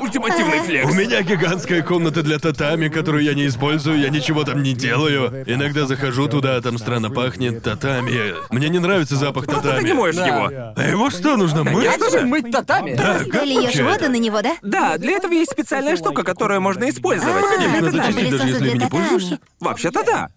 Speaker 2: Ультимативный
Speaker 3: У
Speaker 2: флекс.
Speaker 3: меня гигантская комната для татами, которую я не использую, я ничего там не делаю. Иногда захожу туда, а там странно пахнет татами. Мне не нравится запах
Speaker 2: Ты не
Speaker 3: татами.
Speaker 2: моешь
Speaker 1: Да.
Speaker 2: его.
Speaker 3: А его что, нужно мыть?
Speaker 1: Зачем мыть татами?
Speaker 3: Да, как
Speaker 4: Дольешь
Speaker 3: вообще
Speaker 4: воду
Speaker 3: это?
Speaker 4: на него, да?
Speaker 2: Да, для этого есть специальная штука, которую можно использовать.
Speaker 4: А,
Speaker 2: Именно
Speaker 3: Надо
Speaker 4: это
Speaker 2: для-
Speaker 4: да,
Speaker 3: чистить, даже
Speaker 4: пылесосы
Speaker 3: если ими
Speaker 4: для
Speaker 3: не пользуешься.
Speaker 2: Вообще-то да.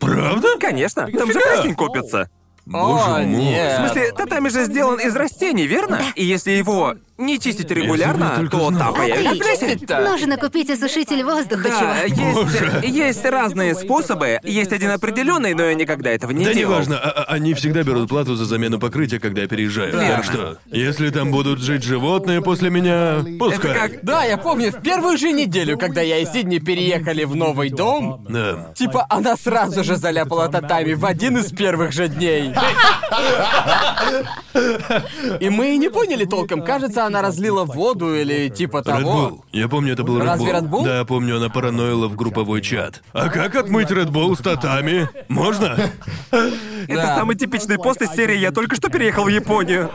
Speaker 3: Правда?
Speaker 2: Конечно, там же пластик копится.
Speaker 1: О,
Speaker 3: Боже мой.
Speaker 1: нет.
Speaker 2: В смысле, татами же сделан из растений, верно? И если его не чистить регулярно,
Speaker 3: только
Speaker 2: то
Speaker 3: знал.
Speaker 2: там появится
Speaker 4: Отлично.
Speaker 2: плесень.
Speaker 1: Да.
Speaker 4: Нужно купить осушитель воздуха,
Speaker 2: Да,
Speaker 4: чувак.
Speaker 2: есть, есть разные способы, есть один определенный, но я никогда этого не
Speaker 3: Да
Speaker 2: делал.
Speaker 3: неважно, а- а- они всегда берут плату за замену покрытия, когда я переезжаю.
Speaker 2: Верно.
Speaker 3: Так что, если там будут жить животные после меня,
Speaker 2: Это
Speaker 3: пускай.
Speaker 2: как...
Speaker 1: Да, я помню, в первую же неделю, когда я и Сидни переехали в новый дом,
Speaker 3: Да.
Speaker 1: типа она сразу же заляпала татами в один из первых же дней. И мы и не поняли толком, кажется, она разлила воду или типа
Speaker 3: Red
Speaker 1: того.
Speaker 3: Bull. Я помню, это был Red
Speaker 1: Разве
Speaker 3: Bull.
Speaker 1: Red Bull?
Speaker 3: Да, помню, она параноила в групповой чат. А как отмыть Red Bull с татами? Можно?
Speaker 2: Это
Speaker 1: Да.
Speaker 2: самый типичный пост из серии «Я только что переехал в Японию».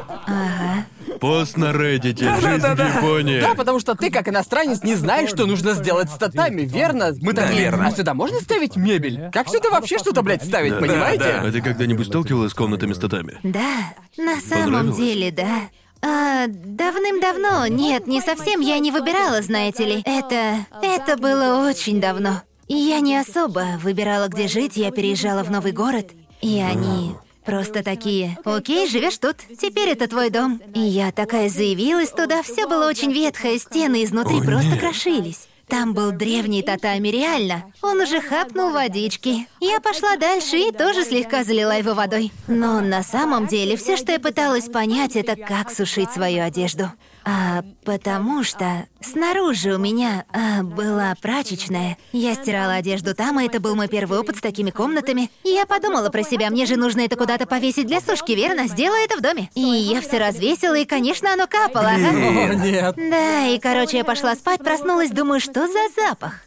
Speaker 3: Пост на Reddit. Жизнь в
Speaker 2: Да-да-да-да.
Speaker 3: Японии.
Speaker 1: Да, потому что ты, как иностранец, не знаешь, что нужно сделать с татами, верно? Мы
Speaker 2: Да,
Speaker 1: такие,
Speaker 2: верно.
Speaker 1: а сюда можно ставить мебель? Как сюда вообще что-то, блядь, ставить, понимаете?
Speaker 2: да.
Speaker 3: А ты когда-нибудь сталкивалась с комнатами с татами?
Speaker 4: Да, на самом
Speaker 3: Понравилось?
Speaker 4: деле, да. А, давным-давно, нет, не совсем, я не выбирала, знаете ли. Это... это было очень давно. И я не особо выбирала, где жить, я переезжала в новый город. И они просто такие, окей, живешь тут, теперь это твой дом. И я такая заявилась туда, все было очень ветхое, стены изнутри
Speaker 3: О,
Speaker 4: просто
Speaker 3: нет.
Speaker 4: крошились. Там был древний татами, реально. Он уже хапнул водички. Я пошла дальше и тоже слегка залила его водой. Но на самом деле все, что я пыталась понять, это как сушить свою одежду. А потому что снаружи у меня а, была прачечная. Я стирала одежду там, и это был мой первый опыт с такими комнатами. И я подумала про себя, мне же нужно это куда-то повесить для сушки, верно? Сделай это в доме. И я все развесила, и, конечно, оно капало. ага.
Speaker 1: О, нет.
Speaker 4: Да, и короче, я пошла спать, проснулась, думаю, что за запах?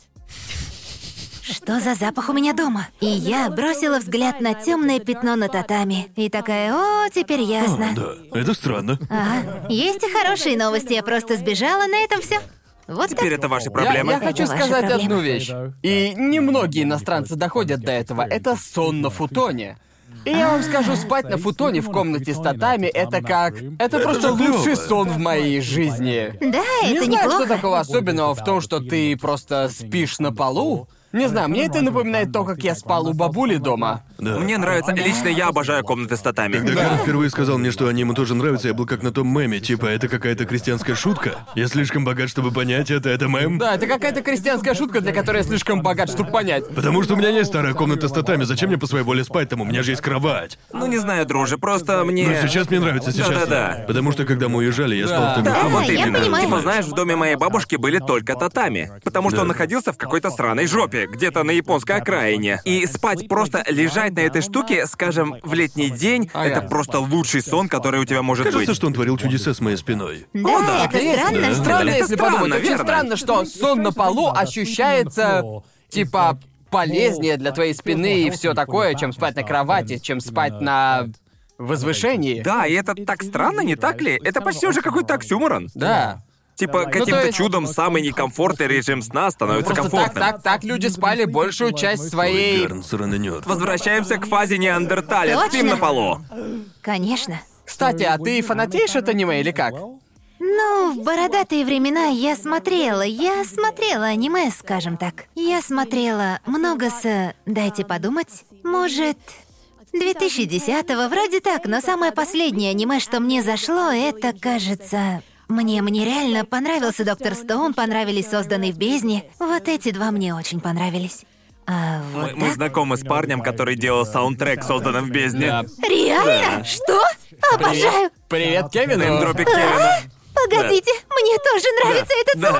Speaker 4: Что за запах у меня дома? И я бросила взгляд на темное пятно на татами. И такая, о, теперь ясно.
Speaker 3: Да. Это странно.
Speaker 4: Ага. Есть и хорошие новости, я просто сбежала, на этом все. Вот так.
Speaker 2: Теперь это ваши
Speaker 1: Я,
Speaker 2: проблемы.
Speaker 1: я хочу
Speaker 4: Это ваши
Speaker 1: сказать
Speaker 4: проблемы.
Speaker 1: одну вещь. И немногие иностранцы доходят до этого. Это сон на футоне. И я вам скажу, спать на футоне в комнате с татами — это как... Это просто
Speaker 3: же клёво.
Speaker 1: лучший сон в моей жизни.
Speaker 4: Да,
Speaker 1: Не
Speaker 4: это
Speaker 1: знаю,
Speaker 4: неплохо.
Speaker 1: что такого особенного в том, что ты просто спишь на полу. Не знаю, мне это напоминает то, как я спал у бабули дома.
Speaker 3: Да.
Speaker 2: Мне нравится. Лично я обожаю комнаты с татами.
Speaker 3: Когда Гарн впервые сказал мне, что они ему тоже нравятся, я был как на том меме, типа, это какая-то крестьянская шутка. Я слишком богат, чтобы понять это, это мем.
Speaker 1: Да, это какая-то крестьянская шутка, для которой я слишком богат, чтобы понять.
Speaker 3: Потому что у меня есть старая комната с татами, зачем мне по своей воле спать там, у меня же есть кровать.
Speaker 2: Ну не знаю, друже, просто
Speaker 3: Но
Speaker 2: мне.
Speaker 3: сейчас мне нравится, сейчас.
Speaker 2: Да-да-да.
Speaker 3: Потому что когда мы уезжали, я спал в том
Speaker 2: Да, вот
Speaker 4: я
Speaker 2: именно.
Speaker 4: понимаю.
Speaker 2: Типа, знаешь, в доме моей бабушки были только татами, потому что
Speaker 3: Да.
Speaker 2: он находился в какой-то сраной жопе, где-то на японской окраине. И спать просто лежать на этой штуке, скажем, в летний день,
Speaker 1: Ага.
Speaker 2: это просто лучший сон, который у тебя может
Speaker 3: Кажется,
Speaker 2: быть.
Speaker 3: что он творил чудеса с моей спиной.
Speaker 4: Да, это
Speaker 1: так и есть.
Speaker 4: странно.
Speaker 1: Странно,
Speaker 2: Это
Speaker 1: если
Speaker 2: странно,
Speaker 1: подумать. Очень
Speaker 2: верно.
Speaker 1: странно, что сон на полу ощущается, типа, полезнее для твоей спины и все такое, чем спать на кровати, чем спать на возвышении.
Speaker 2: Да, и это так странно, не так ли? Это почти уже какой-то оксюморон.
Speaker 1: Да.
Speaker 2: Типа,
Speaker 6: Ну, то
Speaker 2: каким-то
Speaker 1: есть-
Speaker 2: чудом самый некомфортный режим сна становится
Speaker 1: Просто так,
Speaker 2: комфортным.
Speaker 1: так, так люди спали большую часть своей...
Speaker 3: Гарн срананет.
Speaker 2: Возвращаемся к фазе неандерталя.
Speaker 4: Точно.
Speaker 2: Спим на полу.
Speaker 4: Конечно.
Speaker 1: Кстати, а ты фанатеешь от аниме или как?
Speaker 4: Ну, в бородатые времена я смотрела, я смотрела аниме, скажем так. Я смотрела много с... Дайте подумать. Может, 2010-го, вроде так, но самое последнее аниме, что мне зашло, это, кажется... Мне, мне реально понравился Доктор Стоун, понравились созданные в бездне. Вот эти два мне очень понравились. А вот
Speaker 2: Мы, мы
Speaker 4: так-
Speaker 2: знакомы с парнем, который делал саундтрек, созданным в бездне.
Speaker 1: Да.
Speaker 4: Реально? Что? Обожаю!
Speaker 1: Привет, Кевин.
Speaker 2: Дропик Кевина.
Speaker 4: Погодите, мне тоже нравится этот
Speaker 2: Да.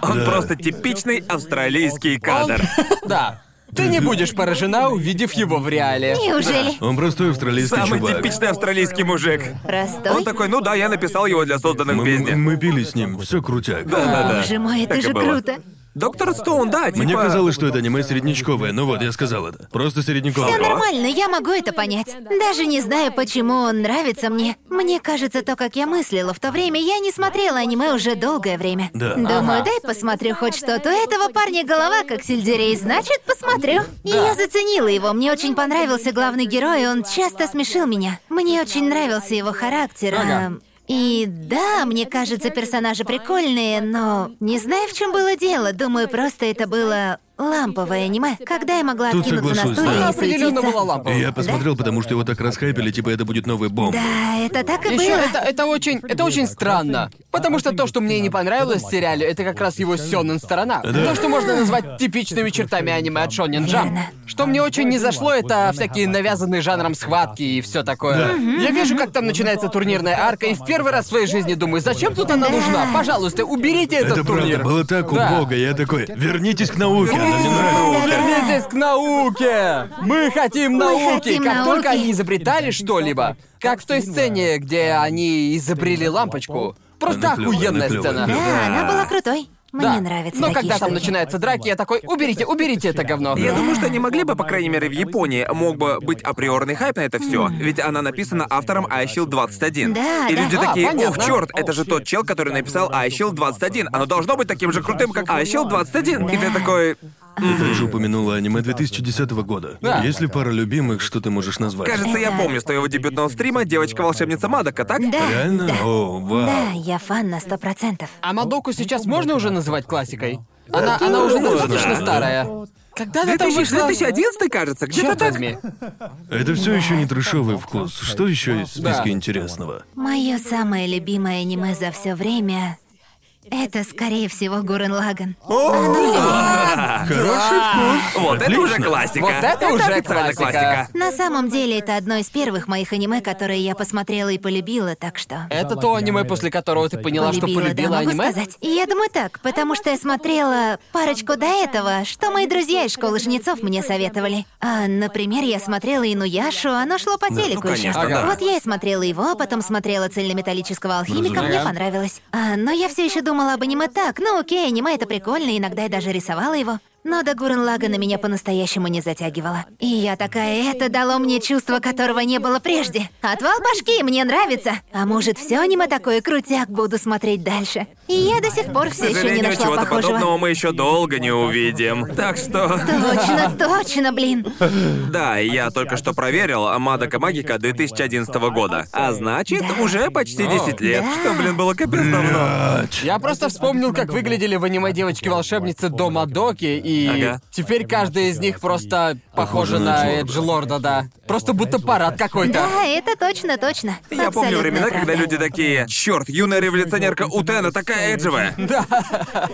Speaker 4: саундтрек.
Speaker 2: Он просто типичный австралийский кадр.
Speaker 1: Да. Ты не будешь поражена, увидев его в реале.
Speaker 4: Неужели?
Speaker 3: Он простой австралийский
Speaker 2: Самый
Speaker 3: чувак.
Speaker 2: типичный австралийский мужик.
Speaker 4: Простой?
Speaker 2: Он такой, ну да, я написал его для созданных в
Speaker 3: Мы, мы-
Speaker 2: бездне.
Speaker 3: мы пили с ним, все крутяк.
Speaker 2: Да-да-да.
Speaker 4: Боже мой, это
Speaker 2: Так и
Speaker 4: же
Speaker 2: было.
Speaker 4: круто.
Speaker 2: Доктор Стоун, да, типа...
Speaker 3: Мне казалось, что это аниме среднячковое, ну вот, я сказал это. Просто
Speaker 4: Все
Speaker 3: среднячковое.
Speaker 4: нормально, я могу это понять. Даже не знаю, почему он нравится мне. Мне кажется, то, как я мыслила в то время, я не смотрела аниме уже долгое время.
Speaker 3: Да.
Speaker 4: Думаю,
Speaker 1: Ага.
Speaker 4: дай посмотрю хоть что-то. У этого парня голова как сельдерей, значит, посмотрю. И я заценила его. Мне очень понравился главный герой, он часто смешил меня. Мне очень нравился его характер. а,
Speaker 1: Ага.
Speaker 4: И да, мне кажется, персонажи прикольные, но не знаю, в чем было дело. Думаю, просто это было Э, ламповое аниме. Когда я могла
Speaker 3: Тут
Speaker 4: откинуться на
Speaker 3: соглашусь,
Speaker 4: стуле
Speaker 3: да.
Speaker 1: Она
Speaker 4: и
Speaker 1: определенно
Speaker 4: суетиться?
Speaker 1: была лампа.
Speaker 3: И я посмотрел, потому что его так расхайпили, типа это будет новый бомб.
Speaker 4: Да, А это так и
Speaker 1: Еще
Speaker 4: было.
Speaker 1: это, это очень, это очень странно. Потому что то, что мне не понравилось в сериале, это как раз его сёнэн сторона. То, что можно назвать типичными чертами аниме от Шонин Джам.
Speaker 4: Верно.
Speaker 1: Что мне очень не зашло, это всякие навязанные жанром схватки и все такое. Я вижу, как там начинается турнирная арка, и в первый раз в своей жизни думаю, зачем тут она нужна? Пожалуйста, уберите этот
Speaker 3: Это
Speaker 1: турнир.
Speaker 3: правда, было так
Speaker 1: Да.
Speaker 3: убого, я такой, вернитесь к науке, она мне нравится.
Speaker 1: Вернитесь к науке! Мы хотим науки!
Speaker 4: хотим
Speaker 1: как
Speaker 4: науки.
Speaker 1: только они изобретали что-либо, как в той сцене, где они изобрели лампочку. Просто
Speaker 3: Она клёвая,
Speaker 1: охуенная
Speaker 3: она клёвая,
Speaker 1: сцена.
Speaker 3: она
Speaker 4: Да, она была крутой. Мне
Speaker 1: Да.
Speaker 4: нравится.
Speaker 1: Но
Speaker 4: такие
Speaker 1: когда там
Speaker 4: штуки.
Speaker 1: начинаются драки, я такой, уберите, уберите это говно.
Speaker 2: Я
Speaker 4: Да.
Speaker 2: думаю, что они могли бы, по крайней мере, в Японии мог бы быть априорный хайп на это все, ведь она написана автором iShield 21.
Speaker 4: Хм. Да,
Speaker 2: И
Speaker 4: да.
Speaker 2: люди
Speaker 1: А,
Speaker 2: такие, ох,
Speaker 1: понятно.
Speaker 2: черт, это же тот чел, который написал iShield 21. Оно должно быть таким же крутым, как iShield 21. И ты такой,
Speaker 3: Ты также упомянула аниме 2010 года.
Speaker 1: Да.
Speaker 3: Есть ли пара любимых, что ты можешь назвать?
Speaker 2: кажется, я
Speaker 4: Это-
Speaker 2: помню с твоего дебютного стрима «Девочка-волшебница Мадока», так?
Speaker 4: Да,
Speaker 3: Реально?
Speaker 4: да.
Speaker 3: О, вау.
Speaker 4: Да, я фан на сто процентов.
Speaker 1: А Мадоку сейчас можно уже называть классикой? Она, она уже
Speaker 2: можно.
Speaker 1: достаточно старая. Когда она там вышла?
Speaker 2: 2011, кажется, где-то
Speaker 1: Чёрт
Speaker 2: так.
Speaker 1: возьми.
Speaker 3: Это все еще не трешовый вкус. Что еще есть в списке
Speaker 1: Да.
Speaker 3: интересного?
Speaker 4: Мое самое любимое аниме за все время это, скорее всего, Гурен Лаган.
Speaker 3: Хороший
Speaker 1: А!
Speaker 3: вкус.
Speaker 2: Вот это
Speaker 3: Отлично.
Speaker 2: уже классика.
Speaker 1: Вот это уже
Speaker 2: официально
Speaker 1: классика.
Speaker 4: На самом деле, это одно из первых моих аниме, которые я посмотрела и полюбила, так что.
Speaker 1: Это то аниме, после которого ты поняла, что полюбила
Speaker 4: да, могу
Speaker 1: аниме?
Speaker 4: сказать. И я думаю так, потому что я смотрела парочку до этого, что мои друзья из школы жнецов мне советовали. А, например, я смотрела Инуяшу, оно шло по телеку
Speaker 2: ну,
Speaker 4: ещё.
Speaker 2: конечно, да.
Speaker 4: Вот я и смотрела его, а потом смотрела цельнометаллического алхимика, мне
Speaker 1: Разумеется.
Speaker 4: понравилось. А, но я все еще думала об аниме так. Ну окей, аниме это прикольно, иногда я даже рисовала его. Но до Гурен Лагана меня по-настоящему не затягивала. И я такая, это дало мне чувство, которого не было прежде. Отвал башки, мне нравится. А может, все аниме такое крутяк, буду смотреть дальше. И я до сих пор
Speaker 2: К
Speaker 4: все еще не
Speaker 2: сожалению,
Speaker 4: нашла
Speaker 2: чего-то подобного
Speaker 4: похожего.
Speaker 2: мы еще долго не увидим. Так что,
Speaker 4: Точно, точно, блин.
Speaker 2: да, я только что проверил Амадака Магика 2011 года. А значит, уже почти 10 лет.
Speaker 4: Да.
Speaker 2: Что, блин, было капец давно.
Speaker 3: Блядь.
Speaker 1: Я просто вспомнил, как выглядели в аниме девочки-волшебницы до Мадоки, и
Speaker 2: Ага.
Speaker 1: теперь каждая из них просто похожа на Эджи Лорда, да. Просто будто парад какой-то.
Speaker 4: Да, это точно, точно.
Speaker 2: Я помню
Speaker 4: Абсолютная
Speaker 2: времена,
Speaker 4: правда.
Speaker 2: когда люди такие, черт, юная революционерка Утена такая эджевая. Да.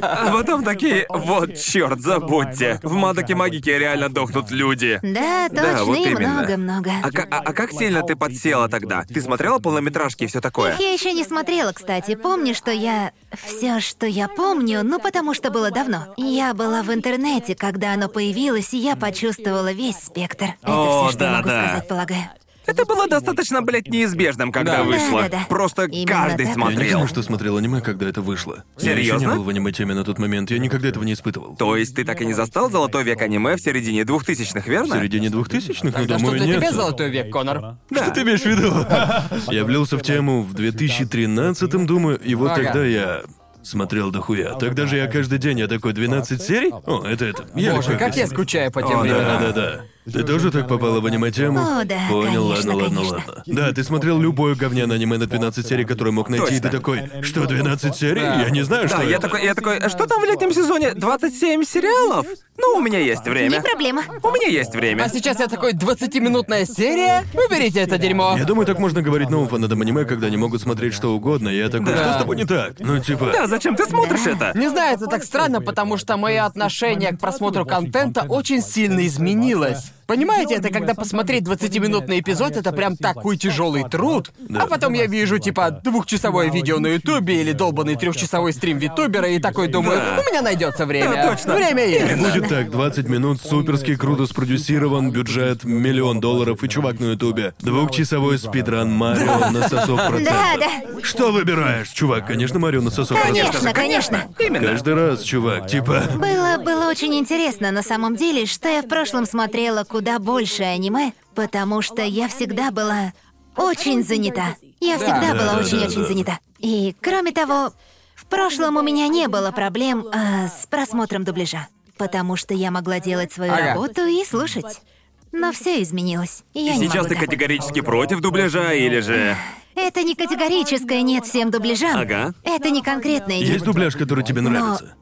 Speaker 2: А потом такие, вот черт, забудьте. В Мадаке Магике реально дохнут люди.
Speaker 4: Да,
Speaker 2: Да,
Speaker 4: точно,
Speaker 2: вот
Speaker 4: и
Speaker 2: именно.
Speaker 4: много-много.
Speaker 2: А, ка- а- а как сильно ты подсела тогда? Ты смотрела полнометражки и все такое?
Speaker 4: Я еще не смотрела, кстати. Помню, что я... Все, что я помню, ну потому что было давно. Я была в интернете, когда оно появилось, и я почувствовала весь спектр. Это
Speaker 2: О,
Speaker 4: все, что
Speaker 2: да,
Speaker 4: я могу
Speaker 2: да.
Speaker 4: сказать, полагаю.
Speaker 2: Это было достаточно, блядь, неизбежным, когда
Speaker 1: Да.
Speaker 2: вышло.
Speaker 4: Да-да-да.
Speaker 2: Просто
Speaker 4: Именно
Speaker 2: каждый
Speaker 4: так.
Speaker 3: Я не
Speaker 2: смотрел.
Speaker 3: думаю, что смотрел аниме, когда это вышло. Я еще
Speaker 2: Серьезно?
Speaker 3: не был в аниме-теме на тот момент, я никогда этого не испытывал.
Speaker 2: То есть ты так и не застал золотой век аниме в середине двухтысячных,
Speaker 3: В
Speaker 2: верно?
Speaker 3: середине двухтысячных, ну,
Speaker 1: Да что
Speaker 3: думаю,
Speaker 1: для тебя
Speaker 3: нет.
Speaker 1: золотой век, Конор?
Speaker 2: Да.
Speaker 3: Что ты имеешь в виду? Я влился в тему в 2013-м, думаю, и вот
Speaker 1: Ага.
Speaker 3: тогда я смотрел дохуя. Тогда же я каждый день, я такой, 12 серий? О, это это. Я
Speaker 1: Боже,
Speaker 3: легко
Speaker 1: как я
Speaker 3: объясню.
Speaker 1: скучаю по тем
Speaker 3: О, да,
Speaker 1: временам.
Speaker 3: да, да. Ты тоже так попала в аниме-тему?
Speaker 4: О, да,
Speaker 3: Понял,
Speaker 4: конечно,
Speaker 3: ладно,
Speaker 4: конечно.
Speaker 3: ладно, ладно. Да, ты смотрел любое говняное аниме на 12 серий, которое мог найти, и ты
Speaker 2: Точно.
Speaker 3: такой, что, 12 серий?
Speaker 1: Да.
Speaker 3: Я не знаю,
Speaker 2: Да,
Speaker 3: что
Speaker 2: я
Speaker 3: это».
Speaker 2: такой, я такой, «А что там в летнем сезоне? 27 сериалов? Ну, у меня есть
Speaker 4: Не
Speaker 2: время.
Speaker 4: проблема.
Speaker 2: У меня есть время.
Speaker 1: А сейчас я такой 20-минутная серия? Уберите это дерьмо.
Speaker 3: Я думаю, так можно говорить новым фанатам аниме, когда они могут смотреть что угодно. Я такой,
Speaker 1: Да.
Speaker 3: что с тобой не так? Ну, типа...
Speaker 2: Да, зачем ты смотришь это?
Speaker 1: Не знаю, это так странно, потому что мое отношение к просмотру контента очень сильно изменилось. Понимаете, это когда посмотреть 20-минутный эпизод, это прям такой тяжелый труд. А потом я вижу, типа, двухчасовое видео на Ютубе или долбанный трехчасовой стрим Витубера, и такой думаю, у меня найдется время.
Speaker 2: Да, точно.
Speaker 1: Время есть.
Speaker 3: Будет так, 20 минут, суперски круто спродюсирован, бюджет миллион долларов и чувак на ютубе. Двухчасовой спидран Марио на сосок
Speaker 4: Да,
Speaker 3: процентов.
Speaker 4: да.
Speaker 3: Что выбираешь? Чувак, конечно, Марио на сосок процентов.
Speaker 4: Конечно, конечно.
Speaker 2: Именно.
Speaker 3: Каждый раз, чувак, типа...
Speaker 4: Было, было очень интересно на самом деле, что я в прошлом смотрела куда больше аниме, потому что я всегда была очень занята. Я
Speaker 1: Да,
Speaker 4: всегда была
Speaker 3: да,
Speaker 4: очень-очень
Speaker 3: да.
Speaker 4: занята. И кроме того, в прошлом у меня не было проблем а, с просмотром дубляжа, потому что я могла делать свою
Speaker 1: Ага.
Speaker 4: работу и слушать. Но все изменилось. И я не
Speaker 2: Сейчас
Speaker 4: могу
Speaker 2: ты
Speaker 4: так.
Speaker 2: категорически против дубляжа или же...
Speaker 4: Это не категорическое нет всем дубляжам.
Speaker 2: Ага.
Speaker 4: Это не конкретное нет.
Speaker 3: Есть дубляж, который тебе нравится?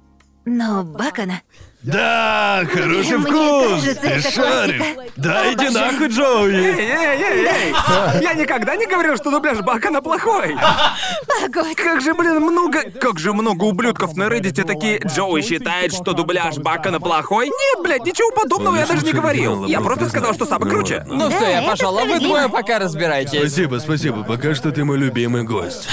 Speaker 4: Но Бакана.
Speaker 3: Да, хороший
Speaker 4: Мне
Speaker 3: вкус!
Speaker 4: кажется,
Speaker 3: Ты
Speaker 4: это
Speaker 3: шаришь!
Speaker 4: классика.
Speaker 3: Да, иди нахуй, Джоуи!
Speaker 2: Эй, эй, эй, эй! Я никогда не говорил, что дубляж Бакана плохой!
Speaker 4: Погодь.
Speaker 2: Как же, блин, много... Как же много ублюдков на Reddit такие... Джоуи считает, что дубляж Бакана плохой? Нет, блядь, ничего подобного Ну, я даже не говорил.
Speaker 3: ну,
Speaker 2: Я просто сказал, что Саба круче.
Speaker 1: Ну
Speaker 4: Да,
Speaker 1: что, я
Speaker 4: это
Speaker 1: пожалуй, вы
Speaker 4: справедливо.
Speaker 1: двое пока разбирайтесь.
Speaker 3: Спасибо, спасибо, пока что ты мой любимый гость.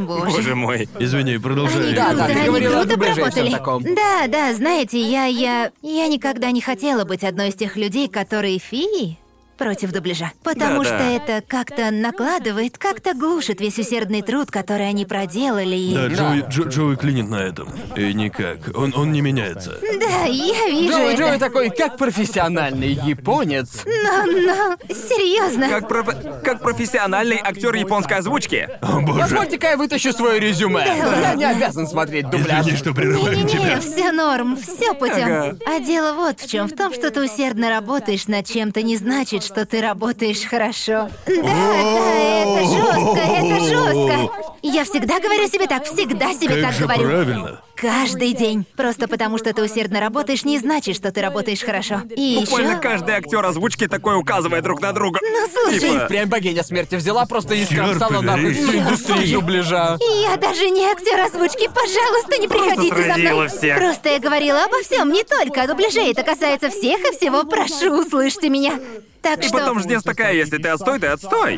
Speaker 4: Боже.
Speaker 2: Боже мой.
Speaker 3: Извини, продолжай.
Speaker 4: Они
Speaker 1: Да,
Speaker 4: круто,
Speaker 1: да, ты
Speaker 4: они
Speaker 1: говорила о
Speaker 4: круто
Speaker 1: дубляже и всём
Speaker 4: поработали.
Speaker 1: таком.
Speaker 4: Да, да, знаете, я, я, я никогда не хотела быть одной из тех людей, которые фи против дубляжа. Потому
Speaker 2: Да,
Speaker 4: что
Speaker 2: да.
Speaker 4: это как-то накладывает, как-то глушит весь усердный труд, который они проделали. и-
Speaker 3: Да,
Speaker 4: Да,
Speaker 3: Джоуи, Джо- Джоуи клинит на этом. И никак. Он, он не меняется.
Speaker 4: я вижу
Speaker 1: Джоуи
Speaker 4: это.
Speaker 1: Джоуи такой, как профессиональный японец.
Speaker 4: Но, но, серьезно.
Speaker 2: Как, проф- как профессиональный актер японской озвучки.
Speaker 3: О боже.
Speaker 1: Позвольте-ка я вытащу свое резюме. Я не обязан смотреть дубляж.
Speaker 3: Извини, что прерываем
Speaker 4: Не-не-не,
Speaker 3: тебя.
Speaker 4: все норм, все путем.
Speaker 2: Ага.
Speaker 4: А дело вот в чем. В том, что ты усердно работаешь над чем-то, не значит, что ты работаешь хорошо. Да, да, это жестко, это жестко. Я всегда говорю себе так, всегда себе
Speaker 3: Как
Speaker 4: так
Speaker 3: же
Speaker 4: говорю.
Speaker 3: правильно.
Speaker 4: Каждый день. Просто потому, что ты усердно работаешь, не значит, что ты работаешь хорошо. И
Speaker 2: Буквально
Speaker 4: еще...
Speaker 2: каждый актер озвучки такое указывает друг на друга.
Speaker 4: Ну слушай,
Speaker 2: Типа-
Speaker 1: Прям богиня смерти взяла просто и
Speaker 3: Чёрт
Speaker 1: скромсала нахуй
Speaker 3: побери.
Speaker 1: всю индустрию дубляжа.
Speaker 4: я даже не актер озвучки, пожалуйста, не приходите за
Speaker 2: сразила
Speaker 4: мной.
Speaker 2: всех.
Speaker 4: Просто я говорила обо всем, не только о дубляже. Это касается всех и всего. Прошу, услышьте меня. Так
Speaker 2: И
Speaker 4: что...
Speaker 2: потом жнец такая, если ты отстой, ты отстой.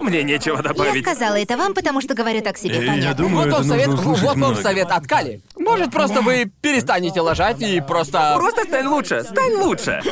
Speaker 2: Мне нечего
Speaker 4: Я
Speaker 2: добавить.
Speaker 4: сказала это вам, потому что говорю так себе,
Speaker 3: И Э, я
Speaker 4: понятно.
Speaker 3: думаю,
Speaker 1: вот
Speaker 3: это
Speaker 1: вам совет,
Speaker 3: нужно услышать
Speaker 1: вот вам
Speaker 3: многим.
Speaker 1: совет от Кали. Может, просто вы перестанете лажать и просто...
Speaker 2: Просто стань лучше, стань лучше.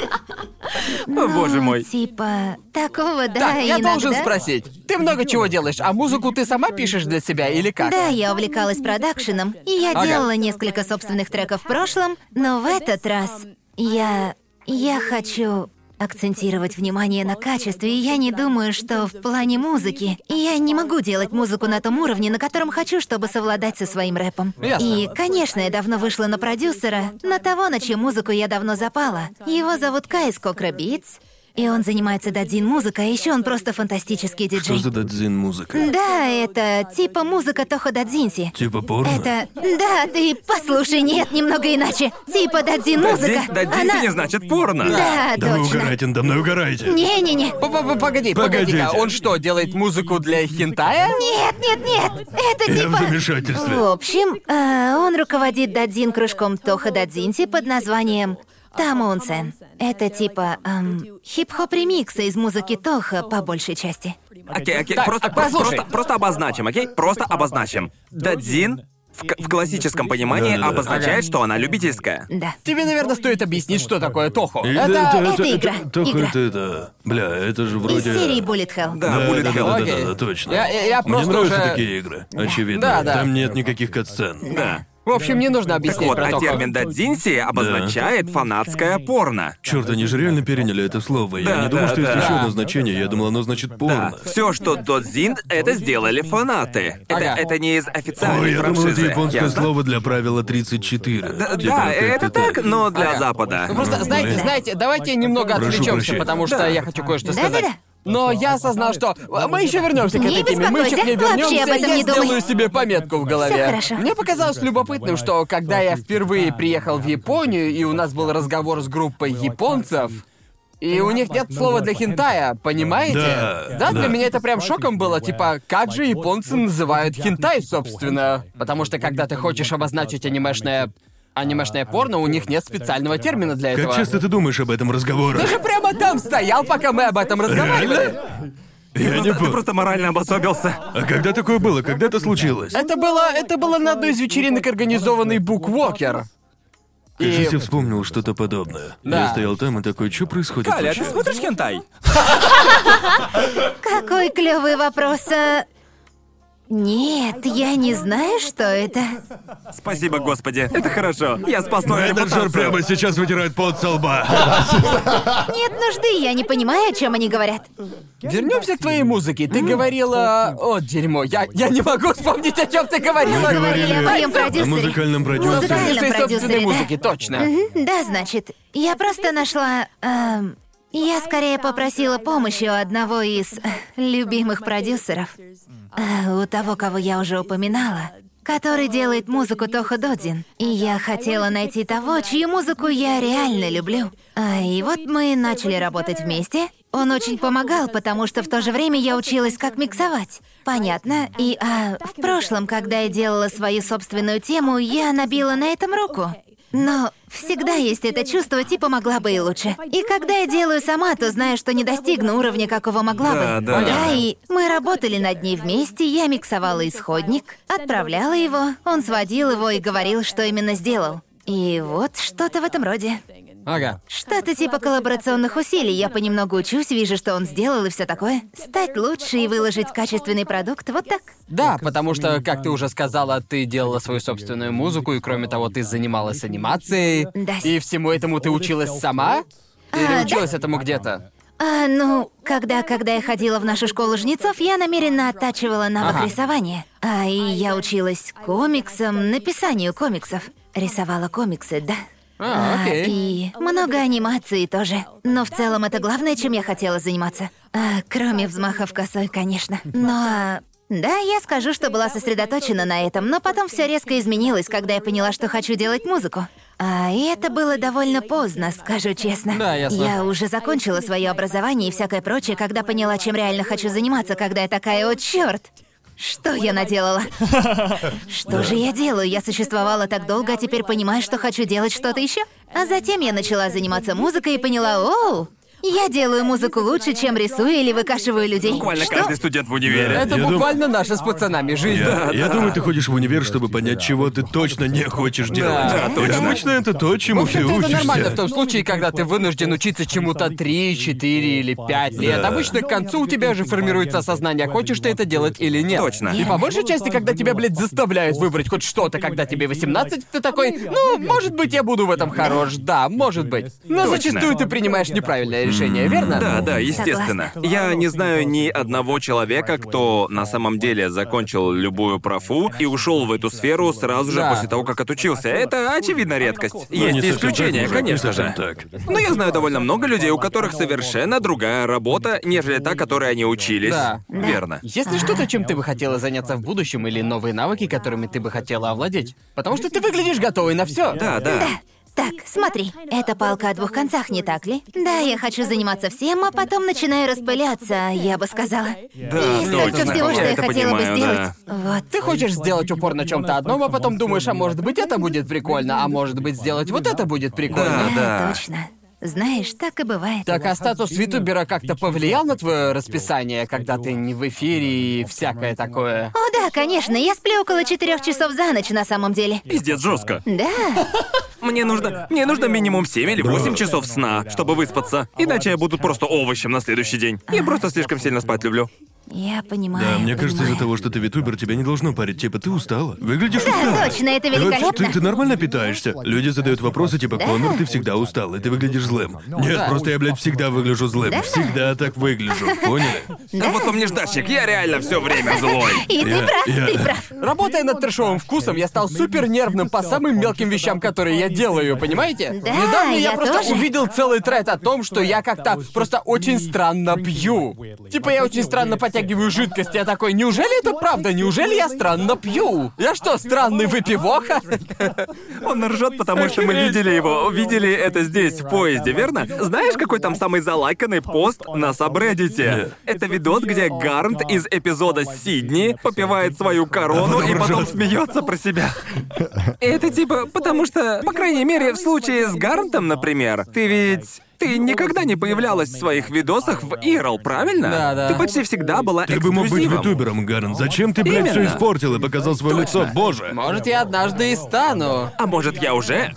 Speaker 2: О, боже мой.
Speaker 4: Типа, такого, да,
Speaker 1: Так, я
Speaker 4: иногда.
Speaker 1: должен спросить. Ты много чего делаешь, а музыку ты сама пишешь для себя или как?
Speaker 4: Да, я увлекалась продакшеном, и я
Speaker 1: Ага.
Speaker 4: делала несколько собственных треков в прошлом, но в этот раз я... Я хочу... акцентировать внимание на качестве, и я не думаю, что в плане музыки. Я не могу делать музыку на том уровне, на котором хочу, чтобы совладать со своим рэпом.
Speaker 1: Ясно.
Speaker 4: И, конечно, я давно вышла на продюсера, на того, на чью музыку я давно запала. Его зовут Кай из Кокра Битс, и он занимается дадзин музыкой, а еще он просто фантастический
Speaker 3: Что
Speaker 4: диджей.
Speaker 3: за дадзин музыка?
Speaker 4: Да, это типа музыка Тохо Дадзинси.
Speaker 3: Типа порно?
Speaker 4: Это... Да, ты послушай, нет, немного иначе. Типа дадзин музыка.
Speaker 2: Дадзинси, дадзинси
Speaker 4: Она...
Speaker 2: не значит порно.
Speaker 4: Да,
Speaker 3: Да ну, вы
Speaker 4: точно.
Speaker 3: угорайте надо мной, угорайте.
Speaker 4: Не-не-не.
Speaker 1: П-п-п- Погоди, погоди,
Speaker 3: Погодите.
Speaker 1: а он что, делает музыку для хентая?
Speaker 4: Нет, нет, нет. Это
Speaker 3: Я в
Speaker 4: типа... В
Speaker 3: замешательстве.
Speaker 4: общем, э, он руководит дадзин кружком Тоха Дадзинси под названием Тамоунсен. Это типа эм, хип-хоп ремикса из музыки Тоха по большей части.
Speaker 2: Окей, окей,
Speaker 1: Так,
Speaker 2: просто,
Speaker 1: а послушай.
Speaker 2: просто, просто обозначим, окей? Просто обозначим. Дадзин в, к- в классическом понимании
Speaker 3: Да-да-да.
Speaker 2: обозначает, что она любительская.
Speaker 4: Да.
Speaker 1: Тебе, наверное, стоит объяснить, что такое тохо.
Speaker 3: И
Speaker 1: Это...
Speaker 4: это игра.
Speaker 3: только
Speaker 4: Игра.
Speaker 3: это, это- Бля, это же
Speaker 4: Из
Speaker 3: вроде...
Speaker 4: серии Bullet Hell.
Speaker 2: Да,
Speaker 3: Да,
Speaker 2: Bullet
Speaker 3: да,
Speaker 2: Hell.
Speaker 3: да, да,
Speaker 1: Окей.
Speaker 3: да, да, точно.
Speaker 1: Я- я- я
Speaker 3: Мне
Speaker 1: просто
Speaker 3: нравятся
Speaker 1: уже-
Speaker 3: такие игры, очевидно.
Speaker 1: Да, да.
Speaker 3: Там нет никаких катсцен.
Speaker 2: Да.
Speaker 1: В общем, не нужно
Speaker 2: Так
Speaker 1: объяснять
Speaker 2: вот,
Speaker 1: про
Speaker 2: а
Speaker 1: тохо.
Speaker 2: термин дадзинси обозначает фанатское порно.
Speaker 3: Черт, они же реально переняли это слово. Я
Speaker 2: Да,
Speaker 3: не думал,
Speaker 2: да,
Speaker 3: что есть
Speaker 2: да.
Speaker 3: еще одно значение. Я думал, оно значит
Speaker 2: Да.
Speaker 3: порно.
Speaker 2: Все, что додзин, это сделали фанаты. Это,
Speaker 1: Ага.
Speaker 2: это не из
Speaker 3: Ой,
Speaker 2: официальной
Speaker 3: я думал,
Speaker 2: франшизы.
Speaker 3: это японское
Speaker 2: ясно?
Speaker 3: слово для правила 34.
Speaker 2: Да,
Speaker 3: Типа,
Speaker 2: да,
Speaker 3: как-то
Speaker 2: это так, но для Запада.
Speaker 1: Ну, Просто,
Speaker 3: Ну,
Speaker 1: знаете,
Speaker 3: блин.
Speaker 1: знаете, давайте немного
Speaker 3: Прошу
Speaker 1: отвлечемся,
Speaker 3: прощения.
Speaker 1: потому что
Speaker 2: Да.
Speaker 1: я хочу кое-что
Speaker 4: Да-да-да.
Speaker 1: сказать. Но я осознал, что мы еще вернемся к
Speaker 4: Не
Speaker 1: этой теме. Мы еще к ней
Speaker 4: беспокойся,
Speaker 1: вернемся,
Speaker 4: вообще об этом
Speaker 1: я
Speaker 4: не думай.
Speaker 1: сделаю себе пометку в голове.
Speaker 4: Всё хорошо.
Speaker 1: Мне показалось любопытным, что когда я впервые приехал в Японию, и у нас был разговор с группой японцев, и у них нет слова для хентая, понимаете?
Speaker 3: Да,
Speaker 1: для
Speaker 3: да.
Speaker 1: меня это прям шоком было, типа, как же японцы называют хентай, собственно? Потому что когда ты хочешь обозначить анимешное... анимешное порно, у них нет специального термина для этого.
Speaker 3: Как часто ты думаешь об этом разговоре?
Speaker 1: Ты же прямо там стоял, пока мы об этом разговаривали.
Speaker 3: Я
Speaker 2: Просто-
Speaker 3: не
Speaker 2: ты
Speaker 3: понял.
Speaker 2: просто морально обособился.
Speaker 3: А когда такое было? Когда это случилось?
Speaker 1: Это было, это было на одной из вечеринок, организованный Буквокер.
Speaker 3: Кажется, я вспомнил что-то подобное.
Speaker 1: Да.
Speaker 3: Я стоял там и такой, что происходит
Speaker 2: Аля, а ты
Speaker 3: вообще?»
Speaker 2: смотришь хентай?
Speaker 4: Какой клевый вопрос. а. Нет, я не знаю, что это.
Speaker 2: Спасибо, господи. Это хорошо. Я спас твою
Speaker 3: Менеджер
Speaker 2: репутацию.
Speaker 3: прямо сейчас вытирает пот со лба.
Speaker 4: Нет нужды, я не понимаю, о чем они говорят.
Speaker 1: Вернемся к твоей музыке. Ты говорила. О, дерьмо, я, я не могу вспомнить, о чем ты говорила.
Speaker 4: Мы говорили о моем
Speaker 3: О
Speaker 4: продюсере.
Speaker 3: музыкальном продюсере.
Speaker 4: Музыкальном.
Speaker 1: Своей собственной
Speaker 4: продюсере, да.
Speaker 1: музыки, точно.
Speaker 4: Мгм, Да, значит, я просто нашла... эм, я скорее попросила помощи у одного из э, любимых продюсеров. Э, у того, кого я уже упоминала. Который делает музыку Тохо Додзин. И я хотела найти того, чью музыку я реально люблю. А, и вот мы начали работать вместе. Он очень помогал, потому что в то же время я училась, как миксовать. Понятно. И а, в прошлом, когда я делала свою собственную тему, я набила на этом руку. Но всегда есть это чувство, типа могла бы и лучше. И когда я делаю сама, то знаю, что не достигну уровня, какого могла
Speaker 2: Да,
Speaker 4: бы.
Speaker 2: да.
Speaker 4: и мы работали над ней вместе, я миксовала исходник, отправляла его, он сводил его и говорил, что именно сделал. И вот что-то в этом роде.
Speaker 3: А,
Speaker 1: Ага.
Speaker 4: Что-то типа коллаборационных усилий. Я понемногу учусь, вижу, что он сделал и все такое. Стать лучше и выложить качественный продукт вот так.
Speaker 1: Да, потому что, как ты уже сказала, ты делала свою собственную музыку, и кроме того, ты занималась анимацией.
Speaker 4: Да.
Speaker 1: И всему этому ты училась сама? Или училась этому где-то?
Speaker 4: А, ну, когда, когда я ходила в нашу школу жнецов, я намеренно оттачивала навык
Speaker 1: Ага.
Speaker 4: рисования. А и я училась комиксам, написанию комиксов. Рисовала комиксы, да.
Speaker 1: А, окей.
Speaker 4: и много анимации тоже. Но в целом это главное, чем я хотела заниматься. А, кроме взмахов косой, конечно. Но... а, Да, я скажу, что была сосредоточена на этом, но потом все резко изменилось, когда я поняла, что хочу делать музыку. А и это было довольно поздно, скажу честно.
Speaker 1: Да, ясно.
Speaker 4: Я уже закончила свое образование и всякое прочее, когда поняла, чем реально хочу заниматься, когда я такая, о, черт! Что я наделала? Что же я делаю? Я существовала так долго, а теперь понимаю, что хочу делать что-то еще. А затем я начала заниматься музыкой и поняла, оу, я делаю музыку лучше, чем рисую или выкашиваю людей.
Speaker 2: Буквально
Speaker 4: Что?
Speaker 2: каждый студент в универе.
Speaker 1: Это
Speaker 3: Я дум-
Speaker 1: буквально наша с пацанами жизнь.
Speaker 3: Я, я думаю, ты ходишь в универ, чтобы понять, чего ты точно не хочешь делать.
Speaker 2: да,
Speaker 3: И
Speaker 2: точно.
Speaker 3: обычно это то, чему ты
Speaker 1: общем-то, это нормально в
Speaker 3: учишься.
Speaker 1: том случае, когда ты вынужден учиться чему-то 3, 4 или 5 лет.
Speaker 3: Да.
Speaker 1: Обычно к концу у тебя же формируется осознание, хочешь ты это делать или нет.
Speaker 2: Точно.
Speaker 1: И по большей части, когда тебя, блядь, заставляют выбрать хоть что-то, когда тебе 18, ты такой, ну, может быть, я буду в этом хорош, да, может быть. Но
Speaker 2: Точно.
Speaker 1: зачастую ты принимаешь неправильное решение, верно?
Speaker 2: Да, да, естественно.
Speaker 4: Согласна.
Speaker 2: Я не знаю ни одного человека, кто на самом деле закончил любую профу и ушел в эту сферу сразу же
Speaker 1: Да.
Speaker 2: после того, как отучился. Это очевидно редкость.
Speaker 3: Ну, не
Speaker 2: Есть
Speaker 3: совсем
Speaker 2: исключения,
Speaker 3: так, мужик, не
Speaker 2: конечно же.
Speaker 3: совсем так.
Speaker 2: Но я знаю довольно много людей, у которых совершенно другая работа, нежели та, которой они учились.
Speaker 1: Да.
Speaker 2: Верно.
Speaker 1: Есть ли что-то, чем ты бы хотела заняться в будущем, или новые навыки, которыми ты бы хотела овладеть? Потому что ты выглядишь готовой на все.
Speaker 2: Да, да.
Speaker 4: Так, смотри, это палка о двух концах, не так ли? Да, я хочу заниматься всем, а потом начинаю распыляться, я бы сказала.
Speaker 2: Да,
Speaker 4: Есть
Speaker 2: ну,
Speaker 4: столько
Speaker 2: это
Speaker 4: всего,
Speaker 2: знакомо.
Speaker 4: что я
Speaker 2: это
Speaker 4: хотела бы
Speaker 2: понимаю,
Speaker 4: сделать.
Speaker 2: да.
Speaker 4: Вот.
Speaker 1: Ты хочешь сделать упор на чем-то одном, а потом думаешь, а может быть это будет прикольно, а может быть сделать вот это будет прикольно.
Speaker 2: Да, А, да.
Speaker 4: Точно. Знаешь, так и бывает.
Speaker 1: Так, а статус ютубера как-то повлиял на твое расписание, когда ты не в эфире и всякое такое?
Speaker 4: О, да, конечно, я сплю около четырех часов за ночь на самом деле.
Speaker 2: Пиздец жестко.
Speaker 4: Да,
Speaker 2: Мне нужно, мне нужно минимум 7 или 8 часов сна, чтобы выспаться. Иначе я буду просто овощем на следующий день. Я просто слишком сильно спать люблю.
Speaker 4: я понимаю.
Speaker 3: Да, мне
Speaker 4: понимаю.
Speaker 3: кажется, из-за того, что ты витубер, тебя не должно парить. Типа, ты устала. Выглядишь
Speaker 4: Да,
Speaker 3: устала.
Speaker 4: точно, это
Speaker 3: Ты вообще-
Speaker 4: великолепно.
Speaker 3: Ты, ты нормально питаешься? Люди задают вопросы типа, Конор, ты всегда устал, и ты выглядишь злым. Нет, просто я, блядь, всегда выгляжу злым. Всегда так выгляжу, поняли?
Speaker 2: А вот вам неждачник, я реально все время злой.
Speaker 4: И ты
Speaker 3: Я-
Speaker 4: прав,
Speaker 3: я-
Speaker 4: ты прав.
Speaker 1: Работая над трешовым вкусом, я стал супер нервным по самым мелким вещам, которые я делаю, понимаете?
Speaker 4: Да,
Speaker 1: Недавно я,
Speaker 4: я
Speaker 1: просто
Speaker 4: тоже.
Speaker 1: увидел целый тред о том, что я как-то просто очень странно пью. Типа я очень странно подтягиваю жидкость, я такой, неужели это правда? Неужели я странно пью? Я что, странный выпивоха?
Speaker 2: Он ржет, потому что мы видели его, видели это здесь, в поезде, верно? Знаешь, какой там самый залайканный пост на сабреддите? Это видос, где Гарнт из эпизода Сидни попивает свою корону и потом смеется про себя. И Это типа, потому что, по крайней мере, в случае с Гарнтом, например, ты ведь... Ты никогда не появлялась в своих видосах в Ирл, правильно?
Speaker 1: Да, да.
Speaker 2: Ты почти всегда была
Speaker 3: Ты бы мог быть
Speaker 2: эксклюзивом.
Speaker 3: витубером, Гарн. Зачем ты, блядь, все
Speaker 2: Именно.
Speaker 3: испортил и показал свое лицо? Боже!
Speaker 1: Может, я однажды и стану.
Speaker 2: А может, я уже?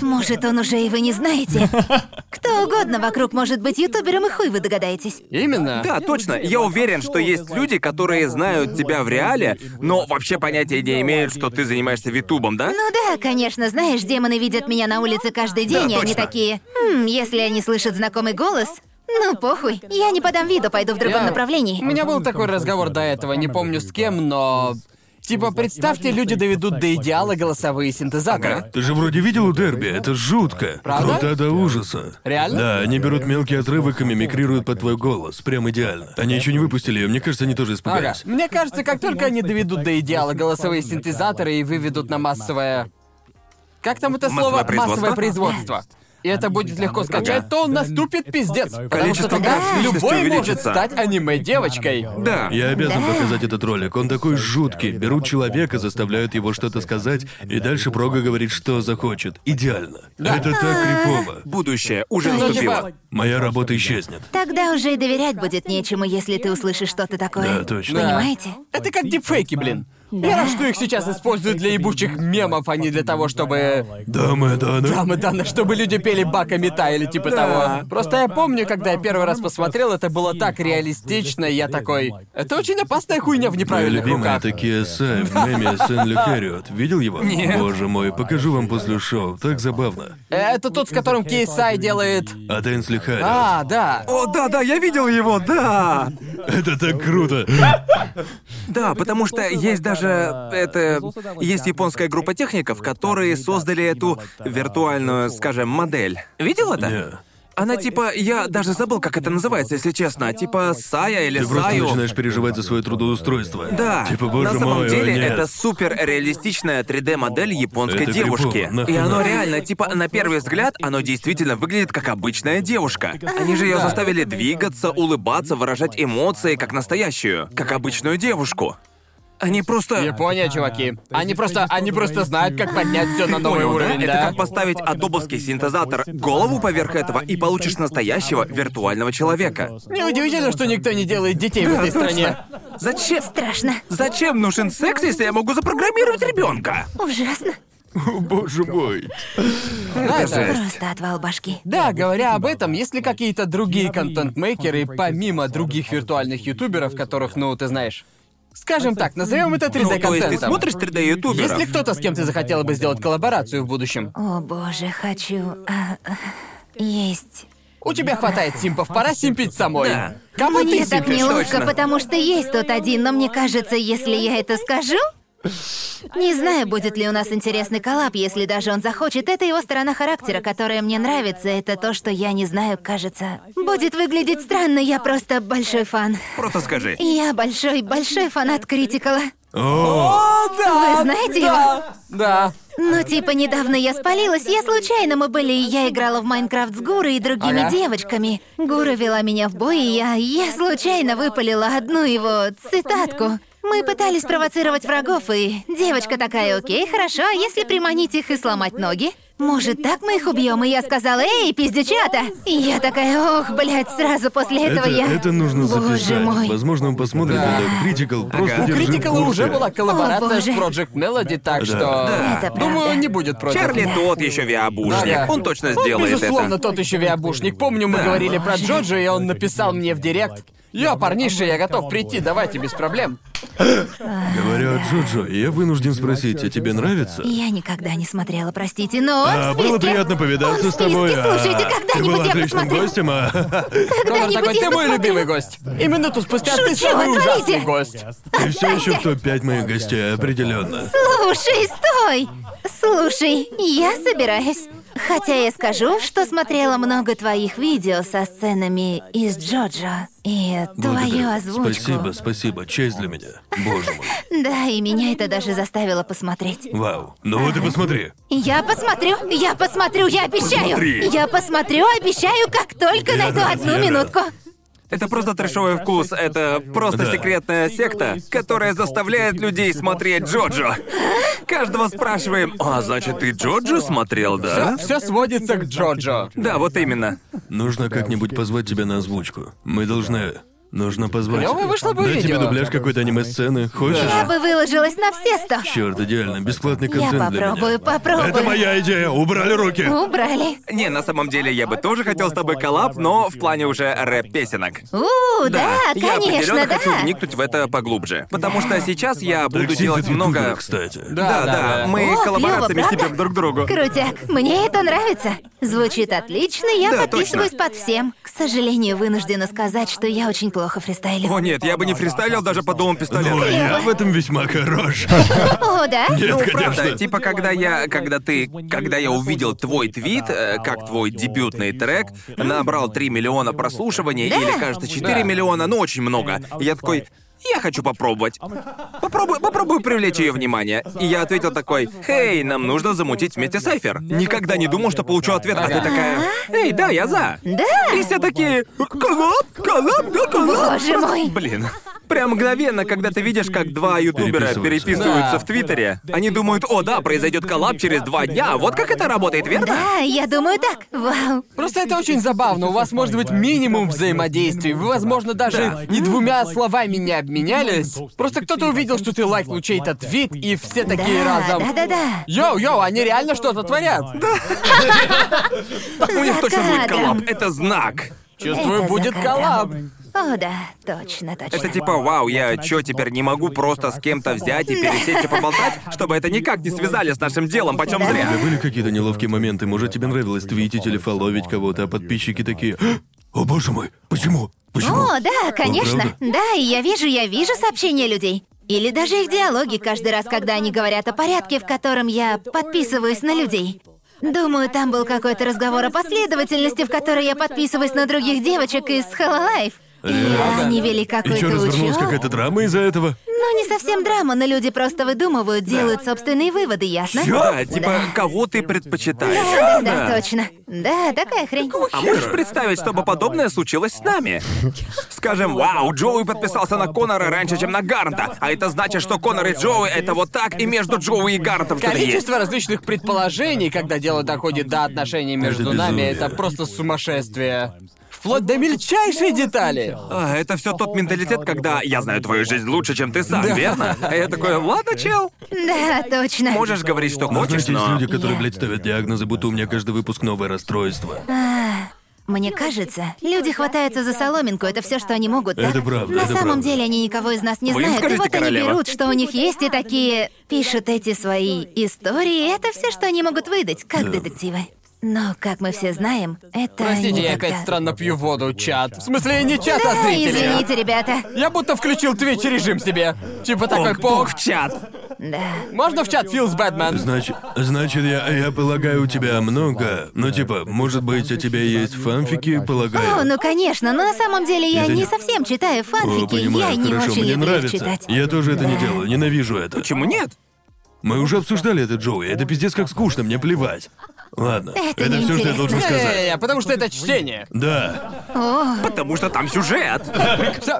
Speaker 4: Может, он уже и вы не знаете. Кто угодно вокруг может быть ютубером, и хуй вы догадаетесь.
Speaker 1: Именно.
Speaker 2: Да, точно. Я уверен, что есть люди, которые знают тебя в реале, но вообще понятия не имеют, что ты занимаешься витубом, да?
Speaker 4: Ну да, конечно, знаешь, демоны видят меня на улице каждый день, и они
Speaker 2: точно.
Speaker 4: такие. «Хм, если они слышат знакомый голос, ну похуй, я не подам виду, пойду в другом
Speaker 1: Я-
Speaker 4: направлении.
Speaker 1: У меня был такой разговор до этого, не помню с кем, но... Типа, представьте, люди доведут до идеала голосовые синтезаторы.
Speaker 3: Ты же вроде видел у Дерби, это жутко.
Speaker 1: Правда?
Speaker 3: Круто до ужаса.
Speaker 1: Реально?
Speaker 3: Да, они берут мелкие отрывы и мимикрируют под твой голос. Прям идеально. Они еще не выпустили ее, мне кажется, они тоже
Speaker 1: Ага.
Speaker 3: испугались.
Speaker 1: Мне кажется, как только они доведут до идеала голосовые синтезаторы и выведут на массовое... Как там это слово?
Speaker 2: Массовое производство?
Speaker 1: Массовое производство. И это будет легко скачать, то наступит пиздец. Потому что
Speaker 2: Количество
Speaker 1: тогда
Speaker 2: граф личности
Speaker 1: любой может
Speaker 2: увеличится.
Speaker 1: стать аниме-девочкой.
Speaker 2: Да.
Speaker 3: Я обязан
Speaker 4: Да.
Speaker 3: показать этот ролик. Он такой жуткий. Берут человека, заставляют его что-то сказать, и дальше Прога говорит, что захочет. Идеально. Это так крипово.
Speaker 2: Будущее уже
Speaker 1: Ну,
Speaker 2: наступило.
Speaker 1: типа,
Speaker 3: Моя работа исчезнет.
Speaker 4: Тогда уже и доверять будет нечему, если ты услышишь что-то такое.
Speaker 3: Да, точно.
Speaker 4: Понимаете?
Speaker 1: это как дипфейки, блин. Я рад, что их сейчас используют для ебучих мемов, а не для того, чтобы...
Speaker 3: Дамы, да, да.
Speaker 1: Дамы, Дана, чтобы люди пели Бака Мета или типа того. Просто я помню, когда я первый раз посмотрел, это было так реалистично, я такой... Это очень опасная хуйня в
Speaker 3: Моя
Speaker 1: неправильных
Speaker 3: любимая
Speaker 1: руках.
Speaker 3: это KSI в меме Сен Херриот. Видел его? Боже мой, покажу вам после шоу. Так забавно.
Speaker 1: Это тот, с которым Кейсай делает...
Speaker 3: А Дэнсли Харриот.
Speaker 1: А, да.
Speaker 2: О, да, да, я видел его, да.
Speaker 3: Это так круто!
Speaker 2: Да, потому что есть даже это есть японская группа техников, которые создали эту виртуальную, скажем, модель. Видел это?
Speaker 3: Не.
Speaker 2: Она типа, я даже забыл, как это называется, если честно, типа Сая или
Speaker 3: Ты просто
Speaker 2: Саю.
Speaker 3: начинаешь переживать за свое трудоустройство.
Speaker 2: Да.
Speaker 3: Типа, боже
Speaker 2: на самом
Speaker 3: мой, о,
Speaker 2: деле
Speaker 3: нет.
Speaker 2: это супер реалистичная 3D-модель японской
Speaker 3: Это
Speaker 2: девушки.
Speaker 3: крипово, нахуй
Speaker 2: и оно
Speaker 3: надо?
Speaker 2: реально, типа, на первый взгляд, оно действительно выглядит как обычная девушка. Они же ее заставили двигаться, улыбаться, выражать эмоции как настоящую, как обычную девушку. Они просто.
Speaker 1: Япония, чуваки. Они просто, они просто знают, как поднять все на новый
Speaker 2: Понял, да?
Speaker 1: уровень,
Speaker 2: Это
Speaker 1: да?
Speaker 2: как поставить адобовский синтезатор голову поверх этого, и получишь настоящего виртуального человека.
Speaker 1: Неудивительно, что никто не делает детей в этой стране.
Speaker 2: Зачем?
Speaker 4: Страшно.
Speaker 2: Зачем нужен секс, если я могу запрограммировать ребенка?
Speaker 4: Ужасно.
Speaker 3: О, боже мой.
Speaker 1: Да, это-
Speaker 2: жесть.
Speaker 4: Просто отвал башки.
Speaker 1: Да, говоря об этом, есть ли какие-то другие контент-мейкеры, помимо других виртуальных ютуберов, которых, ну, ты знаешь? Скажем так, назовем это
Speaker 2: Ну, то есть ты
Speaker 1: 3D-контентом.
Speaker 2: смотришь 3D-ютуберов?
Speaker 1: Есть ли кто-то, с кем ты захотела бы сделать коллаборацию в будущем?
Speaker 4: О боже, хочу. а, а, есть.
Speaker 1: У тебя хватает симпов, пора симпить самой.
Speaker 2: Да.
Speaker 1: Кого ты
Speaker 4: Мне Ну, так
Speaker 1: симпишь?
Speaker 4: неловко,
Speaker 2: точно.
Speaker 4: потому что есть тот один, но мне кажется, если я это скажу... Не знаю, будет ли у нас интересный коллаб, если даже он захочет. Это его сторона характера, которая мне нравится. Это то, что я не знаю, кажется. Будет выглядеть странно, я просто большой фан.
Speaker 2: Просто скажи.
Speaker 4: Я большой, большой фанат Критикала.
Speaker 3: О,
Speaker 1: О, да!
Speaker 4: Вы знаете
Speaker 1: да, Да.
Speaker 4: Ну, типа, недавно я спалилась, я случайно мы были, и я играла в Майнкрафт с Гурой и другими
Speaker 1: Ага.
Speaker 4: девочками. Гура вела меня в бой, и я, я случайно выпалила одну его цитатку. Мы пытались провоцировать врагов, и девочка такая, окей, хорошо, а если приманить их и сломать ноги? Может, так мы их убьем? И я сказала, эй, пиздючата! И я такая, ох, блядь, сразу после этого
Speaker 3: это,
Speaker 4: я...
Speaker 3: это нужно
Speaker 4: Боже
Speaker 3: записать.
Speaker 4: мой.
Speaker 3: Возможно, он посмотрит
Speaker 1: Да.
Speaker 3: это. Критикал, просто
Speaker 2: У
Speaker 1: У
Speaker 3: держи в
Speaker 1: Критикала уже
Speaker 3: курсе.
Speaker 1: была коллаборация
Speaker 4: О,
Speaker 1: с
Speaker 4: боже.
Speaker 1: Project Melody, так что...
Speaker 2: Да.
Speaker 4: Это
Speaker 1: Думаю,
Speaker 4: правда.
Speaker 1: не будет против.
Speaker 2: Чарли тот еще виабушник.
Speaker 1: Да-да.
Speaker 2: Он точно
Speaker 1: Он,
Speaker 2: сделает
Speaker 1: безусловно,
Speaker 2: это.
Speaker 1: тот еще виабушник. Помню, мы
Speaker 2: Да.
Speaker 1: говорили про Джоджо, и он написал мне в директ. Йо, парниша, я готов прийти, давайте без проблем.
Speaker 3: Говорю о Джоджо, я вынужден спросить, а тебе нравится?
Speaker 4: Я никогда не смотрела, простите, но он
Speaker 3: А,
Speaker 4: в списке.
Speaker 3: было приятно
Speaker 4: Он
Speaker 3: повидаться
Speaker 4: в
Speaker 3: с тобой.
Speaker 4: списке. Слушайте,
Speaker 3: а, Ты
Speaker 4: когда-нибудь
Speaker 3: был
Speaker 4: я
Speaker 3: отличным
Speaker 4: посмотрю.
Speaker 3: гостем, а
Speaker 1: Конор
Speaker 4: Когда-нибудь
Speaker 1: такой,
Speaker 4: я
Speaker 1: ты мой
Speaker 4: посмотрю».
Speaker 1: любимый гость. И минуту спустя ты
Speaker 4: Шучу,
Speaker 1: самый
Speaker 4: отвалите.
Speaker 1: ужасный гость.
Speaker 3: ты все еще в топ-5 моих гостей, определенно.
Speaker 4: Слушай, стой! Слушай, я собираюсь. Хотя я скажу, что смотрела много твоих видео со сценами из Джоджо. И твою
Speaker 3: Благодарю.
Speaker 4: озвучку.
Speaker 3: Спасибо, спасибо, честь для меня. Боже мой.
Speaker 4: Да, и меня это даже заставило посмотреть.
Speaker 3: Вау. Ну вот и посмотри.
Speaker 4: Я посмотрю, я посмотрю, я обещаю!
Speaker 2: Посмотри.
Speaker 4: Я посмотрю, обещаю, как только
Speaker 3: Я
Speaker 4: найду
Speaker 3: рад,
Speaker 4: одну
Speaker 3: я рад.
Speaker 4: минутку.
Speaker 2: Это просто трешовый вкус. Это просто
Speaker 3: Да.
Speaker 2: секретная секта, которая заставляет людей смотреть Джоджо. Каждого спрашиваем, а значит ты Джоджо смотрел, да?
Speaker 1: Все Э, сводится к Джоджо.
Speaker 2: Да, вот именно.
Speaker 3: Нужно как-нибудь позвать тебя на озвучку. Мы должны... Нужно позвать.
Speaker 1: Клёво вышло бы
Speaker 3: Дать тебе
Speaker 1: видео.
Speaker 3: дубляж какой-то аниме-сцены. Хочешь?
Speaker 4: Я бы выложилась на все сто.
Speaker 3: Черт, идеально. Бесплатный
Speaker 4: Я
Speaker 3: контент для меня.
Speaker 4: попробую, попробую.
Speaker 3: Это моя идея. Убрали руки.
Speaker 4: Убрали.
Speaker 2: Не, на самом деле я бы тоже хотел с тобой коллаб, но в плане уже рэп-песенок.
Speaker 4: У, да,
Speaker 2: я
Speaker 4: конечно,
Speaker 2: определенно
Speaker 4: да.
Speaker 2: хочу вникнуть в это поглубже. Потому что сейчас я буду
Speaker 3: Такси
Speaker 2: делать
Speaker 3: ты
Speaker 2: много.
Speaker 3: ютубер, кстати.
Speaker 2: Да,
Speaker 1: Да, да,
Speaker 2: да,
Speaker 1: да.
Speaker 2: мы
Speaker 4: О,
Speaker 2: коллаборациями
Speaker 4: клёво,
Speaker 2: стебем
Speaker 4: правда?
Speaker 2: друг другу.
Speaker 4: Крутяк, мне это нравится. Звучит отлично, я
Speaker 2: Да,
Speaker 4: подписываюсь под всем. К сожалению, вынуждена сказать, что я очень плохо фристайлю.
Speaker 2: О нет, я бы не фристайлил даже под дулом пистолета.
Speaker 3: Ну, а я в этом весьма хорош.
Speaker 4: О, да?
Speaker 3: Нет,
Speaker 2: Ну, правда,
Speaker 3: конечно.
Speaker 2: типа, когда я, когда ты, когда я увидел твой твит, э, как твой дебютный трек, набрал 3 миллиона прослушиваний,
Speaker 4: Да.
Speaker 2: или, кажется, 4
Speaker 1: Да.
Speaker 2: миллиона, ну, очень много. Я такой, я хочу попробовать. Попробую, попробую привлечь ее внимание. И я ответил такой, «Хей, нам нужно замутить вместе сайфер». Никогда не думал, что получу ответ, а ты такая, «Эй, да, я за».
Speaker 4: Да?
Speaker 2: И все такие, «Коллаб, коллаб, да, коллаб».
Speaker 4: Боже мой.
Speaker 2: Блин. Прям мгновенно, когда ты видишь, как два ютубера
Speaker 3: Переписываются.
Speaker 2: переписываются
Speaker 1: Да.
Speaker 2: в Твиттере, они думают, о да, произойдет коллаб через два дня, вот как это работает, верно?
Speaker 4: Да, А, я думаю так. Вау.
Speaker 1: Просто это очень забавно. У вас может быть минимум взаимодействий. Вы, возможно, даже и двумя словами не обменялись. Просто кто-то увидел, что ты лайкнул чей-то твит, и все такие
Speaker 4: Да,
Speaker 1: разом.
Speaker 4: да, да, да.
Speaker 1: Йоу-йоу, они реально что-то творят.
Speaker 2: У них точно будет
Speaker 4: кадром.
Speaker 2: коллаб, это знак.
Speaker 1: Чувствую,
Speaker 4: Это
Speaker 1: будет
Speaker 4: за
Speaker 1: коллаб.
Speaker 4: О, да, точно, точно.
Speaker 2: Это типа, вау, я чё, теперь не могу просто с кем-то взять и пересечь и поболтать, чтобы это никак не связали с нашим делом, почем
Speaker 3: У тебя
Speaker 2: зря.
Speaker 3: были какие-то неловкие моменты? Может, тебе нравилось твитить или фоловить кого-то, а подписчики такие... «А, О боже мой, почему? Почему?
Speaker 4: О, да, конечно.
Speaker 3: правда?
Speaker 4: Да, и я вижу, я вижу сообщения людей. Или даже их диалоги каждый раз, когда они говорят о порядке, в котором я подписываюсь на людей. Думаю, там был какой-то разговор о последовательности, в которой я подписываюсь на других девочек из Hello Life. И
Speaker 3: Реально?
Speaker 4: они вели
Speaker 3: И
Speaker 4: какой-то
Speaker 3: что, развернулась
Speaker 4: учёт.
Speaker 3: какая-то драма из-за этого?
Speaker 4: Ну, не совсем драма, но люди просто выдумывают, делают собственные выводы, ясно?
Speaker 2: Да, типа, кого ты предпочитаешь?
Speaker 4: Да, да, да, точно. Да, такая хрень.
Speaker 2: А можешь представить, чтобы подобное случилось с нами? Скажем, вау, Джоуи подписался на Конора раньше, чем на Гарнта. А это значит, что Конор и Джоуи — это вот так, и между Джоуи и Гарнтом что-то есть.
Speaker 1: Количество различных предположений, когда дело доходит до отношений между
Speaker 3: Это
Speaker 1: нами,
Speaker 3: безумие.
Speaker 1: это просто сумасшествие. Вплоть до мельчайшей детали.
Speaker 2: А, это все тот менталитет, когда я знаю твою жизнь лучше, чем ты сам, верно? А я такой, ладно, чел,
Speaker 4: Да, точно.
Speaker 2: можешь говорить, что
Speaker 3: Ну,
Speaker 2: хочешь,
Speaker 3: знаете, есть
Speaker 2: но...
Speaker 3: люди, которые, блядь, ставят диагнозы, будто у меня каждый выпуск новое расстройство.
Speaker 4: Мне кажется, люди хватаются за соломинку, это все, что они могут, так?
Speaker 3: Это правда,
Speaker 4: На
Speaker 3: это
Speaker 4: самом
Speaker 3: правда.
Speaker 4: деле они никого из нас не
Speaker 2: Вы им
Speaker 4: знают, и
Speaker 2: скажите,
Speaker 4: вот
Speaker 2: королева.
Speaker 4: они берут, что у них есть, и такие пишут эти свои истории, и это все, что они могут выдать, как детективы. Но, как мы все знаем, это
Speaker 1: Простите, я
Speaker 4: никогда-
Speaker 1: опять странно пью воду, чат. В смысле, не чат, а
Speaker 4: Да,
Speaker 1: зрители.
Speaker 4: извините, ребята.
Speaker 1: Я будто включил Twitch режим себе. Типа такой пох.
Speaker 2: чат.
Speaker 4: Да.
Speaker 1: Можно в чат, Филс Бэтмен?
Speaker 3: Значит, значит, я, я полагаю, у тебя много. Ну, типа, может быть, у тебя есть фанфики,
Speaker 4: О,
Speaker 3: полагаю.
Speaker 4: ну конечно, но на самом деле я
Speaker 3: Это
Speaker 4: не
Speaker 3: не-
Speaker 4: совсем читаю
Speaker 3: О,
Speaker 4: фанфики, я
Speaker 3: понимаю,
Speaker 4: не
Speaker 3: хорошо,
Speaker 4: очень
Speaker 3: мне
Speaker 4: люблю их
Speaker 3: нравится.
Speaker 4: читать.
Speaker 3: Я тоже это не делаю, ненавижу это.
Speaker 2: Почему нет?
Speaker 3: Мы уже обсуждали это, Джоуи. Это пиздец как скучно, мне плевать. Ладно,
Speaker 4: Это
Speaker 3: это, все, что
Speaker 4: неинтересно.
Speaker 3: я должен сказать.
Speaker 2: Э,
Speaker 1: Не-не-не, Э, потому что это чтение.
Speaker 3: Да.
Speaker 2: Потому что там сюжет.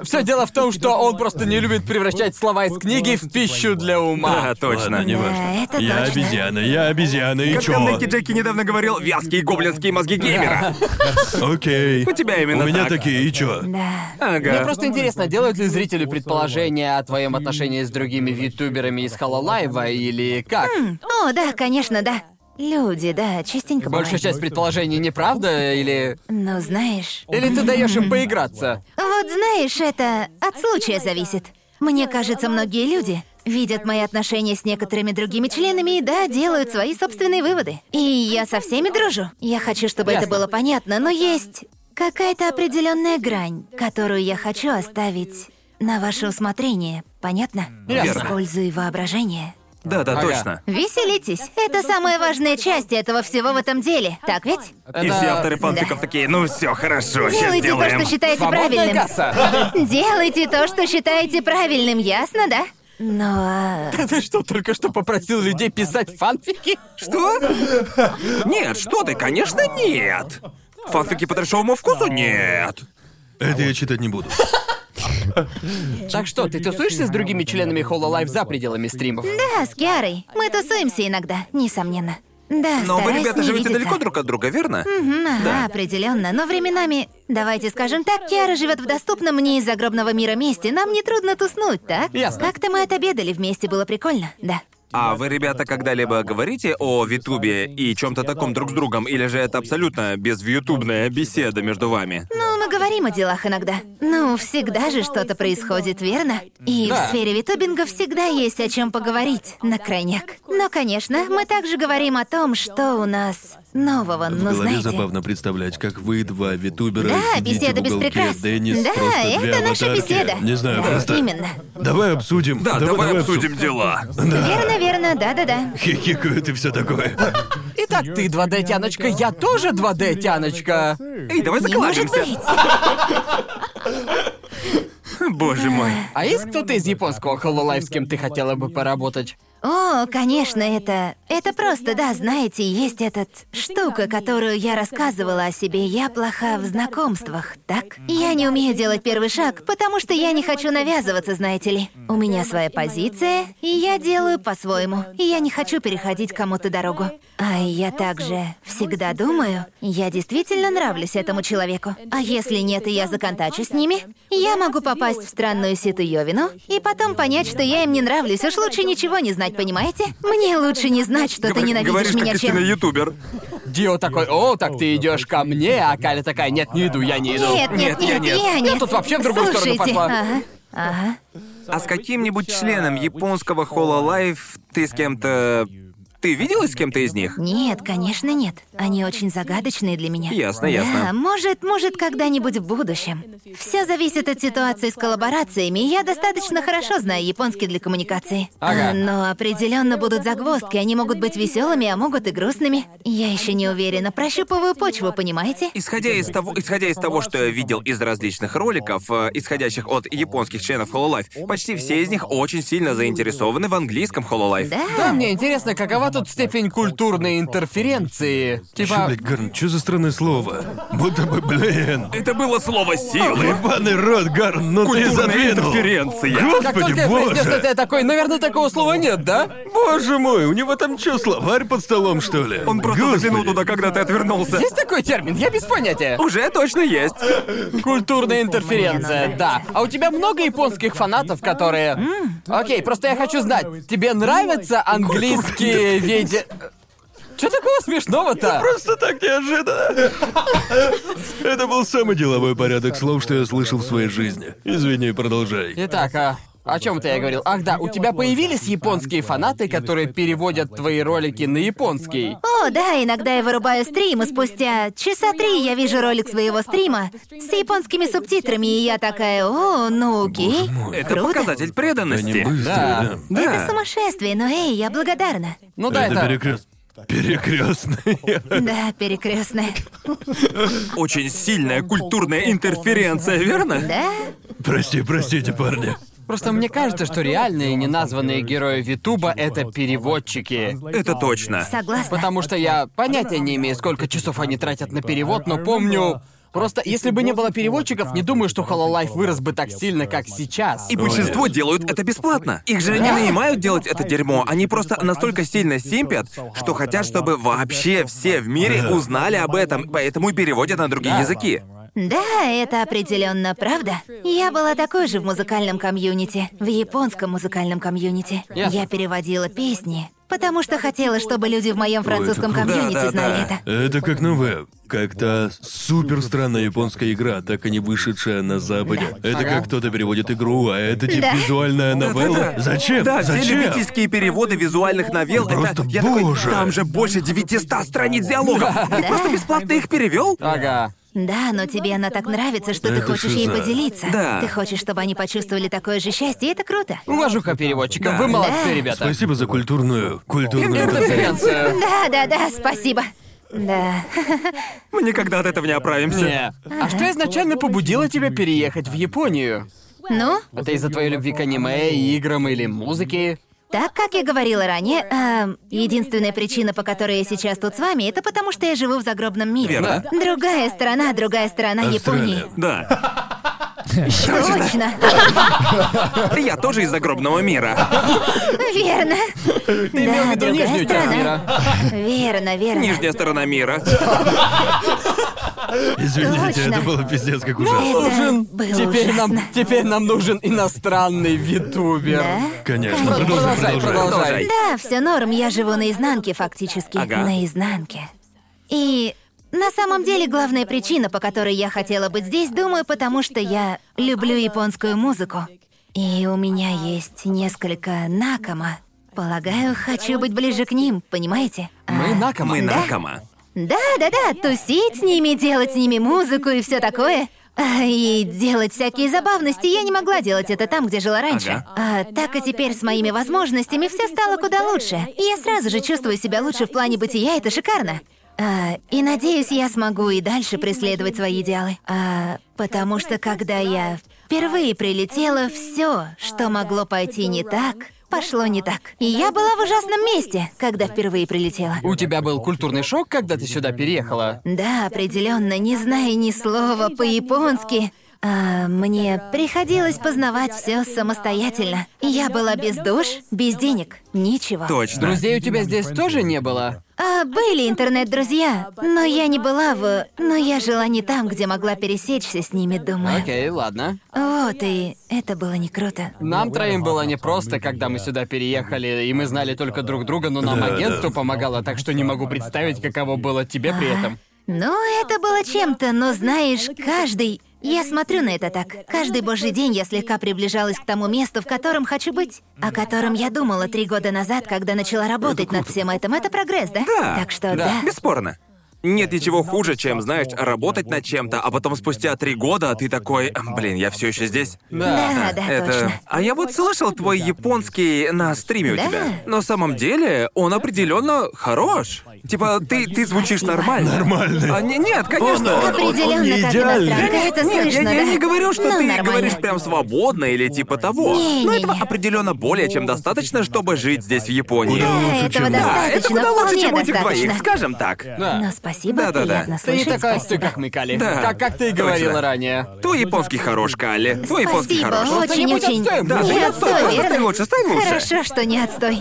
Speaker 1: Все, дело в том, что он просто не любит превращать слова из книги в пищу для ума.
Speaker 2: Да, А, точно.
Speaker 3: Ладно, не важно.
Speaker 4: это
Speaker 3: я
Speaker 4: точно.
Speaker 3: обезьяна, я обезьяна, и
Speaker 2: Когда
Speaker 3: чё?
Speaker 2: Нэки Джеки недавно говорил «вязкие гоблинские мозги геймера».
Speaker 3: Окей.
Speaker 2: У тебя именно
Speaker 3: У меня
Speaker 2: так.
Speaker 3: такие, и чё?
Speaker 4: Да.
Speaker 1: Мне
Speaker 2: Ага.
Speaker 1: просто интересно, делают ли зрители предположения о твоем отношении с другими витуберами из Хололайва или как?
Speaker 4: О, да, конечно, да. Люди, да, частенько
Speaker 1: Большая
Speaker 4: бывает.
Speaker 1: часть предположений неправда, или...
Speaker 4: Но знаешь...
Speaker 1: Или ты даешь им поиграться?
Speaker 4: Вот знаешь, это от случая зависит. Мне кажется, многие люди видят мои отношения с некоторыми другими членами и, да, делают свои собственные выводы. И я со всеми дружу. Я хочу, чтобы это
Speaker 1: Ясно.
Speaker 4: было понятно, но есть какая-то определенная грань, которую я хочу оставить на ваше усмотрение. Понятно?
Speaker 1: Ясно.
Speaker 4: Используй воображение.
Speaker 2: Да, да,
Speaker 1: Ага.
Speaker 2: точно.
Speaker 4: Веселитесь. Это самая важная часть этого всего в этом деле. Так ведь?
Speaker 1: Это...
Speaker 2: И все авторы фанфиков такие, ну все, хорошо, сейчас
Speaker 4: Делайте то,
Speaker 2: сделаем.
Speaker 4: что считаете
Speaker 1: Свободная
Speaker 4: правильным.
Speaker 1: касса!
Speaker 4: Делайте то, что считаете правильным, ясно, да? Ну, а...
Speaker 1: Ты что, только что попросил людей писать фанфики?
Speaker 2: Что? Нет, что ты, конечно, нет. Фанфики по трешовому вкусу? Нет.
Speaker 4: А
Speaker 3: Это я читать не буду.
Speaker 1: Так что, ты тусуешься с другими членами Хололайв за пределами стримов?
Speaker 4: Да, с Киарой. Мы тусуемся иногда, несомненно. Да,
Speaker 2: Но вы,
Speaker 4: стараюсь
Speaker 2: ребята,
Speaker 4: не
Speaker 2: живете
Speaker 4: видеться. Хм.
Speaker 2: далеко друг от друга, верно?
Speaker 4: М, Ага, определенно. Но временами, давайте скажем так, Киара живет в доступном мне из загробного мира месте. Нам нетрудно туснуть, так?
Speaker 1: Ясно.
Speaker 4: Как-то мы отобедали вместе, было прикольно, да.
Speaker 2: А вы, ребята, когда-либо говорите о Витубе и чем-то таком друг с другом, или же это абсолютно безвьютубная беседа между вами?
Speaker 4: Ну, мы говорим о делах иногда. Ну, всегда же что-то происходит, верно? И
Speaker 1: Да.
Speaker 4: в сфере витубинга всегда есть о чем поговорить, на крайняк. Но, конечно, мы также говорим о том, что у нас нового,
Speaker 3: В
Speaker 4: ну,
Speaker 3: голове
Speaker 4: знаете...
Speaker 3: забавно представлять, как вы два витубера
Speaker 4: Да,
Speaker 3: сидите
Speaker 4: беседа
Speaker 3: в
Speaker 4: без
Speaker 3: уголке,
Speaker 4: прикрас.
Speaker 3: Деннис
Speaker 4: да,
Speaker 3: просто две
Speaker 4: это наша
Speaker 3: аватарки.
Speaker 4: беседа.
Speaker 3: Не знаю, просто...
Speaker 4: Именно.
Speaker 3: Давай обсудим.
Speaker 2: Да, давай, обсудим
Speaker 3: обсу-
Speaker 2: дела.
Speaker 4: Верно, верно, да-да-да.
Speaker 3: Хихикают и все такое.
Speaker 1: Итак, ты 2D-тяночка, я тоже 2D-тяночка.
Speaker 2: Эй, давай
Speaker 4: Не может
Speaker 2: заколачимся.
Speaker 4: быть.
Speaker 2: Боже мой.
Speaker 1: А есть кто-то из японского Хололайв, с кем ты хотела бы поработать?
Speaker 4: О, конечно, это... Это просто, да, знаете, есть этот... Штука, которую я рассказывала о себе, я плоха в знакомствах, так? Я не умею делать первый шаг, потому что я не хочу навязываться, знаете ли. У меня своя позиция, и я делаю по-своему. И я не хочу переходить кому-то дорогу. А я также всегда думаю, я действительно нравлюсь этому человеку. А если нет, и я законтачу с ними, я могу попасть в странную ситуёвину и потом понять, что я им не нравлюсь. Уж лучше ничего не знать, понимаете? Мне лучше не знать, что ты
Speaker 2: Говор-
Speaker 4: ненавидишь
Speaker 2: Говоришь, как
Speaker 4: меня, чем...
Speaker 2: истинный ютубер.
Speaker 1: Дио такой, о, так ты идешь ко мне, а Каля такая, нет, не иду, я не иду.
Speaker 4: Нет, нет,
Speaker 2: Нет, я
Speaker 4: нет,
Speaker 2: нет.
Speaker 4: я нет.
Speaker 1: тут вообще в другую сторону
Speaker 4: Слушайте,
Speaker 1: пошла.
Speaker 4: Ага, ага.
Speaker 2: А с каким-нибудь членом японского Хололайф ты с кем-то... Ты виделась с кем-то из них?
Speaker 4: Нет, конечно, нет. Они очень загадочные для меня.
Speaker 2: Ясно,
Speaker 4: Да,
Speaker 2: ясно.
Speaker 4: может, может, когда-нибудь в будущем. Все зависит от ситуации с коллаборациями. Я достаточно хорошо знаю японский для коммуникации.
Speaker 1: Ага.
Speaker 4: А, Но определенно будут загвоздки. Они могут быть веселыми, а могут и грустными. Я еще не уверена. Прощупываю почву, понимаете?
Speaker 2: Исходя из того, исходя из того, что я видел из различных роликов, э, исходящих от японских членов Hololive, почти все из них очень сильно заинтересованы в английском Hololive.
Speaker 4: Да.
Speaker 1: Да, мне интересно, какова тут степень культурной интерференции?
Speaker 3: Чё,
Speaker 1: Типа,
Speaker 3: блядь, Гарн, чё за странное слово? Будто бы, блин.
Speaker 2: Это было слово силы.
Speaker 3: Ебаный рот, Гарн, ну ты
Speaker 2: Культурная
Speaker 3: задвинул.
Speaker 2: интерференция.
Speaker 1: как только
Speaker 3: Господи,
Speaker 1: я произнес это,
Speaker 3: боже.
Speaker 1: я такой, наверное, такого слова нет, да?
Speaker 3: Боже мой, у него там чё, словарь под столом, что ли?
Speaker 2: Он просто
Speaker 3: Господи.
Speaker 2: заглянул туда, когда ты отвернулся.
Speaker 1: Есть такой термин? Я без понятия.
Speaker 2: Уже точно есть.
Speaker 1: Культурная интерференция, да. А у тебя много японских фанатов, которые... Окей, просто я хочу знать, тебе нравятся английские виде... Что такого смешного-то?
Speaker 3: Просто так неожиданно. Это был самый деловой порядок слов, что я слышал в своей жизни. Извини, продолжай.
Speaker 1: Итак, а... О чем-то я говорил. Ах да, у тебя появились японские фанаты, которые переводят твои ролики на японский.
Speaker 4: О, да, иногда я вырубаю стрим, и спустя часа три я вижу ролик своего стрима с японскими субтитрами, и я такая, о, ну окей,
Speaker 2: Это
Speaker 4: круто.
Speaker 2: показатель
Speaker 3: Они
Speaker 2: преданности.
Speaker 3: быстрые,
Speaker 1: Да.
Speaker 3: да.
Speaker 4: Это
Speaker 2: Да.
Speaker 4: сумасшествие, но эй, я благодарна.
Speaker 1: Ну да,
Speaker 3: это
Speaker 1: это...
Speaker 3: перекрест... перекрестный.
Speaker 4: Да, перекрестная.
Speaker 2: Очень сильная культурная интерференция, верно?
Speaker 4: Да?
Speaker 3: Прости, простите, парни.
Speaker 1: Просто мне кажется, что реальные неназванные герои Витуба — это переводчики.
Speaker 2: Это точно.
Speaker 4: Согласна.
Speaker 1: Потому что я понятия не имею, сколько часов они тратят на перевод, но помню... Просто если бы не было переводчиков, не думаю, что Hololive вырос бы так сильно, как сейчас.
Speaker 2: И большинство делают это бесплатно. Их же не нанимают делать это дерьмо. Они просто настолько сильно симпят, что хотят, чтобы вообще все в мире
Speaker 3: Да.
Speaker 2: узнали об этом, поэтому и переводят на другие языки.
Speaker 4: Да, это определенно правда. Я была такой же в музыкальном комьюнити, в японском музыкальном комьюнити.
Speaker 1: Ясно.
Speaker 4: Я переводила песни, потому что хотела, чтобы люди в моем французском
Speaker 3: круто.
Speaker 4: комьюнити
Speaker 2: Да-да-да.
Speaker 4: знали это.
Speaker 3: Это как новая, как та супер странная японская игра, так и не вышедшая на Западе. Это как кто-то переводит игру, а это типа
Speaker 4: Да.
Speaker 3: визуальная новелла. Зачем?
Speaker 2: Да, все
Speaker 3: Зачем?
Speaker 2: любительские переводы визуальных новелл, это...
Speaker 3: Просто
Speaker 2: я такой,
Speaker 3: боже.
Speaker 2: там же больше 900 страниц диалогов. Ты просто бесплатно их перевел?
Speaker 1: Ага.
Speaker 4: Да, но тебе она так нравится, что ты
Speaker 3: Это
Speaker 4: хочешь ей
Speaker 3: шиза.
Speaker 4: поделиться.
Speaker 2: Да.
Speaker 4: Ты хочешь, чтобы они почувствовали такое же счастье, и это круто.
Speaker 1: Уважуха переводчикам, вы молодцы, ребята.
Speaker 3: Спасибо за культурную, культурную
Speaker 1: Интерференция.
Speaker 4: Да, да, да, спасибо. Да.
Speaker 2: Мы никогда от этого не оправимся.
Speaker 1: Не. А что изначально побудило тебя переехать в Японию?
Speaker 4: Ну,
Speaker 1: Это из-за твоей любви к аниме, играм или музыке?
Speaker 4: Так как я говорила ранее, эм, единственная причина, по которой я сейчас тут с вами, это потому что я живу в загробном мире.
Speaker 2: Верно.
Speaker 4: Другая страна, другая страна
Speaker 3: Австралия.
Speaker 4: Японии.
Speaker 2: Да.
Speaker 4: Точно.
Speaker 2: Я тоже из загробного мира.
Speaker 4: Верно.
Speaker 1: Ты имел в
Speaker 4: Да,
Speaker 1: виду
Speaker 4: другая
Speaker 1: нижнюю часть
Speaker 4: страна.
Speaker 1: мира.
Speaker 4: Верно, верно.
Speaker 2: Нижняя сторона мира.
Speaker 3: Извините,
Speaker 4: Точно.
Speaker 3: это было пиздец как
Speaker 2: Ну,
Speaker 3: ужасно.
Speaker 4: Это
Speaker 1: Нужен.
Speaker 4: было
Speaker 1: Теперь нам,
Speaker 4: ужасно.
Speaker 1: теперь нам нужен иностранный витубер.
Speaker 4: Да?
Speaker 3: Конечно, продолжай,
Speaker 1: Продолжай,
Speaker 3: продолжай.
Speaker 1: продолжай.
Speaker 4: Да, все норм, я живу наизнанке фактически.
Speaker 2: Ага.
Speaker 4: Наизнанке. И на самом деле главная причина, по которой я хотела быть здесь, думаю, потому что я люблю японскую музыку. И у меня есть несколько накома. Полагаю, хочу быть ближе к ним, понимаете? А,
Speaker 1: Мы накома.
Speaker 2: Мы накома.
Speaker 4: Да, да, да, тусить с ними, делать с ними музыку и все такое. А, И делать всякие забавности. Я не могла делать это там, где жила раньше. А так и теперь с моими возможностями все стало куда лучше. И я сразу же чувствую себя лучше в плане бытия, это шикарно. А, и надеюсь, я смогу и дальше преследовать свои идеалы. А, потому что когда я впервые прилетела, все, что могло пойти не так, пошло не так. И я была в ужасном месте, когда впервые прилетела.
Speaker 1: У тебя был культурный шок, когда ты сюда переехала?
Speaker 4: Да, определенно, не зная ни слова по-японски. а, мне приходилось познавать все самостоятельно. Я была без душ, без денег, ничего.
Speaker 2: Точно.
Speaker 1: Друзей у тебя здесь тоже не было?
Speaker 4: А, были интернет-друзья, но я не была в... Но я жила не там, где могла пересечься с ними, думаю.
Speaker 1: Окей, ладно.
Speaker 4: Вот, и это было не круто.
Speaker 1: Нам троим было непросто, когда мы сюда переехали, и мы знали только друг друга, но нам
Speaker 3: Да,
Speaker 1: агентство
Speaker 3: да.
Speaker 1: помогало, так что не могу представить, каково было тебе при этом.
Speaker 4: Ну, это было чем-то, но знаешь, каждый... Я смотрю на это так. Каждый божий день я слегка приближалась к тому месту, в котором хочу быть. О котором я думала три года назад, когда начала работать над всем этим. Это прогресс, да?
Speaker 2: Да.
Speaker 4: Так
Speaker 1: Да.
Speaker 4: что да.
Speaker 2: Бесспорно. Нет ничего хуже, чем, знаешь, работать над чем-то, а потом спустя три года ты такой, «Эм, блин, я все еще здесь.
Speaker 4: Да, да,
Speaker 2: это.
Speaker 4: точно.
Speaker 2: А я вот слышал твой японский на стриме у
Speaker 4: Да.
Speaker 2: тебя. На самом деле, он определенно хорош. Типа, ты, ты звучишь нормально.
Speaker 3: Нормально.
Speaker 2: А, не- нет, конечно.
Speaker 3: Он- он-
Speaker 4: Определенно,
Speaker 3: не
Speaker 4: как
Speaker 3: идеальный.
Speaker 4: иностранка,
Speaker 2: Нет,
Speaker 4: это
Speaker 2: нет,
Speaker 4: слышно,
Speaker 2: я, я
Speaker 4: да?
Speaker 2: не говорю, что
Speaker 4: Ну,
Speaker 2: ты
Speaker 4: нормально.
Speaker 2: говоришь прям свободно или типа того.
Speaker 4: Не,
Speaker 2: Но
Speaker 4: не,
Speaker 2: этого
Speaker 4: не.
Speaker 2: определенно более чем достаточно, чтобы жить здесь в Японии.
Speaker 3: Куда лучше,
Speaker 4: этого
Speaker 3: чем
Speaker 2: Да,
Speaker 4: достаточно,
Speaker 2: это куда лучше,
Speaker 4: вполне
Speaker 2: чем у этих
Speaker 4: достаточно.
Speaker 2: двоих, скажем так.
Speaker 4: Но
Speaker 1: Да.
Speaker 4: спасибо,
Speaker 2: Да-да-да.
Speaker 4: приятно
Speaker 1: Ты не
Speaker 4: слышать.
Speaker 1: такая
Speaker 4: спасибо.
Speaker 1: как мы, Кали.
Speaker 2: Да.
Speaker 1: Как, как ты и
Speaker 2: Точно.
Speaker 1: говорила ранее.
Speaker 2: Твой японский хорош, Кали. Твой японский
Speaker 4: Спасибо,
Speaker 2: хорош.
Speaker 1: не будь
Speaker 4: очень-очень.
Speaker 1: отстоем, да,
Speaker 4: не
Speaker 2: ты не
Speaker 4: отстой,
Speaker 2: отстой,
Speaker 4: верно?
Speaker 2: стань лучше, стань лучше.
Speaker 4: Хорошо, что не отстой.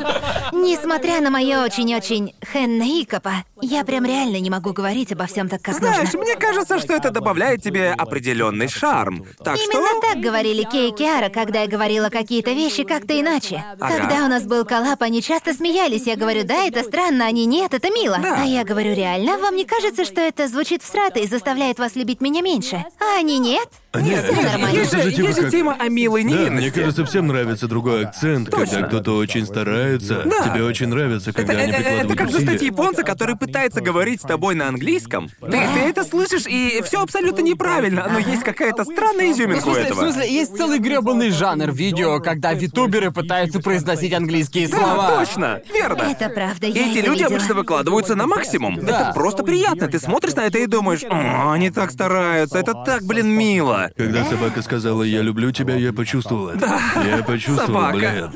Speaker 4: Несмотря на мое очень-очень хэнна икопа, я прям реально не могу говорить обо всем так, как
Speaker 2: Знаешь,
Speaker 4: нужно.
Speaker 2: мне кажется, что это добавляет тебе определенный шарм. Так
Speaker 4: Именно
Speaker 2: что...
Speaker 4: так говорили Кей и Киара, когда я говорила какие-то вещи как-то иначе.
Speaker 2: Ага.
Speaker 4: Когда у нас был коллап, они часто смеялись. Я говорю, да, это странно, они нет, это мило.
Speaker 2: Да.
Speaker 4: А я говорю, реально, вам не кажется, что это звучит всрато и заставляет вас любить меня меньше? А они нет?
Speaker 3: Нет,
Speaker 4: всё нормально.
Speaker 2: Есть
Speaker 3: это
Speaker 2: же,
Speaker 3: же типа
Speaker 2: есть же
Speaker 3: как-
Speaker 2: тема о милой
Speaker 3: Да,
Speaker 2: невинности.
Speaker 3: мне кажется, всем нравится другой акцент,
Speaker 2: Точно.
Speaker 3: когда кто-то очень старается.
Speaker 2: Да.
Speaker 3: Тебе очень нравится,
Speaker 2: Это, э,
Speaker 3: когда они
Speaker 2: это- это
Speaker 3: прикладывают
Speaker 2: как застать
Speaker 3: усилия.
Speaker 2: японца, который пытается говорить с тобой на английском. Ты, ты это слышишь, и все абсолютно неправильно. Но есть какая-то странная
Speaker 1: Ну, в
Speaker 2: изюминка у
Speaker 1: смысле, в
Speaker 2: этого.
Speaker 1: смысле, есть целый грёбаный жанр видео, когда витуберы пытаются произносить английские
Speaker 2: Да,
Speaker 1: слова.
Speaker 2: точно, верно.
Speaker 4: Это правда,
Speaker 2: И
Speaker 4: я
Speaker 2: эти
Speaker 4: это
Speaker 2: люди
Speaker 4: видела.
Speaker 2: обычно выкладываются на максимум. Это просто приятно. Ты смотришь на это и думаешь, «М, они так стараются, это так, блин, мило.
Speaker 3: Когда собака сказала «я люблю тебя», я почувствовал это. Я почувствовал,
Speaker 2: Собака.
Speaker 3: блин.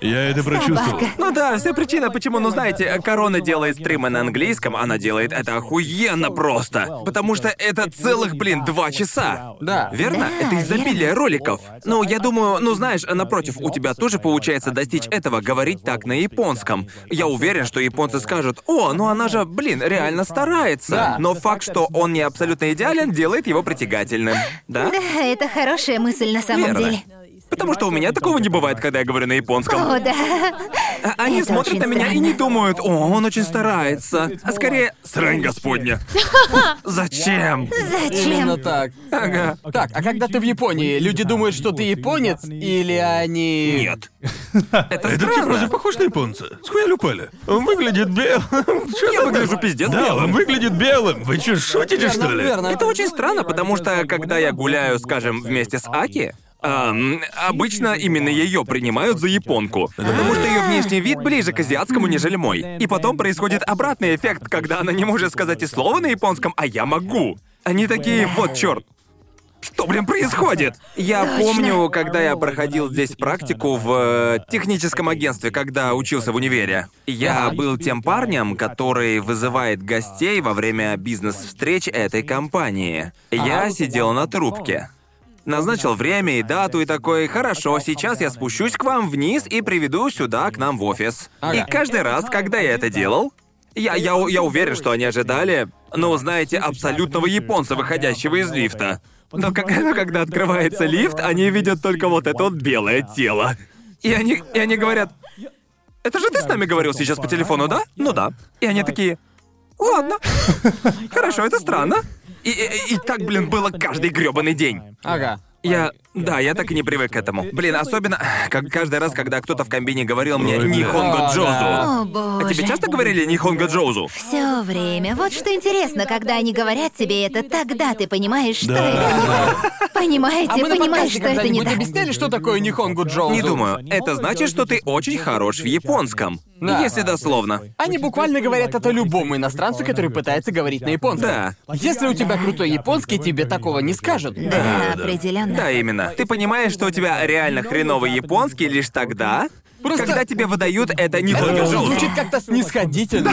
Speaker 3: Я это прочувствовал.
Speaker 2: Ну да, вся причина, почему, ну знаете, Корона делает стримы на английском, она делает это охуенно просто. Потому что это целых, блин, два часа.
Speaker 1: Да.
Speaker 2: Верно?
Speaker 4: Да,
Speaker 2: это изобилие роликов. Ну, я думаю, ну знаешь, напротив, у тебя тоже получается достичь этого, говорить так на японском. Я уверен, что японцы скажут, о, ну она же, блин, реально старается.
Speaker 1: Да.
Speaker 2: Но факт, что он не абсолютно идеален, делает его притягательным. Да?
Speaker 4: Да, это хорошая мысль на самом
Speaker 2: Верно.
Speaker 4: деле.
Speaker 2: Потому что у меня такого не бывает, когда я говорю на японском.
Speaker 4: О, да.
Speaker 2: А Они
Speaker 4: Это
Speaker 2: смотрят на
Speaker 4: очень
Speaker 2: меня и
Speaker 4: странно.
Speaker 2: не думают, о, он очень старается. А скорее, срань господня. Зачем?
Speaker 4: Зачем?
Speaker 1: Именно так. Ага. Так, а когда ты в Японии, люди думают, что ты японец, или они...
Speaker 2: Нет. Это
Speaker 3: Этот тип типа разве
Speaker 2: странно.
Speaker 3: похож на японца? С хуя упали? Он выглядит белым. Чё
Speaker 2: Я
Speaker 3: такое?
Speaker 2: выгляжу пиздец
Speaker 3: Да,
Speaker 2: белым.
Speaker 3: он выглядит белым. Вы что, шутите,
Speaker 1: Верно,
Speaker 3: что ли?
Speaker 1: верно.
Speaker 2: Это очень странно, потому что, когда я гуляю, скажем, вместе с Аки, эм, обычно именно ее принимают за японку, потому что ее внешний вид ближе к азиатскому, нежели мой. И потом происходит обратный эффект, когда она не может сказать и слова на японском, а я могу. Они такие, вот черт. Что, блин, происходит? Я помню, когда я проходил здесь практику в э, техническом агентстве, когда учился в универе. Я был тем парнем, который вызывает гостей во время бизнес-встреч этой компании. Я сидел на трубке. Назначил время и дату и такой, хорошо, сейчас я спущусь к вам вниз и приведу сюда к нам в офис. И
Speaker 1: Ага.
Speaker 2: каждый раз, когда я это делал, я, я, у- я уверен, что они ожидали, ну, знаете, абсолютного японца, выходящего из лифта. Но как- но когда открывается лифт, они видят только вот это вот белое тело. И они, и они говорят, это же ты с нами говорил сейчас по телефону, да? Ну да. И они такие, ладно, хорошо, это странно. И, и- и так, блин, было каждый грёбаный день.
Speaker 1: Ага.
Speaker 2: Я... Да, я так и не привык к этому. Блин,
Speaker 1: Э,
Speaker 2: особенно э, как каждый раз, когда кто-то в комбине говорил мне
Speaker 3: Ой, бля.
Speaker 2: «Нихонго
Speaker 1: О,
Speaker 2: Джозу».
Speaker 1: да.
Speaker 4: О,
Speaker 2: А тебе
Speaker 4: боже.
Speaker 2: часто говорили «Нихонго Джозу»?
Speaker 4: Все время. Вот что интересно, когда они говорят тебе это, тогда ты понимаешь, что это.
Speaker 1: А
Speaker 4: Понимаете,
Speaker 1: мы на
Speaker 4: понимаешь,
Speaker 1: подкасте
Speaker 4: что это не
Speaker 1: когда-нибудь
Speaker 4: так.
Speaker 1: объясняли, что такое Нихонгу Джоузу?
Speaker 2: Не думаю. Это значит, что ты очень хорош в японском.
Speaker 1: Да.
Speaker 2: Если дословно.
Speaker 1: Они буквально говорят это любому иностранцу, который пытается говорить на японском.
Speaker 2: Да.
Speaker 1: Если у тебя крутой японский, тебе такого не скажут.
Speaker 4: Да, определенно.
Speaker 2: Да, именно. Ты понимаешь, что у тебя реально хреновый японский лишь тогда,
Speaker 1: Просто-
Speaker 2: когда тебе выдают это «Нихонго
Speaker 1: Это
Speaker 2: Джозу».
Speaker 1: звучит как-то снисходительно.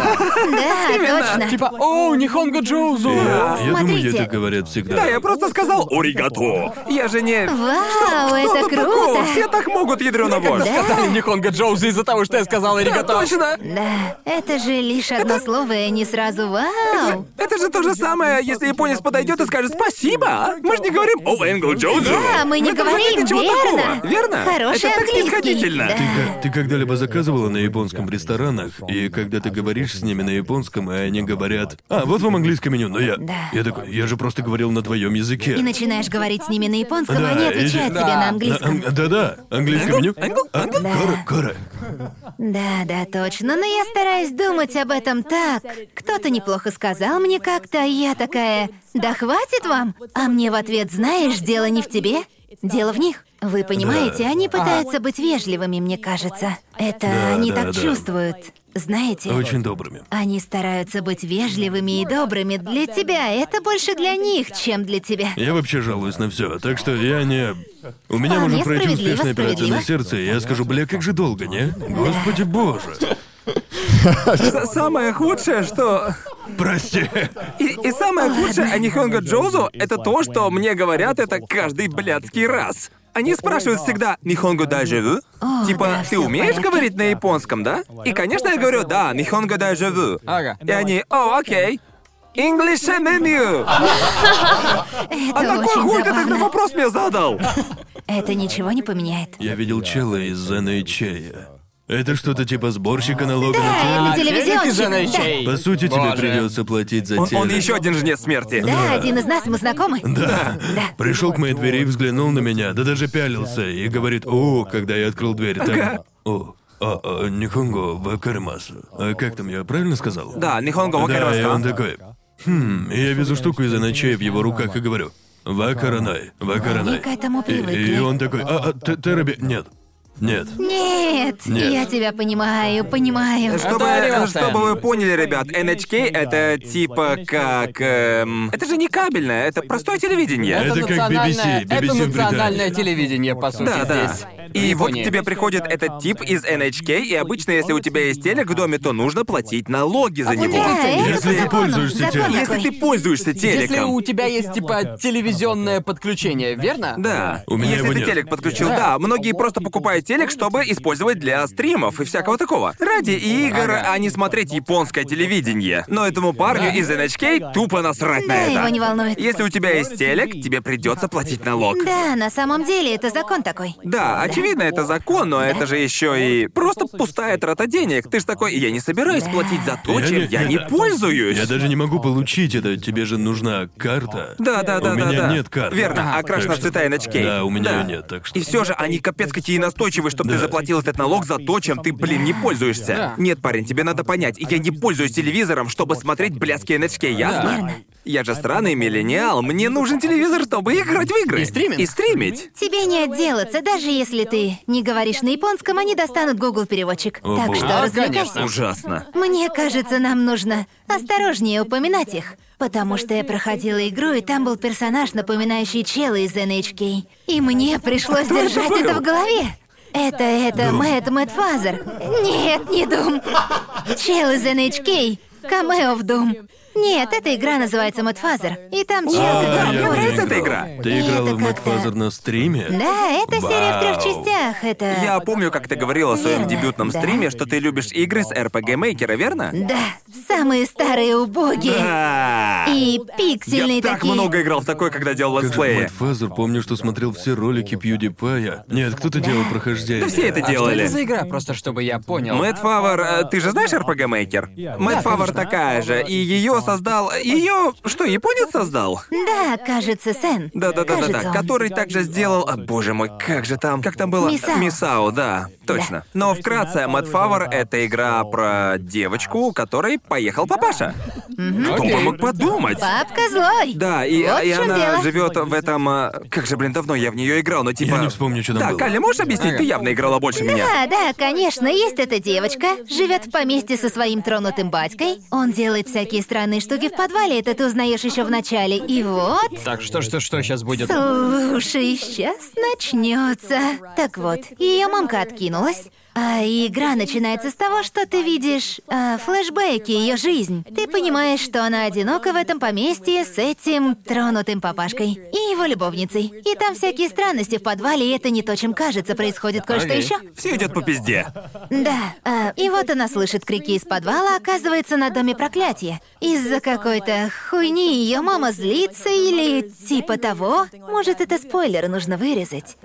Speaker 4: Да, точно.
Speaker 1: Типа, о, Нихонго Джоузу.
Speaker 3: Я думаю, ей
Speaker 4: Смотрите.
Speaker 3: так говорят всегда.
Speaker 2: Да, я просто сказал «Оригато». Я же не...
Speaker 4: Вау,
Speaker 2: Что
Speaker 4: это
Speaker 2: тут такого? Все
Speaker 4: круто!
Speaker 2: так могут, ядрёна вошь.
Speaker 1: Когда сказали Нихонго Джоузу из-за того, что я сказал
Speaker 2: Да,
Speaker 1: Эригато.
Speaker 2: точно.
Speaker 4: Да, это же лишь одно слово, и они сразу вау.
Speaker 2: Это же то же самое, если японец подойдет и скажет «Спасибо!» Мы же не говорим «О, Энгл Джоузу!»
Speaker 4: Да, мы не
Speaker 2: В этом же нет
Speaker 4: говорим,
Speaker 2: ничего
Speaker 4: верно.
Speaker 2: такого, верно?
Speaker 4: Хороший
Speaker 2: Это так
Speaker 4: английский,
Speaker 2: снисходительно.
Speaker 4: да.
Speaker 3: Ты, ка- ты когда-либо заказывала на японском в ресторанах, и когда ты говоришь с ними на японском, и они говорят, а, вот вам английское меню, но я...
Speaker 4: Да.
Speaker 3: Я такой, я же просто говорил на твоем языке.
Speaker 4: И начинаешь говорить с ними на японском,
Speaker 3: Да,
Speaker 4: а они
Speaker 3: и-
Speaker 4: отвечают
Speaker 1: Да.
Speaker 4: тебе на
Speaker 3: На-
Speaker 4: английском.
Speaker 3: ан- Да-да, английское меню. А, Кора, Кора.
Speaker 4: Да, да, точно. Но я стараюсь думать об этом так. Кто-то неплохо сказал мне как-то, и я такая, да хватит вам. А мне в ответ, знаешь, дело не в тебе, дело в них. Вы понимаете, они пытаются быть вежливыми, мне кажется. Это
Speaker 3: Да,
Speaker 4: они
Speaker 3: да,
Speaker 4: так
Speaker 3: да.
Speaker 4: чувствуют. Знаете?
Speaker 3: Очень добрыми.
Speaker 4: Они стараются быть вежливыми и добрыми для тебя. Это больше для них, чем для тебя.
Speaker 3: Я вообще жалуюсь на все, так что я не... У меня
Speaker 4: Вполне
Speaker 3: может пройти
Speaker 4: справедливо,
Speaker 3: успешная операция на
Speaker 4: справедливо.
Speaker 3: сердце, и я скажу, бля, как же долго, не? Господи боже.
Speaker 2: С- Самое худшее, что...
Speaker 3: Прости.
Speaker 2: И, и самое худшее о Нихонго Джозу — это то, что мне говорят это каждый блядский раз. Они спрашивают всегда «Нихонго дайжеву?»
Speaker 4: О,
Speaker 2: Типа,
Speaker 4: да,
Speaker 2: ты
Speaker 4: всё в
Speaker 2: умеешь
Speaker 4: порядке.
Speaker 2: говорить на японском, да? И, конечно, я говорю «Да, Нихонго дайжеву».
Speaker 1: Ага.
Speaker 2: И они «О, окей». English menu!
Speaker 4: Это
Speaker 2: А какой
Speaker 4: очень
Speaker 2: хуй ты тогда
Speaker 4: забавно.
Speaker 2: вопрос мне задал?
Speaker 4: Это ничего не поменяет.
Speaker 3: Я видел чела из NHA. Это что-то типа сборщика налогов.
Speaker 4: Да, или телевизионщик.
Speaker 1: телевизионный
Speaker 4: Да.
Speaker 1: чей.
Speaker 3: По сути, тебе
Speaker 1: А, Боже.
Speaker 3: придется платить за
Speaker 2: Он,
Speaker 3: телек.
Speaker 2: еще один жнец смерти.
Speaker 4: Да, один из нас, мы знакомы.
Speaker 3: Да. Пришел к моей двери и взглянул на меня, да даже пялился, и говорит, о, когда я открыл дверь, там... О, а, а, Нихонго Вакаримасу. А как там, я правильно сказал?
Speaker 2: Да, Нихонго
Speaker 3: Да, и
Speaker 2: Вакаримасу.
Speaker 3: он такой, хм, и я везу штуку из-за ночей в его руках и говорю, Вакаранай, Вакаранай.
Speaker 4: Мы к этому
Speaker 3: И,
Speaker 4: привыкли.
Speaker 3: и он такой, а, а, ты, ты раби- Нет, нет.
Speaker 4: Нет,
Speaker 3: Нет.
Speaker 4: я тебя понимаю, понимаю.
Speaker 2: Э, Чтобы,
Speaker 1: Договорился.
Speaker 2: чтобы вы поняли, ребят, NHK это типа как... эм, это же не кабельное, это простое телевидение.
Speaker 3: Это как
Speaker 1: национальное-
Speaker 3: BBC, BBC в
Speaker 1: это национальное
Speaker 3: Британии.
Speaker 1: телевидение, по сути,
Speaker 2: Да, да.
Speaker 1: здесь. в
Speaker 2: И вот к
Speaker 1: Японии.
Speaker 2: тебе приходит этот тип из NHK, и обычно, если у тебя есть телек в доме, то нужно платить налоги за него.
Speaker 4: Да, А это
Speaker 3: Если
Speaker 4: по
Speaker 3: ты
Speaker 2: типа
Speaker 4: закону,
Speaker 3: пользуешься
Speaker 4: закон
Speaker 3: теле-
Speaker 2: Если
Speaker 4: такой.
Speaker 2: ты пользуешься
Speaker 1: Если у
Speaker 2: телеком.
Speaker 1: тебя есть типа телевизионное подключение, верно?
Speaker 2: Да.
Speaker 3: У меня
Speaker 2: А Если
Speaker 3: его
Speaker 2: ты
Speaker 3: нет.
Speaker 2: телек подключил, да. Многие просто покупают телек, чтобы использовать для стримов и всякого такого. Ради игр,
Speaker 1: Ага.
Speaker 2: а не смотреть японское телевидение. Но этому парню из NHK тупо насрать
Speaker 4: Да,
Speaker 2: на это.
Speaker 4: его не волнует.
Speaker 2: Если у тебя есть телек, тебе придется платить налог.
Speaker 4: Да, на самом деле это закон такой.
Speaker 2: Да, очевидно, это закон, но это же еще и просто пустая трата денег. Ты ж такой, я не собираюсь платить за то,
Speaker 3: Я
Speaker 2: чем
Speaker 3: не-
Speaker 2: я не пользуюсь.
Speaker 3: Я даже не могу получить это, тебе же нужна карта.
Speaker 2: Да, да, да,
Speaker 3: У
Speaker 2: да,
Speaker 3: меня
Speaker 2: да.
Speaker 3: нет карты.
Speaker 2: Верно, а крашена
Speaker 3: Так что-
Speaker 2: цвета NHK.
Speaker 3: Да, у меня её нет, так что-
Speaker 2: И все же они капец какие настойчивы, чтобы ты
Speaker 3: Да.
Speaker 2: заплатил этот налог за то, чем ты, блин, не пользуешься.
Speaker 1: Да.
Speaker 2: Нет, парень, тебе надо понять, я не пользуюсь телевизором, чтобы смотреть блядски NHK, ясно?
Speaker 4: Верно.
Speaker 2: Я же странный миллениал, мне нужен телевизор, чтобы играть в игры.
Speaker 1: И стриминг.
Speaker 2: И стримить.
Speaker 4: Тебе не отделаться, даже если ты не говоришь на японском, они достанут Google переводчик.
Speaker 3: О,
Speaker 4: так
Speaker 3: боже.
Speaker 4: что
Speaker 1: А,
Speaker 4: развлекайся.
Speaker 1: конечно.
Speaker 2: Ужасно.
Speaker 4: Мне кажется, нам нужно осторожнее упоминать их. Потому что я проходила игру, и там был персонаж, напоминающий чела из NHK. И мне пришлось держать это, в голове. Это, это Мэтт Мэтт Фазер. Нет, не Дум. Чел из NHK. Камео в Дум. Нет, эта игра называется Мэтт Фазер. И там чел...
Speaker 3: А,
Speaker 2: Да,
Speaker 3: я
Speaker 2: мне
Speaker 3: в неё
Speaker 2: нравится эта
Speaker 3: играл.
Speaker 2: игра.
Speaker 3: Ты
Speaker 4: И
Speaker 3: играла
Speaker 4: это
Speaker 3: в Мэтт
Speaker 4: как-то-
Speaker 3: Фазер на стриме?
Speaker 4: Да, это серия в
Speaker 3: Вау.
Speaker 4: трех частях. Это...
Speaker 2: Я помню, как ты говорила в своем
Speaker 4: Верно,
Speaker 2: дебютном
Speaker 4: да.
Speaker 2: стриме, что ты любишь игры с RPG Мейкера, верно?
Speaker 4: Да, самые старые убогие.
Speaker 2: Да.
Speaker 4: И пиксельные
Speaker 2: Я так
Speaker 4: такие.
Speaker 2: много играл в такой, когда делал
Speaker 3: Как же
Speaker 2: летсплеи.
Speaker 3: Мэтт Фазер, помню, что смотрел все ролики Пьюдипая. Нет, кто-то делал прохождение.
Speaker 2: Да все это
Speaker 1: А что
Speaker 2: делали.
Speaker 1: это за игра, просто чтобы я понял?
Speaker 2: Мэтт Фавор, э, ты же знаешь RPG Мейкер? Мэтт Фавор такая же, и ее создал... Ее... Что, японец создал?
Speaker 4: Да, кажется, Сен. Кажется,
Speaker 2: Да-да-да-да-да,
Speaker 4: он.
Speaker 2: который также сделал... О, боже мой, как же там... Как там было?
Speaker 4: Мисао.
Speaker 2: Мисао, да, точно. Но вкратце, Мэтт Фавор — это игра про девочку, у которой поехал папаша. Кто бы
Speaker 1: Окей.
Speaker 2: мог подумать?
Speaker 4: Папка злой.
Speaker 2: Да, и,
Speaker 4: Вот
Speaker 2: и
Speaker 4: в чем
Speaker 2: она
Speaker 4: дело.
Speaker 2: живет в этом. а, Как же, блин, давно я в нее играл, но типа.
Speaker 3: Я не вспомню, что там
Speaker 2: Да,
Speaker 3: было.
Speaker 2: Калли, можешь объяснить? Ты явно играла больше меня.
Speaker 4: А. Да, да, конечно, есть эта девочка, живет в поместье со своим тронутым батькой. Он делает всякие странные штуки в подвале, это ты узнаешь еще в начале. И вот.
Speaker 1: Так, что, что, что сейчас будет?
Speaker 4: Слушай, сейчас начнется. Так вот, ее мамка откинулась. А игра начинается с того, что ты видишь а, флешбеки, ее жизнь. Ты понимаешь, что она одинока в этом поместье с этим тронутым папашкой и его любовницей. И там всякие странности в подвале, и это не то, чем кажется, происходит кое-что
Speaker 1: Окей.
Speaker 4: еще.
Speaker 2: Все идет по пизде.
Speaker 4: Да, а, и вот она слышит крики из подвала, оказывается, на доме проклятие. Из-за какой-то хуйни ее мама злится или типа того. Может, это спойлер, нужно вырезать.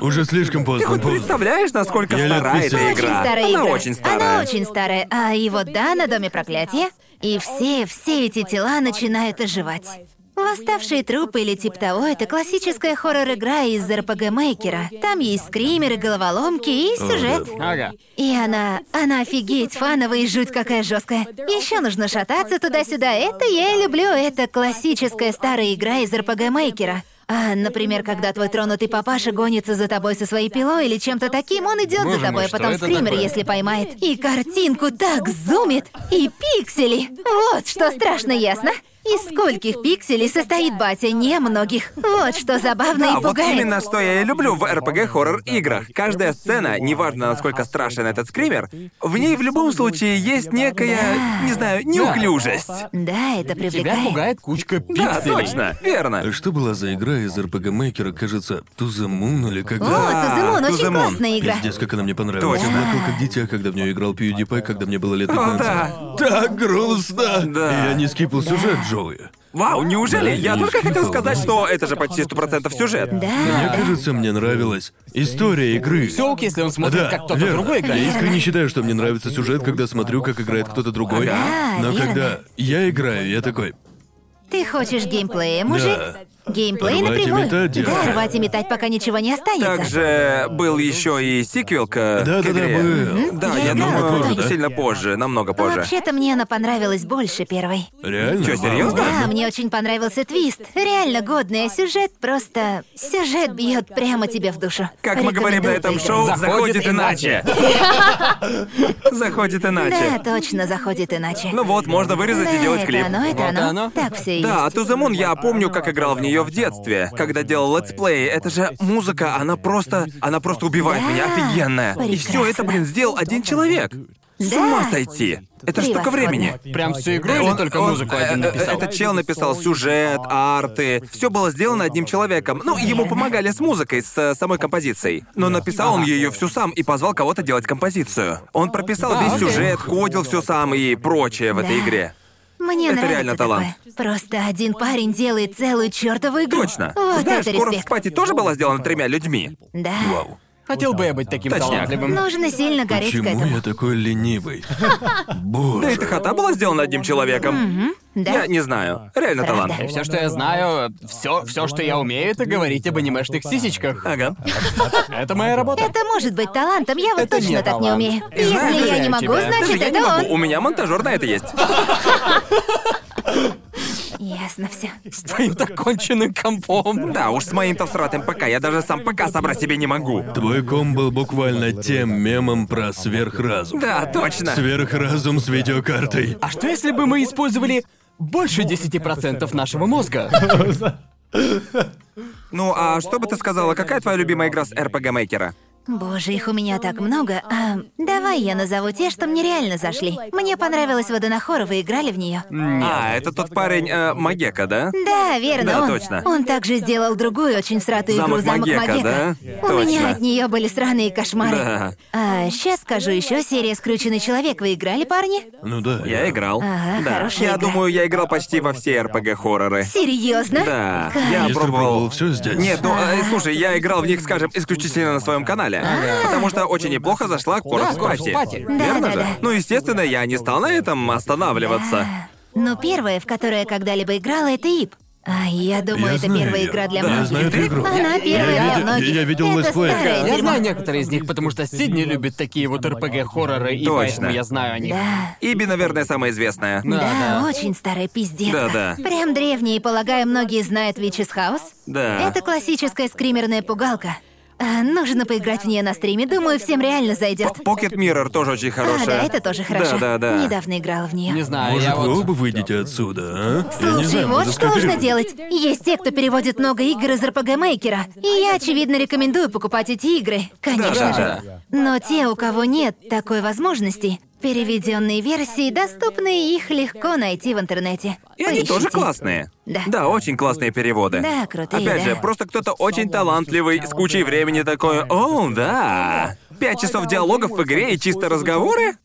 Speaker 3: Уже слишком
Speaker 2: Ты
Speaker 3: поздно.
Speaker 2: хоть
Speaker 3: поздно.
Speaker 2: представляешь, насколько
Speaker 3: Я лет
Speaker 2: старая эта
Speaker 3: 50.
Speaker 2: игра?
Speaker 4: Очень старая
Speaker 2: Она
Speaker 4: игра.
Speaker 2: очень старая.
Speaker 4: Она очень старая. А и вот да, на доме проклятие. И все, все эти тела начинают оживать. Восставшие трупы или типа того — это классическая хоррор-игра из РПГ-мейкера. Там есть скримеры, головоломки и сюжет.
Speaker 1: Ага.
Speaker 4: И она, она офигеть фановая и жуть какая жесткая. Еще нужно шататься туда-сюда. Это я и люблю. Это классическая старая игра из РПГ Мейкера. А, например, когда твой тронутый папаша гонится за тобой со своей пилой или чем-то таким, он идет
Speaker 1: Боже
Speaker 4: за тобой,
Speaker 1: мой,
Speaker 4: а потом
Speaker 1: что это
Speaker 4: скример,
Speaker 1: такое?
Speaker 4: если поймает. И картинку так зумит, и пиксели. Вот что страшно ясно. Из скольких пикселей состоит батя? Не многих. Вот что забавно
Speaker 2: Да,
Speaker 4: и
Speaker 2: А вот
Speaker 4: пугает.
Speaker 2: именно что я и люблю в RPG-хоррор-играх. Каждая сцена, неважно, насколько страшен этот скример, в ней в любом случае есть некая, не знаю, неуклюжесть.
Speaker 4: Да, это привлекает.
Speaker 1: Тебя пугает кучка
Speaker 2: Да,
Speaker 1: пикселей.
Speaker 2: точно, верно.
Speaker 3: Что была за игра из РПГ-мейкера, кажется, Туза Мун или
Speaker 4: О,
Speaker 3: когда...
Speaker 4: Туземон,
Speaker 2: Да,
Speaker 4: очень
Speaker 2: Туземон.
Speaker 4: классная игра.
Speaker 3: Пиздец, как она мне понравилась.
Speaker 2: Точно.
Speaker 3: Я плакал как дитя, когда в нее играл PewDiePie, когда мне было лет 15.
Speaker 2: да.
Speaker 3: Так грустно!
Speaker 2: Да.
Speaker 3: И Я не скипал сюжет Джоуи.
Speaker 2: Вау, неужели? Я только хотел сказать, что это же почти 100% сюжет.
Speaker 4: Да,
Speaker 3: Мне
Speaker 4: да.
Speaker 3: кажется, мне нравилась история игры.
Speaker 1: Все ок, если он смотрит,
Speaker 3: Да,
Speaker 1: как кто-то
Speaker 3: верно.
Speaker 1: другой играет.
Speaker 3: Я искренне считаю, что мне нравится сюжет, когда смотрю, как играет кто-то другой.
Speaker 4: Ага,
Speaker 3: Но
Speaker 4: верно.
Speaker 3: когда я играю, я такой.
Speaker 4: Ты хочешь геймплея, мужик? Геймплей
Speaker 3: Рвать и
Speaker 4: напрямую.
Speaker 3: метать, девушка.
Speaker 4: Да, рвать и метать, пока ничего не останется.
Speaker 2: Также был еще и сиквел к,
Speaker 3: Да,
Speaker 2: к
Speaker 3: да, да,
Speaker 2: игре.
Speaker 3: был.
Speaker 2: Да,
Speaker 4: Я
Speaker 2: я
Speaker 4: играла.
Speaker 2: думаю,
Speaker 3: Попозже, да?
Speaker 2: сильно позже, намного позже.
Speaker 4: Вообще-то мне она понравилась больше первой.
Speaker 3: Реально?
Speaker 2: Чё, серьёзно?
Speaker 3: Вау.
Speaker 4: Да, мне очень понравился твист. Реально годный, а сюжет просто... Сюжет бьет прямо тебе в душу.
Speaker 2: Как мы говорим на
Speaker 4: Рекомендую
Speaker 2: этом
Speaker 4: поиграть.
Speaker 2: шоу,
Speaker 1: Заходит
Speaker 2: заходит иначе. Заходит
Speaker 4: Да,
Speaker 2: иначе.
Speaker 4: точно, заходит иначе.
Speaker 2: Ну вот, можно вырезать
Speaker 4: да,
Speaker 2: и делать
Speaker 4: это
Speaker 2: клип.
Speaker 4: оно, это
Speaker 1: Вот
Speaker 4: оно.
Speaker 1: оно.
Speaker 4: Так все и
Speaker 2: Да,
Speaker 4: есть.
Speaker 2: а Тузамун я помню, как играл в нее в детстве, когда делал летсплей. Это же музыка, она просто, она просто убивает
Speaker 4: Да,
Speaker 2: меня, офигенная. И все это,
Speaker 4: прекрасно.
Speaker 2: блин, сделал один человек. С ума
Speaker 4: Да.
Speaker 2: сойти. Это штука
Speaker 4: Превосходно.
Speaker 2: времени.
Speaker 1: Прям всю игру Ну или
Speaker 2: Он-
Speaker 1: только
Speaker 2: он-
Speaker 1: музыку
Speaker 2: э,
Speaker 1: один
Speaker 2: э,
Speaker 1: написал?
Speaker 2: Этот чел написал сюжет, арты. Все было сделано одним человеком. Ну, ему помогали с музыкой, с э, самой композицией. Но написал он ее всю сам и позвал кого-то делать композицию. Он прописал
Speaker 1: Да,
Speaker 2: весь
Speaker 1: окей.
Speaker 2: сюжет, кодил все сам и прочее в этой
Speaker 4: Да.
Speaker 2: игре.
Speaker 4: Мне
Speaker 2: это
Speaker 4: нравится
Speaker 2: реально
Speaker 4: такое. Просто один парень делает целую чертову игру.
Speaker 2: Точно.
Speaker 4: Вот
Speaker 2: Знаешь,
Speaker 4: это
Speaker 2: Корн в
Speaker 4: респект.
Speaker 2: Пати тоже была сделана тремя людьми.
Speaker 4: Да.
Speaker 1: Хотел бы я быть таким
Speaker 2: Точняк.
Speaker 1: талантливым.
Speaker 4: Нужно сильно гореть к
Speaker 3: Почему
Speaker 4: этому.
Speaker 3: я такой ленивый?
Speaker 2: Да
Speaker 3: Боже.
Speaker 2: и хата была сделана одним человеком.
Speaker 4: Да.
Speaker 2: Я не знаю. Реально
Speaker 4: Правда.
Speaker 2: талант.
Speaker 1: И все, что я знаю, все, все, что я умею, это говорить об анимешных сисечках.
Speaker 2: Ага.
Speaker 1: Это моя работа.
Speaker 4: Это может быть талантом, я вот
Speaker 1: Это
Speaker 4: точно
Speaker 1: не
Speaker 4: так не
Speaker 1: талант.
Speaker 4: умею.
Speaker 1: И знаешь,
Speaker 4: Если я не
Speaker 1: уверяю
Speaker 4: могу,
Speaker 1: тебя,
Speaker 2: Даже
Speaker 4: значит
Speaker 2: я не
Speaker 4: это
Speaker 2: могу. У
Speaker 4: он.
Speaker 2: меня монтажер на это есть.
Speaker 4: Ясно все.
Speaker 1: С твоим-то конченным компом.
Speaker 2: Да, уж с моим-то всратым пока. Я даже сам пока собрать себе не могу.
Speaker 3: Твой ком был буквально тем мемом про сверхразум.
Speaker 2: Да, точно.
Speaker 3: Сверхразум с видеокартой.
Speaker 1: А что если бы мы использовали больше 10% нашего мозга?
Speaker 2: Ну, а что бы ты сказала, какая твоя любимая игра с RPG Мейкера?
Speaker 4: Боже, их у меня так много. А, давай я назову те, что мне реально зашли. Мне понравилась Водонахора, вы играли в нее.
Speaker 2: А, это тот парень э, Магека, да?
Speaker 4: Да, верно,
Speaker 2: Да,
Speaker 4: он.
Speaker 2: точно.
Speaker 4: Он также сделал другую очень сратую игру
Speaker 2: Замок
Speaker 4: «Замок
Speaker 2: Магека,
Speaker 4: Магека».
Speaker 2: да?
Speaker 4: У меня
Speaker 2: Точно.
Speaker 4: от нее были сраные кошмары.
Speaker 2: Да.
Speaker 4: А, сейчас скажу еще серия «Скрученный человек». Вы играли, парни?
Speaker 3: Ну да.
Speaker 2: Я играл.
Speaker 4: Ага,
Speaker 2: да.
Speaker 4: хорошая
Speaker 2: Я
Speaker 4: игра.
Speaker 2: думаю, я играл почти во все RPG хорроры.
Speaker 4: Серьезно?
Speaker 2: Да. Я
Speaker 3: Если
Speaker 2: пробовал.
Speaker 3: пробовал все здесь.
Speaker 2: Нет, ну э, слушай, я играл в них, скажем, исключительно на своем канале. Потому что очень неплохо зашла Коров
Speaker 1: Да, Корпс
Speaker 2: Пати.
Speaker 1: Пати. Да,
Speaker 2: Верно
Speaker 4: да,
Speaker 2: же?
Speaker 4: да.
Speaker 2: Ну, естественно, я не стал на этом останавливаться.
Speaker 4: Но Ну, первая, в которую я когда-либо играла, это ИП. А я думаю,
Speaker 3: Я
Speaker 4: это
Speaker 3: знаю
Speaker 4: первая
Speaker 3: её.
Speaker 4: игра для
Speaker 3: Да, я
Speaker 4: многих.
Speaker 3: знаю эту игру.
Speaker 4: Она
Speaker 3: я
Speaker 4: первая для
Speaker 3: видел-
Speaker 4: многих.
Speaker 3: я видел
Speaker 4: это
Speaker 3: летсплей.
Speaker 4: старое
Speaker 1: Я
Speaker 4: дерьмо.
Speaker 1: знаю некоторые из них, потому что Сидни любит такие вот РПГ-хорроры, и
Speaker 2: Точно.
Speaker 1: поэтому я знаю о них.
Speaker 4: Да.
Speaker 2: Иби, наверное, самая известная.
Speaker 1: Да,
Speaker 4: Да,
Speaker 1: да.
Speaker 4: очень старая пиздец.
Speaker 2: А, Да, да.
Speaker 4: Прям древняя, и, полагаю, многие знают Witch's House.
Speaker 2: Да.
Speaker 4: Это классическая скримерная пугалка. А, нужно поиграть в нее на стриме, думаю, всем реально зайдет.
Speaker 2: Pocket Mirror тоже очень
Speaker 4: А, да,
Speaker 2: хорошая.
Speaker 4: это тоже хорошо.
Speaker 2: Да, да, да.
Speaker 4: Недавно играла в нее.
Speaker 1: Не знаю,
Speaker 3: Может,
Speaker 1: я
Speaker 3: А вы
Speaker 1: вот...
Speaker 3: оба выйдете отсюда, а? Я не
Speaker 4: Слушай,
Speaker 3: знаю,
Speaker 4: вот
Speaker 3: надо
Speaker 4: что нужно
Speaker 3: скооперировать.
Speaker 4: делать. Есть те, кто переводит много игр из РПГ-мейкера. И я, очевидно, рекомендую покупать эти игры, конечно
Speaker 2: Да,
Speaker 4: же.
Speaker 2: да,
Speaker 4: Но те, у кого нет такой возможности, переведенные версии доступны, и их легко найти в интернете.
Speaker 2: И они тоже
Speaker 4: Поищите.
Speaker 2: классные.
Speaker 4: Да.
Speaker 2: очень классные переводы.
Speaker 4: Да, крутые,
Speaker 2: Опять же,
Speaker 4: да.
Speaker 2: просто кто-то очень талантливый, с кучей времени такой, о, да. Пять часов диалогов в игре и чисто разговоры?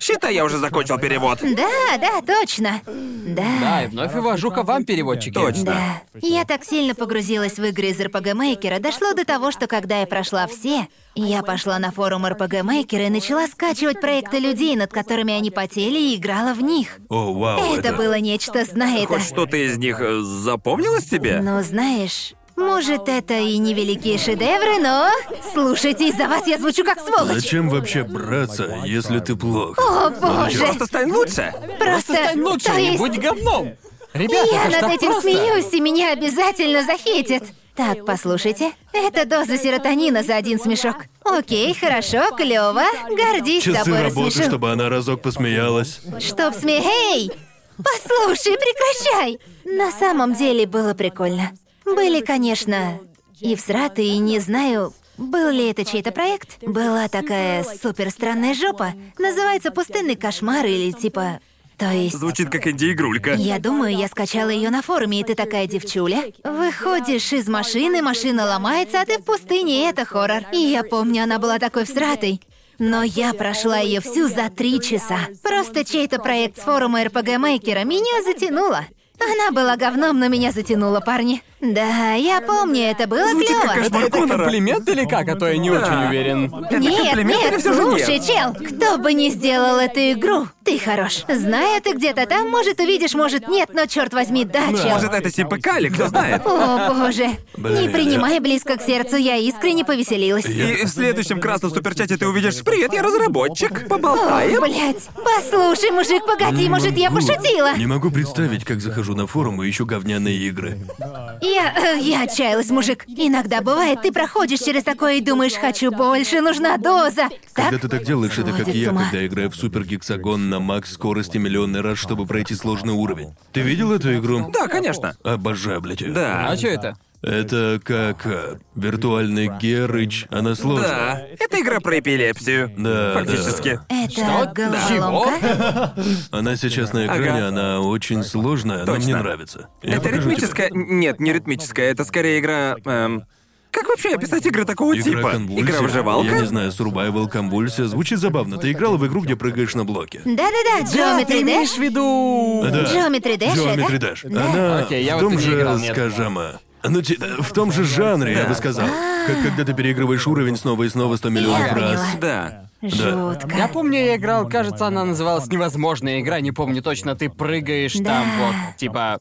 Speaker 2: Считай, я уже закончил перевод.
Speaker 4: Да, да, точно. Да.
Speaker 1: Да, и вновь и вожуха вам, переводчики.
Speaker 2: Точно.
Speaker 4: Да. Я так сильно погрузилась в игры из РПГ-мейкера, дошло до того, что когда я прошла все, я пошла на форум РПГ-мейкера и начала скачивать проекты людей, над которыми они потели, и играла в них.
Speaker 3: О, вау,
Speaker 4: Это было нечто, знай это.
Speaker 2: Хоть что-то из них э, запомнилось тебе?
Speaker 4: Но знаешь, может, это и невеликие шедевры, но... Слушайте, из-за вас я звучу как сволочь.
Speaker 3: Зачем вообще браться, если ты плох?
Speaker 4: О, боже,
Speaker 2: Просто стань лучше.
Speaker 4: просто...
Speaker 1: Стань лучше,
Speaker 4: То
Speaker 1: не
Speaker 4: есть,
Speaker 1: будь говном. Ребята,
Speaker 4: Я
Speaker 1: это ж
Speaker 4: над
Speaker 1: так
Speaker 4: этим
Speaker 1: просто.
Speaker 4: смеюсь, и меня обязательно захейтят. Так, послушайте. Это доза серотонина за один смешок. Окей, хорошо, клево. Гордись
Speaker 3: Часы
Speaker 4: собой,
Speaker 3: работы,
Speaker 4: рассмешил.
Speaker 3: чтобы она разок посмеялась.
Speaker 4: Чтоб сме... Эй! Послушай, прекращай! На самом деле было прикольно. Были, конечно, и всраты, и не знаю, был ли это чей-то проект. Была такая супер странная жопа. Называется «Пустынный кошмар» или типа... То есть...
Speaker 2: Звучит как инди-игрулька.
Speaker 4: Я думаю, я скачала ее на форуме, и ты такая девчуля. Выходишь из машины, машина ломается, а ты в пустыне, и это хоррор. И я помню, она была такой всратой. Но я прошла ее всю за три часа. Просто чей-то проект с форума РПГ Мейкера меня затянуло. Она была говном, но меня затянула, парни. Да, я помню, это было
Speaker 2: Звучит как
Speaker 4: клево.
Speaker 2: кошмар.
Speaker 1: Это
Speaker 2: Конора.
Speaker 1: комплимент или как, а то я не очень уверен.
Speaker 2: Это
Speaker 4: Нет,
Speaker 2: комплимент или
Speaker 4: нет,
Speaker 2: всё же нет?
Speaker 4: слушай, чел, кто бы ни сделал эту игру, ты хорош. Знаю, ты где-то там, может, увидишь, может, нет, но черт возьми, да, чел.
Speaker 2: Может, это Сипекали, кто знает.
Speaker 4: О, боже.
Speaker 3: Блин,
Speaker 4: Не принимай близко к сердцу, я искренне повеселилась.
Speaker 2: И в следующем красном суперчате ты увидишь «Привет, я разработчик,
Speaker 4: О,
Speaker 2: поболтаем».
Speaker 4: блядь. Послушай, мужик, погоди, может, я пошутила.
Speaker 3: ну, Не могу представить, как захожу на форум и ищу говняные игры.
Speaker 4: Я, э, я отчаялась, мужик. Иногда бывает, ты проходишь через такое и думаешь, хочу больше, нужна доза.
Speaker 3: Когда
Speaker 4: Так?
Speaker 3: ты так делаешь, это как
Speaker 4: Сводит
Speaker 3: я,
Speaker 4: с ума.
Speaker 3: когда играю в Супер Гексагон на макс скорости миллионный раз, чтобы пройти сложный уровень. Ты видел эту игру?
Speaker 2: Да, конечно.
Speaker 3: Обожаю, блядь. её.
Speaker 2: Да.
Speaker 1: А что это?
Speaker 3: Это как э, виртуальный Герыч. Она сложная.
Speaker 2: Да. Это игра про эпилепсию.
Speaker 3: Да,
Speaker 2: Фактически.
Speaker 4: Это головоломка?
Speaker 1: Чего?
Speaker 3: Она сейчас на экране,
Speaker 2: Ага.
Speaker 3: она очень сложная, но
Speaker 2: Точно.
Speaker 3: мне нравится. Я
Speaker 2: Это
Speaker 3: покажу тебе.
Speaker 2: ритмическая... Нет, не ритмическая, это скорее игра... эм, Как вообще описать игры такого
Speaker 3: Игра
Speaker 2: типа?
Speaker 3: конвульсия.
Speaker 2: Игра выживалка?
Speaker 3: Я не знаю, survival конвульсия. Звучит забавно. Ты играл в игру, где прыгаешь на блоке.
Speaker 4: Да-да-да,
Speaker 1: ты
Speaker 4: Geometry
Speaker 1: имеешь
Speaker 4: Dash.
Speaker 1: в виду...
Speaker 3: Да.
Speaker 4: Geometry Dash,
Speaker 3: Geometry
Speaker 4: да?
Speaker 3: Dash. Она
Speaker 1: Окей, я
Speaker 3: в
Speaker 1: вот
Speaker 3: том
Speaker 1: и не
Speaker 3: же,
Speaker 1: играл, нет.
Speaker 3: скажем, ну, ти- в том же жанре, я бы сказал. Как когда ты переигрываешь уровень снова и снова сто миллионов
Speaker 4: А. Я
Speaker 3: раз.
Speaker 4: поняла.
Speaker 2: Да.
Speaker 4: Жутко.
Speaker 1: Я помню, я играл, кажется, она называлась «Невозможная игра», не помню точно, ты прыгаешь там вот, типа...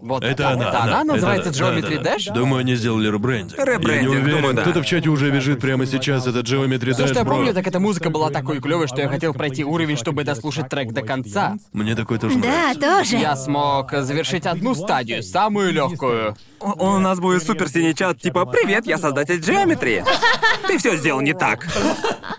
Speaker 1: Вот
Speaker 3: Это
Speaker 1: так
Speaker 3: она.
Speaker 1: вот. Она называется
Speaker 3: Это она.
Speaker 1: Geometry
Speaker 3: Да, да,
Speaker 1: Dash?
Speaker 3: да. Думаю, они сделали ребрендинг. Я не
Speaker 2: Ребрендинг,
Speaker 3: уверен.
Speaker 2: думаю, да.
Speaker 3: Кто-то в чате уже бежит прямо сейчас, это Geometry Dash,
Speaker 1: Все, что я
Speaker 3: бро.
Speaker 1: помню, так эта музыка была такой клевой, что я хотел пройти уровень, чтобы дослушать трек до конца.
Speaker 3: Мне такой тоже
Speaker 4: Да,
Speaker 3: нравится.
Speaker 4: тоже.
Speaker 1: Я смог э, завершить одну стадию, самую А легкую.
Speaker 2: У у нас будет супер синий чат, типа «Привет, я создатель Джеометрии». Ты все сделал не так.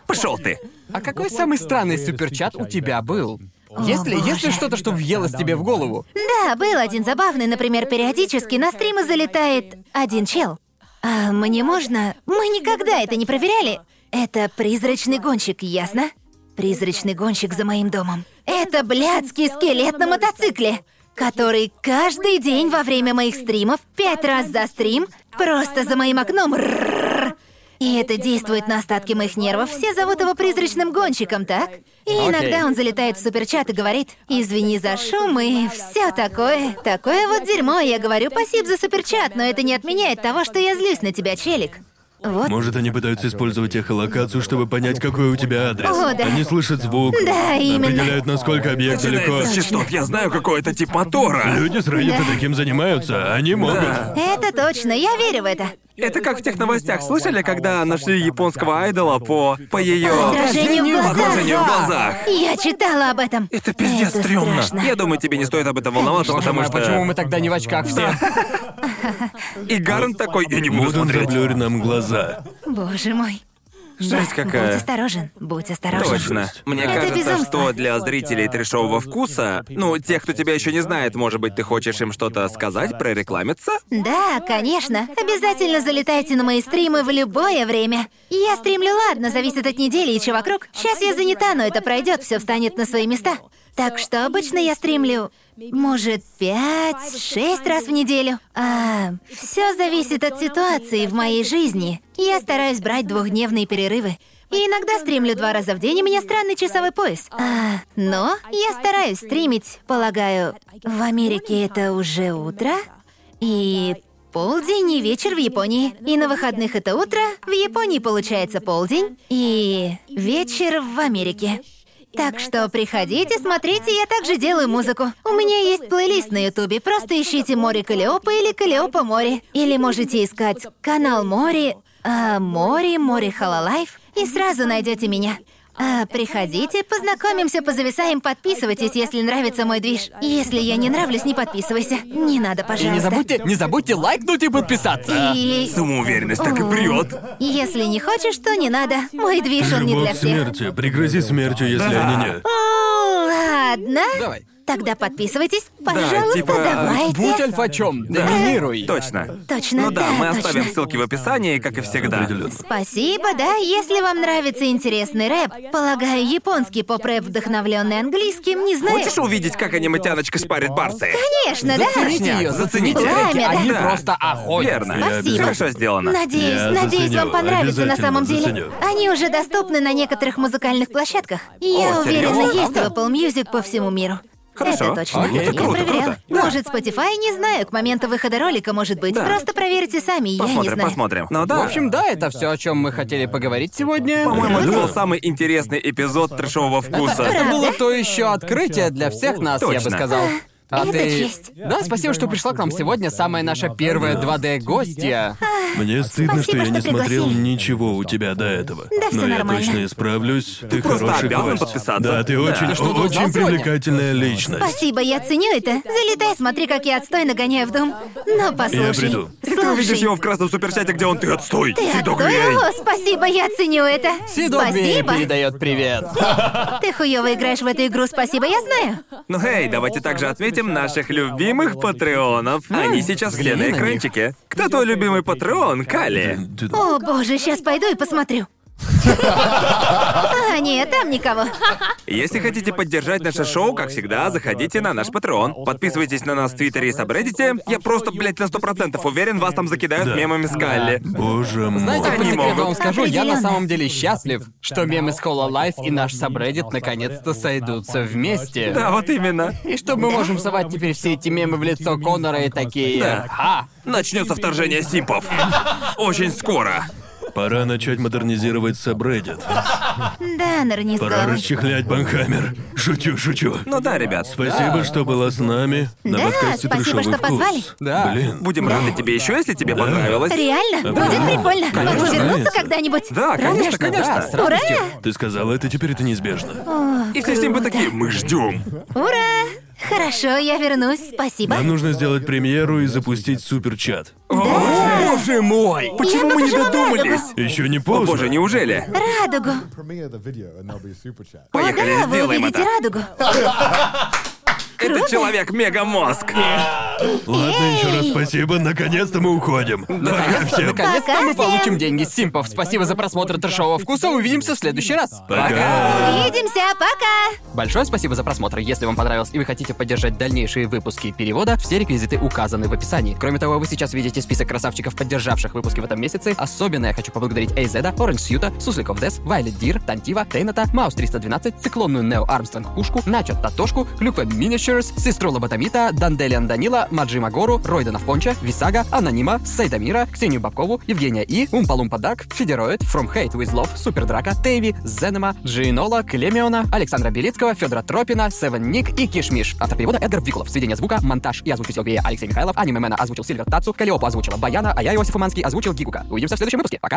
Speaker 2: Пошел ты.
Speaker 1: А какой самый странный суперчат у тебя был? Если,
Speaker 4: боже.
Speaker 1: если что-то, что въелось тебе в голову.
Speaker 4: Да, был один забавный, например, периодически на стримы залетает один чел. А мне можно? Мы никогда это не проверяли. Это призрачный гонщик, ясно? Призрачный гонщик за моим домом. Это блядский скелет на мотоцикле, который каждый день во время моих стримов, пять раз за стрим, просто за моим окном ррррр. И это действует на остатки моих нервов. Все зовут его призрачным гонщиком, так? И иногда он залетает в суперчат и говорит, извини за шум и все такое. Такое вот дерьмо. Я говорю, спасибо за суперчат, но это не отменяет того, что я злюсь на тебя, челик. Вот.
Speaker 3: Может, они пытаются использовать эхолокацию, чтобы понять, какой у тебя адрес.
Speaker 4: О, да.
Speaker 3: Они слышат звук,
Speaker 4: Да, именно.
Speaker 3: определяют, насколько объект далеко.
Speaker 2: Начинается с частот, я знаю, какой это тип мотора.
Speaker 3: Люди с Reddit
Speaker 4: Да.
Speaker 3: таким занимаются, а они могут.
Speaker 4: Это точно, я верю в это.
Speaker 2: Это как в тех новостях, слышали, когда нашли японского айдола по... по ее...
Speaker 4: Отражение в глазах.
Speaker 2: Отражению в глазах.
Speaker 4: Я читала об этом.
Speaker 2: Это пиздец
Speaker 4: Это
Speaker 2: стрёмно.
Speaker 4: страшно.
Speaker 2: Я думаю, тебе не стоит об этом волноваться,
Speaker 1: Боже
Speaker 2: потому
Speaker 1: мой, а
Speaker 2: что...
Speaker 1: почему мы тогда не в очках все?
Speaker 2: И Гарн такой, я не буду
Speaker 3: Вот он
Speaker 2: смотреть.
Speaker 3: заблюрит нам глаза.
Speaker 4: Боже мой.
Speaker 2: Жесть
Speaker 4: Да,
Speaker 2: какая.
Speaker 4: Будь осторожен, будь осторожен.
Speaker 2: Точно. Мне
Speaker 4: Это
Speaker 2: кажется,
Speaker 4: безумство.
Speaker 2: что для зрителей трешового вкуса, ну, тех, кто тебя еще не знает, может быть, ты хочешь им что-то сказать, прорекламиться?
Speaker 4: Да, конечно. Обязательно залетайте на мои стримы в любое время. Я стримлю, ладно, зависит от недели и чего вокруг. Сейчас я занята, но это пройдет, все встанет на свои места. Так что обычно я стримлю, может, пять-шесть раз в неделю. А все зависит от ситуации в моей жизни. Я стараюсь брать двухдневные перерывы. И иногда стримлю два раза в день, у меня странный часовой пояс. А, но я стараюсь стримить, полагаю, в Америке это уже утро. И полдень и вечер в Японии. И на выходных это утро, в Японии получается полдень. И вечер в Америке. Так что приходите, смотрите, я также делаю музыку. У меня есть плейлист на Ютубе, просто ищите «Море Калиопа» или «Калиопа море». Или можете искать канал «Море», а, «Море», «Море Халалайф» и сразу найдете меня. А, приходите, познакомимся, позависаем, подписывайтесь, если нравится мой движ. Если я не нравлюсь, не подписывайся. Не надо,
Speaker 1: И
Speaker 4: пожалуйста.
Speaker 1: не забудьте, не забудьте лайкнуть и подписаться.
Speaker 4: И-
Speaker 2: Самоуверенность так и прет.
Speaker 4: Если не хочешь, то не надо. Мой движ, он не
Speaker 3: Любовь
Speaker 4: для
Speaker 3: к
Speaker 4: всех.
Speaker 3: смерти. Пригрози смертью, если они не.
Speaker 4: О, ладно.
Speaker 1: Давай.
Speaker 4: Тогда подписывайтесь, пожалуйста,
Speaker 2: типа,
Speaker 4: давайте.
Speaker 1: Будь альфачом, доминируй.
Speaker 2: Точно.
Speaker 4: Точно,
Speaker 2: Ну да,
Speaker 4: да,
Speaker 2: мы
Speaker 4: точно.
Speaker 2: оставим ссылки в описании, как и всегда.
Speaker 3: Определенно.
Speaker 4: Спасибо, да. Если вам нравится интересный рэп, полагаю, японский поп-рэп, вдохновленный английским, не знаю.
Speaker 2: Хочешь увидеть, как аниматяночка шпарит барсы?
Speaker 4: Конечно, да.
Speaker 1: Зацените ее, зацените
Speaker 4: Пламя,
Speaker 1: треки,
Speaker 4: да.
Speaker 1: они
Speaker 2: Да.
Speaker 1: просто охотятся.
Speaker 2: Верно.
Speaker 4: Спасибо.
Speaker 2: Хорошо сделано.
Speaker 4: Надеюсь,
Speaker 3: Я
Speaker 4: надеюсь,
Speaker 3: заценю,
Speaker 4: вам понравится на самом деле.
Speaker 3: обязательно заценю.
Speaker 4: Они уже доступны на некоторых музыкальных площадках. Я
Speaker 2: О,
Speaker 4: уверена,
Speaker 2: серьёзно?
Speaker 4: есть в Apple Music по всему миру.
Speaker 2: Хорошо.
Speaker 4: Это точно.
Speaker 2: Окей.
Speaker 4: Я
Speaker 2: Это круто,
Speaker 4: проверяла.
Speaker 2: круто.
Speaker 4: Может, Spotify, не знаю, к моменту выхода ролика, может быть.
Speaker 2: Да.
Speaker 4: Просто проверьте сами, я не
Speaker 2: Посмотрим,
Speaker 4: знаю.
Speaker 2: посмотрим.
Speaker 1: Ну да, в
Speaker 2: В общем,
Speaker 1: общем, да, это все, о чем мы хотели поговорить сегодня.
Speaker 2: по-моему, это был самый интересный эпизод трешового
Speaker 1: Это
Speaker 2: вкуса.
Speaker 1: было то еще открытие для всех нас, я бы
Speaker 2: Точно.
Speaker 1: сказал. А
Speaker 4: это
Speaker 1: ты...
Speaker 4: честь.
Speaker 1: Да, спасибо, что пришла к нам сегодня, самая наша первая 2D-гостья.
Speaker 3: Мне стыдно, что
Speaker 4: Спасибо,
Speaker 3: я не
Speaker 4: что
Speaker 3: смотрел
Speaker 4: пригласили.
Speaker 3: ничего у тебя до этого.
Speaker 4: Да всё
Speaker 3: Но я
Speaker 4: нормально.
Speaker 3: точно исправлюсь. Ты,
Speaker 2: просто
Speaker 3: хороший
Speaker 2: обязан
Speaker 3: гость.
Speaker 2: подписаться.
Speaker 3: Да, ты
Speaker 2: Да.
Speaker 3: очень,
Speaker 2: Ты
Speaker 1: что, узнал
Speaker 3: очень
Speaker 1: сегодня?
Speaker 3: привлекательная личность.
Speaker 4: Спасибо, я ценю это. Залетай, смотри, как я отстой нагоняю в дом. Но послушай.
Speaker 3: приду.
Speaker 2: Ты увидишь
Speaker 4: Слушай,
Speaker 2: его в красном суперчате, где он ты отстой.
Speaker 4: ты
Speaker 2: Сидок
Speaker 4: отстой?
Speaker 2: Вей».
Speaker 4: О, спасибо, я ценю это.
Speaker 1: Сидоби
Speaker 4: спасибо.
Speaker 1: передает привет.
Speaker 4: Ты хуёво играешь в эту игру, спасибо, я знаю.
Speaker 2: Ну эй, давайте также отметим наших любимых патреонов. Они сейчас
Speaker 1: взгляни
Speaker 2: где на
Speaker 1: на них.
Speaker 2: экранчике. Кто твой любимый патреон, Кали?
Speaker 3: Ты-
Speaker 4: О, боже, сейчас пойду и посмотрю. А, нет, там никого.
Speaker 2: Если хотите поддержать наше шоу, как всегда, заходите на наш Patreon. Подписывайтесь на нас в Твиттере и Сабреддите. Я просто, блядь, на 100% уверен, вас там закидают
Speaker 3: Да.
Speaker 2: мемами с Калли.
Speaker 3: Боже мой.
Speaker 1: Знаете, по
Speaker 2: Они
Speaker 1: секрету
Speaker 2: могут.
Speaker 1: вам скажу, я на
Speaker 4: Определенно.
Speaker 1: самом деле счастлив, что мемы с Life и наш Subreddit наконец-то сойдутся вместе.
Speaker 2: Да, вот именно.
Speaker 1: И что мы можем совать теперь все эти мемы в лицо Конора и такие...
Speaker 2: Да.
Speaker 1: Ха!
Speaker 2: Начнется вторжение симпов. Очень скоро.
Speaker 3: Пора начать модернизировать сабреддит.
Speaker 4: Да, нырни с
Speaker 3: Пора
Speaker 4: головой.
Speaker 3: расчехлять банхаммер. Шучу, шучу.
Speaker 2: Ну да, ребят.
Speaker 3: Спасибо, что была с нами на
Speaker 4: Да,
Speaker 3: подкасте
Speaker 4: спасибо,
Speaker 3: «Трешовый
Speaker 4: что
Speaker 3: вкус».
Speaker 4: позвали.
Speaker 1: Да.
Speaker 3: Блин.
Speaker 2: Будем рады тебе еще, если тебе понравилось.
Speaker 4: Реально? Будет прикольно. Могу вернуться когда-нибудь.
Speaker 2: Да, конечно,
Speaker 1: да,
Speaker 2: конечно.
Speaker 1: с радостью.
Speaker 3: Ты сказала это, теперь это неизбежно.
Speaker 2: И все симпы такие, мы ждем.
Speaker 4: Ура! Хорошо, я вернусь, спасибо.
Speaker 2: Ну,
Speaker 3: Нам нужно сделать премьеру и запустить суперчат.
Speaker 2: Боже мой! Почему мы не
Speaker 4: покажу вам
Speaker 2: додумались?
Speaker 3: Еще не
Speaker 2: О
Speaker 3: поздно.
Speaker 2: боже, неужели?
Speaker 4: Радугу.
Speaker 6: premiere the video and there'll be a super chat.
Speaker 4: О,
Speaker 2: Поехали,
Speaker 4: да, вы
Speaker 2: сделаем
Speaker 4: увидите
Speaker 2: это.
Speaker 4: радугу.
Speaker 2: Это человек мегамозг.
Speaker 3: Ладно, еще раз спасибо. Наконец-то мы уходим. Пока
Speaker 1: Наконец-то,
Speaker 3: всем.
Speaker 1: наконец-то
Speaker 4: Пока
Speaker 1: мы
Speaker 4: всем.
Speaker 1: получим деньги с симпов. Спасибо за просмотр трешового вкуса. Увидимся в следующий раз.
Speaker 3: Пока.
Speaker 4: Увидимся, пока!
Speaker 1: Большое спасибо за просмотр. Если вам понравилось и вы хотите поддержать дальнейшие выпуски перевода, все реквизиты указаны в описании. Кроме того, вы сейчас видите список красавчиков, поддержавших выпуски в этом месяце. Особенно я хочу поблагодарить Эйзеда, Оранж Сьюта, Сусликов Дес, Вайлет Дир, Тантива, Тейната, Маус 312, Циклонную Нео Армстронг Пушку, Начо Татошку, Клюпе Минишерс, Сестру Лоботомита, Данделиан Данила, Маджима Гору, Ройдена Понча, Висага, Анонима, Сайдамира, Ксению Бабкову, Евгения И, Умпалумпа Дак, Федероид, From Hate With Love, Супер Драка, Тейви, Зенема, Джинола, Клемиона, Александра Белецкого, Федора Тропина, Севен Ник и Кишмиш. Автор перевода Эдгар Викулов. Сведение звука, монтаж и озвучитель Грея Алексей Михайлов, аниме Мэна озвучил Сильвер Тацу, Калиопа озвучила Баяна, а я Иосиф Уманский озвучил Гигука. Увидимся в следующем выпуске. Пока!